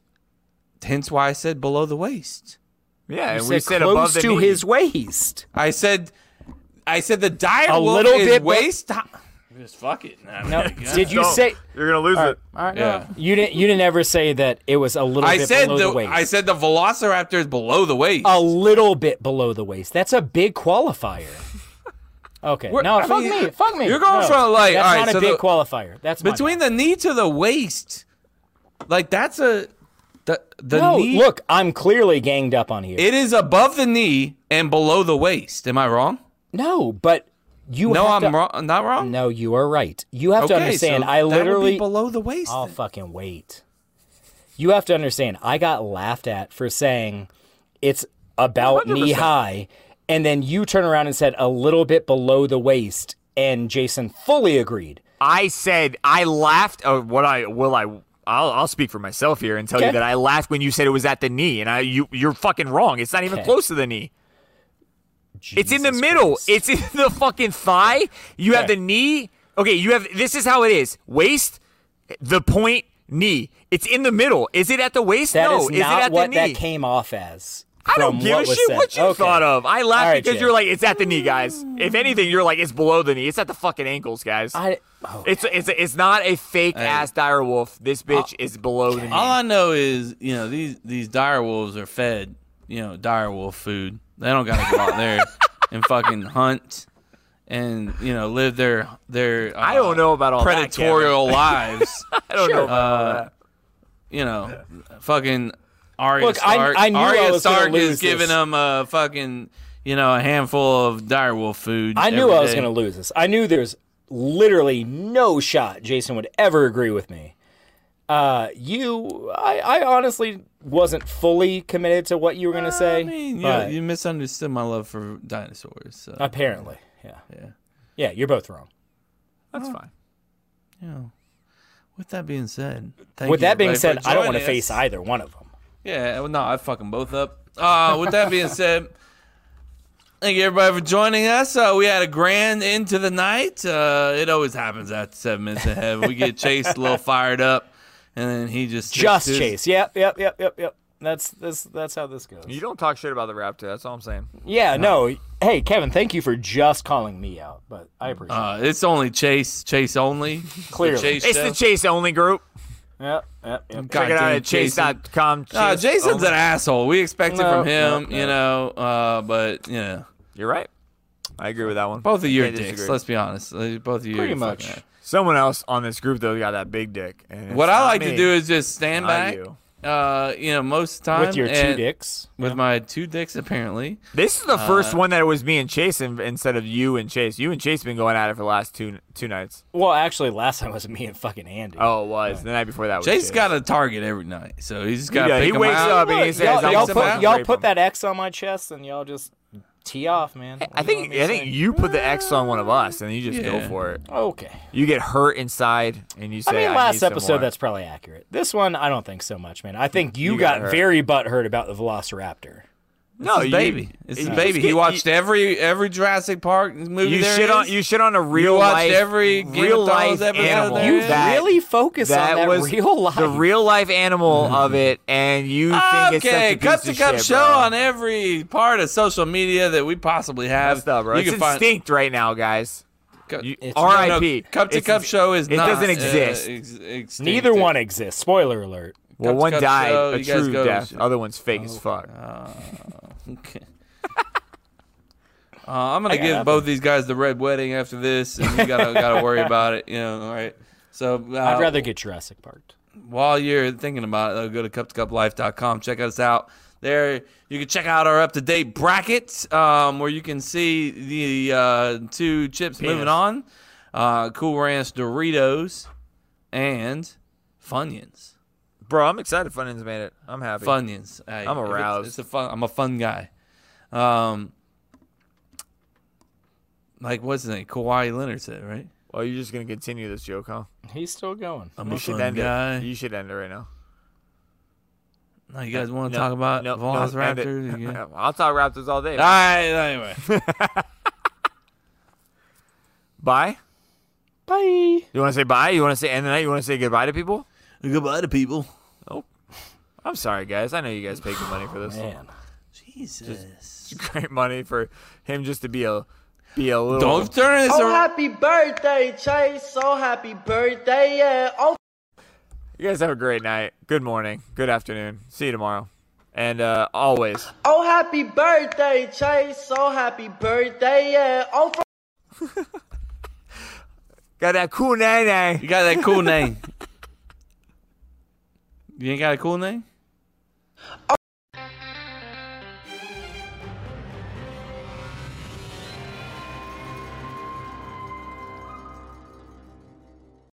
B: Hence why I said below the waist.
A: Yeah,
D: You
A: and we
D: said
A: said
D: close
A: above the
D: to
A: knee.
D: his waist.
B: I said, I said the dire
D: A
B: wolf
D: little
B: is
D: bit, but-
B: waist. hi- Just fuck it.
D: No, did you
A: Don't.
D: say?
A: You're gonna lose
D: All
A: it.
D: right, all right, no.
B: Yeah.
D: You didn't. You didn't ever say that it was a little
B: I
D: bit
B: said
D: below
B: the,
D: the waist.
B: I said the Velociraptor is below the waist.
D: a little bit below the waist. That's a big qualifier. Okay.
B: We're-
D: no,
B: I
D: fuck
B: mean,
D: me. Fuck me.
B: you're going
D: No,
B: from, like,
D: that's
B: all right,
D: not
B: so
D: a big
B: the-
D: qualifier. That's my
B: Between
D: bad.
B: the knee to the waist, like that's a the the
D: no.
B: knee.
D: Look, I'm clearly ganged up on here.
B: it is above the knee and below the waist. Am I wrong?
D: no, but you.
B: no,
D: have
B: I'm
D: to,
B: wrong. Not wrong.
D: No, you are right. You have to
B: Okay,
D: understand.
B: so
D: I
B: that would be
D: literally Oh,
B: below the waist.
D: I'll
B: then.
D: fucking wait. You have to understand, I got laughed at for saying it's about knee
A: 100%.
D: high, and then you turn around and said a little bit below the waist, and Jason fully agreed.
A: I said I laughed. Uh, what I will I. I'll, I'll speak for myself here and tell
D: Okay.
A: you that I laughed when you said it was at the knee, and I you you're fucking wrong. It's not even
D: Okay.
A: close to the knee. it's in the
D: Jesus
A: middle.
D: Christ.
A: It's in the fucking thigh. You have
D: Okay.
A: the knee. Okay, you have this is how it is. Waist, the point, knee. It's in the middle. Is it at the waist?
D: That
A: no.
D: is
A: is it
D: not
A: at
D: what
A: the knee?
D: that came off as.
A: I don't
D: from
A: give a
D: was
A: shit
D: said.
A: what you
D: Okay.
A: thought of. I laughed
D: All right,
A: because
D: Jay.
A: you're like, it's at the knee, guys. If anything, you're like, it's below the knee. It's at the fucking ankles, guys.
D: I, oh,
A: It's it's it's not a fake ass dire wolf.
B: Uh,
A: This bitch is below the knee.
B: All I know is, you know, these these dire wolves are fed, you know, dire wolf food. They don't gotta go out there and fucking hunt and you know live their their. Uh,
A: I don't know about all that, Kevin.
B: predatorial lives.
A: I don't know. About
B: Uh, you know, fucking Arya
D: Look, I-
B: Stark.
D: I knew I
B: Arya
D: was gonna
B: Stark is
D: lose
B: giving
D: this.
B: them a fucking, you know, a handful of direwolf food.
D: I knew
B: every
D: I was
B: day.
D: going to lose this. I knew there was literally no shot Jason would ever agree with me. Uh, you, I, I honestly wasn't fully committed to what you were going to say.
B: I mean, you,
D: eh? but
B: you misunderstood my love for dinosaurs. So.
D: Apparently, yeah,
B: yeah,
D: yeah. You're both wrong.
A: That's
B: fine. Yeah. With that being said, thank
D: With
B: you
D: that being
B: everybody for
D: said, I don't want to
B: joining us.
D: face either one of them.
B: Yeah, well, no, I fuck them both up. Uh, with that being said, thank you everybody for joining us. Uh, we had a grand end to the night. Uh, it always happens after seven minutes of heaven. We get Chase a little fired up, and then he just sticks
D: Just
B: to his-
D: Chase. Yep, yep, yep, yep, yep. That's this. That's how this goes.
A: You don't talk shit about the Raptor. That's all I'm saying.
D: Yeah,
B: uh,
D: no. Hey, Kevin, thank you for just calling me out, but I appreciate
B: Uh, it's only Chase, Chase only.
D: Clearly.
B: The Chase
A: it's
B: show.
A: the Chase only group.
D: it. Yep, yep, yep.
A: Check it out
B: Goddamn
A: at chase.com.
B: Uh,
A: Chase
B: Jason's
A: only.
B: an asshole. We expected
A: No,
B: from him,
A: no, no.
B: you know. Uh, but you know,
A: You're right. I agree with that one.
B: both of you are
A: Can't
B: dicks.
A: disagree.
B: Let's be honest. Uh, Both of you.
A: Pretty
B: are
A: much.
B: fucking-
A: Someone else on this group though got that big dick. and it's
B: What I
A: not
B: like
A: me.
B: to do is just stand
A: Not
B: back.
A: you.
B: Uh, you know, most of the time
A: With your two
B: and-
A: dicks,
B: With my two dicks, apparently.
A: This is the
B: Uh,
A: first one that it was me and Chase in, instead of you and Chase. You and Chase been going at it for the last two two nights.
D: Well, actually, last time was me and fucking Andy.
A: Oh, it was. The night before that was
B: Jake's
A: Chase.
B: got a target every night, so he's just
A: He
B: got.
A: does. He wakes up and he
D: Look,
A: says,
D: y'all,
A: "I'm
D: y'all
A: gonna
D: put,
A: fucking
D: y'all
A: rape
D: put that X on my chest, and y'all just tee off, man.
A: I think I think you put the X on one of us, and you just
D: Yeah.
A: go for it.
D: Okay.
A: You get hurt inside, and you say,
D: I mean,
A: need
D: last
A: some
D: episode
A: more."
D: that's probably accurate. This one, I don't think so much, man. I think you,
A: You got
D: got,
A: hurt.
D: very butthurt about the Velociraptor.
A: No,
B: his
A: you-
B: baby. It's his
A: you
B: baby.
A: just
B: He
A: get-
B: watched every every Jurassic Park movie.
A: You
B: there
A: shit on
B: is.
A: you shit on a real
B: you watched
A: life
B: every Game
A: real
B: of Thrones
A: life
B: episode
A: animal.
B: there is.
A: That-
D: really focus on that
A: was
D: real life.
A: the real life animal of it, and you think it's such
B: Mm-hmm. Okay,
A: a
B: Cup
A: piece
B: to
A: of
B: Cup
A: shit,
B: show
A: bro.
B: on every part of social media that we possibly have.
A: Messed up, bro.
B: You
A: it's
B: can find-
A: extinct right now, guys. You-
B: It's-
A: R.I.P.
B: no, no, Cup to
A: It's-
B: Cup show is
A: it
B: not,
A: doesn't
B: uh,
A: exist.
B: ex- extinct.
D: Neither one exists. Spoiler alert.
A: well,
B: Cup to
A: one
B: Cup
A: died
B: show,
A: a
B: you guys
A: true
B: go- Oh,
A: death. Other one's fake as fuck.
B: Okay. Uh, I'm gonna
A: I got
B: give
A: nothing.
B: both these guys the red wedding after this, and you gotta gotta worry about it. You know, all right. So uh,
D: I'd rather get Jurassic Park.
B: while you're thinking about it, though, go to cup2cuplife.com. Check us out there. You can check out our up to date brackets um, where you can see the uh, two chips
A: Penis.
B: moving on uh, Cool Ranch Doritos and Funyuns.
A: Bro, I'm excited. Funyuns made it. I'm happy.
B: Funyuns. Hey,
A: I'm
B: if it's-
A: aroused.
B: It's, a fun. I'm a fun guy. Um, like what's his name? Kawhi Leonard said, right?
A: Well, you're just gonna continue this joke, huh?
D: He's still going.
B: I'm
A: you
B: a
A: should
B: fun
A: end
B: guy.
A: it. You should end it right now.
B: No, you guys want to
A: No,
B: talk about
A: no, no, end it.
B: Velociraptors? again? All
A: I'll talk Raptors all day.
B: right. Anyway.
A: Bye.
D: Bye.
A: You want to say bye? You want to say end the night? You want to say goodbye to people?
B: Goodbye to people.
A: Oh, I'm sorry, guys. I know you guys paid good money for this.
D: Man.
B: Jesus.
A: It's great money for him just to be a be a little.
B: Don't turn this
P: Oh,
A: around.
P: happy birthday, Chase. Oh, happy birthday. Yeah. Oh,
A: You guys have a great night. Good morning. Good afternoon. See you tomorrow. And uh, always.
P: oh happy birthday, Chase. Oh, happy birthday. Yeah. Oh, for-
A: Got that cool name, name.
B: You got that cool name. you ain't got a cool name?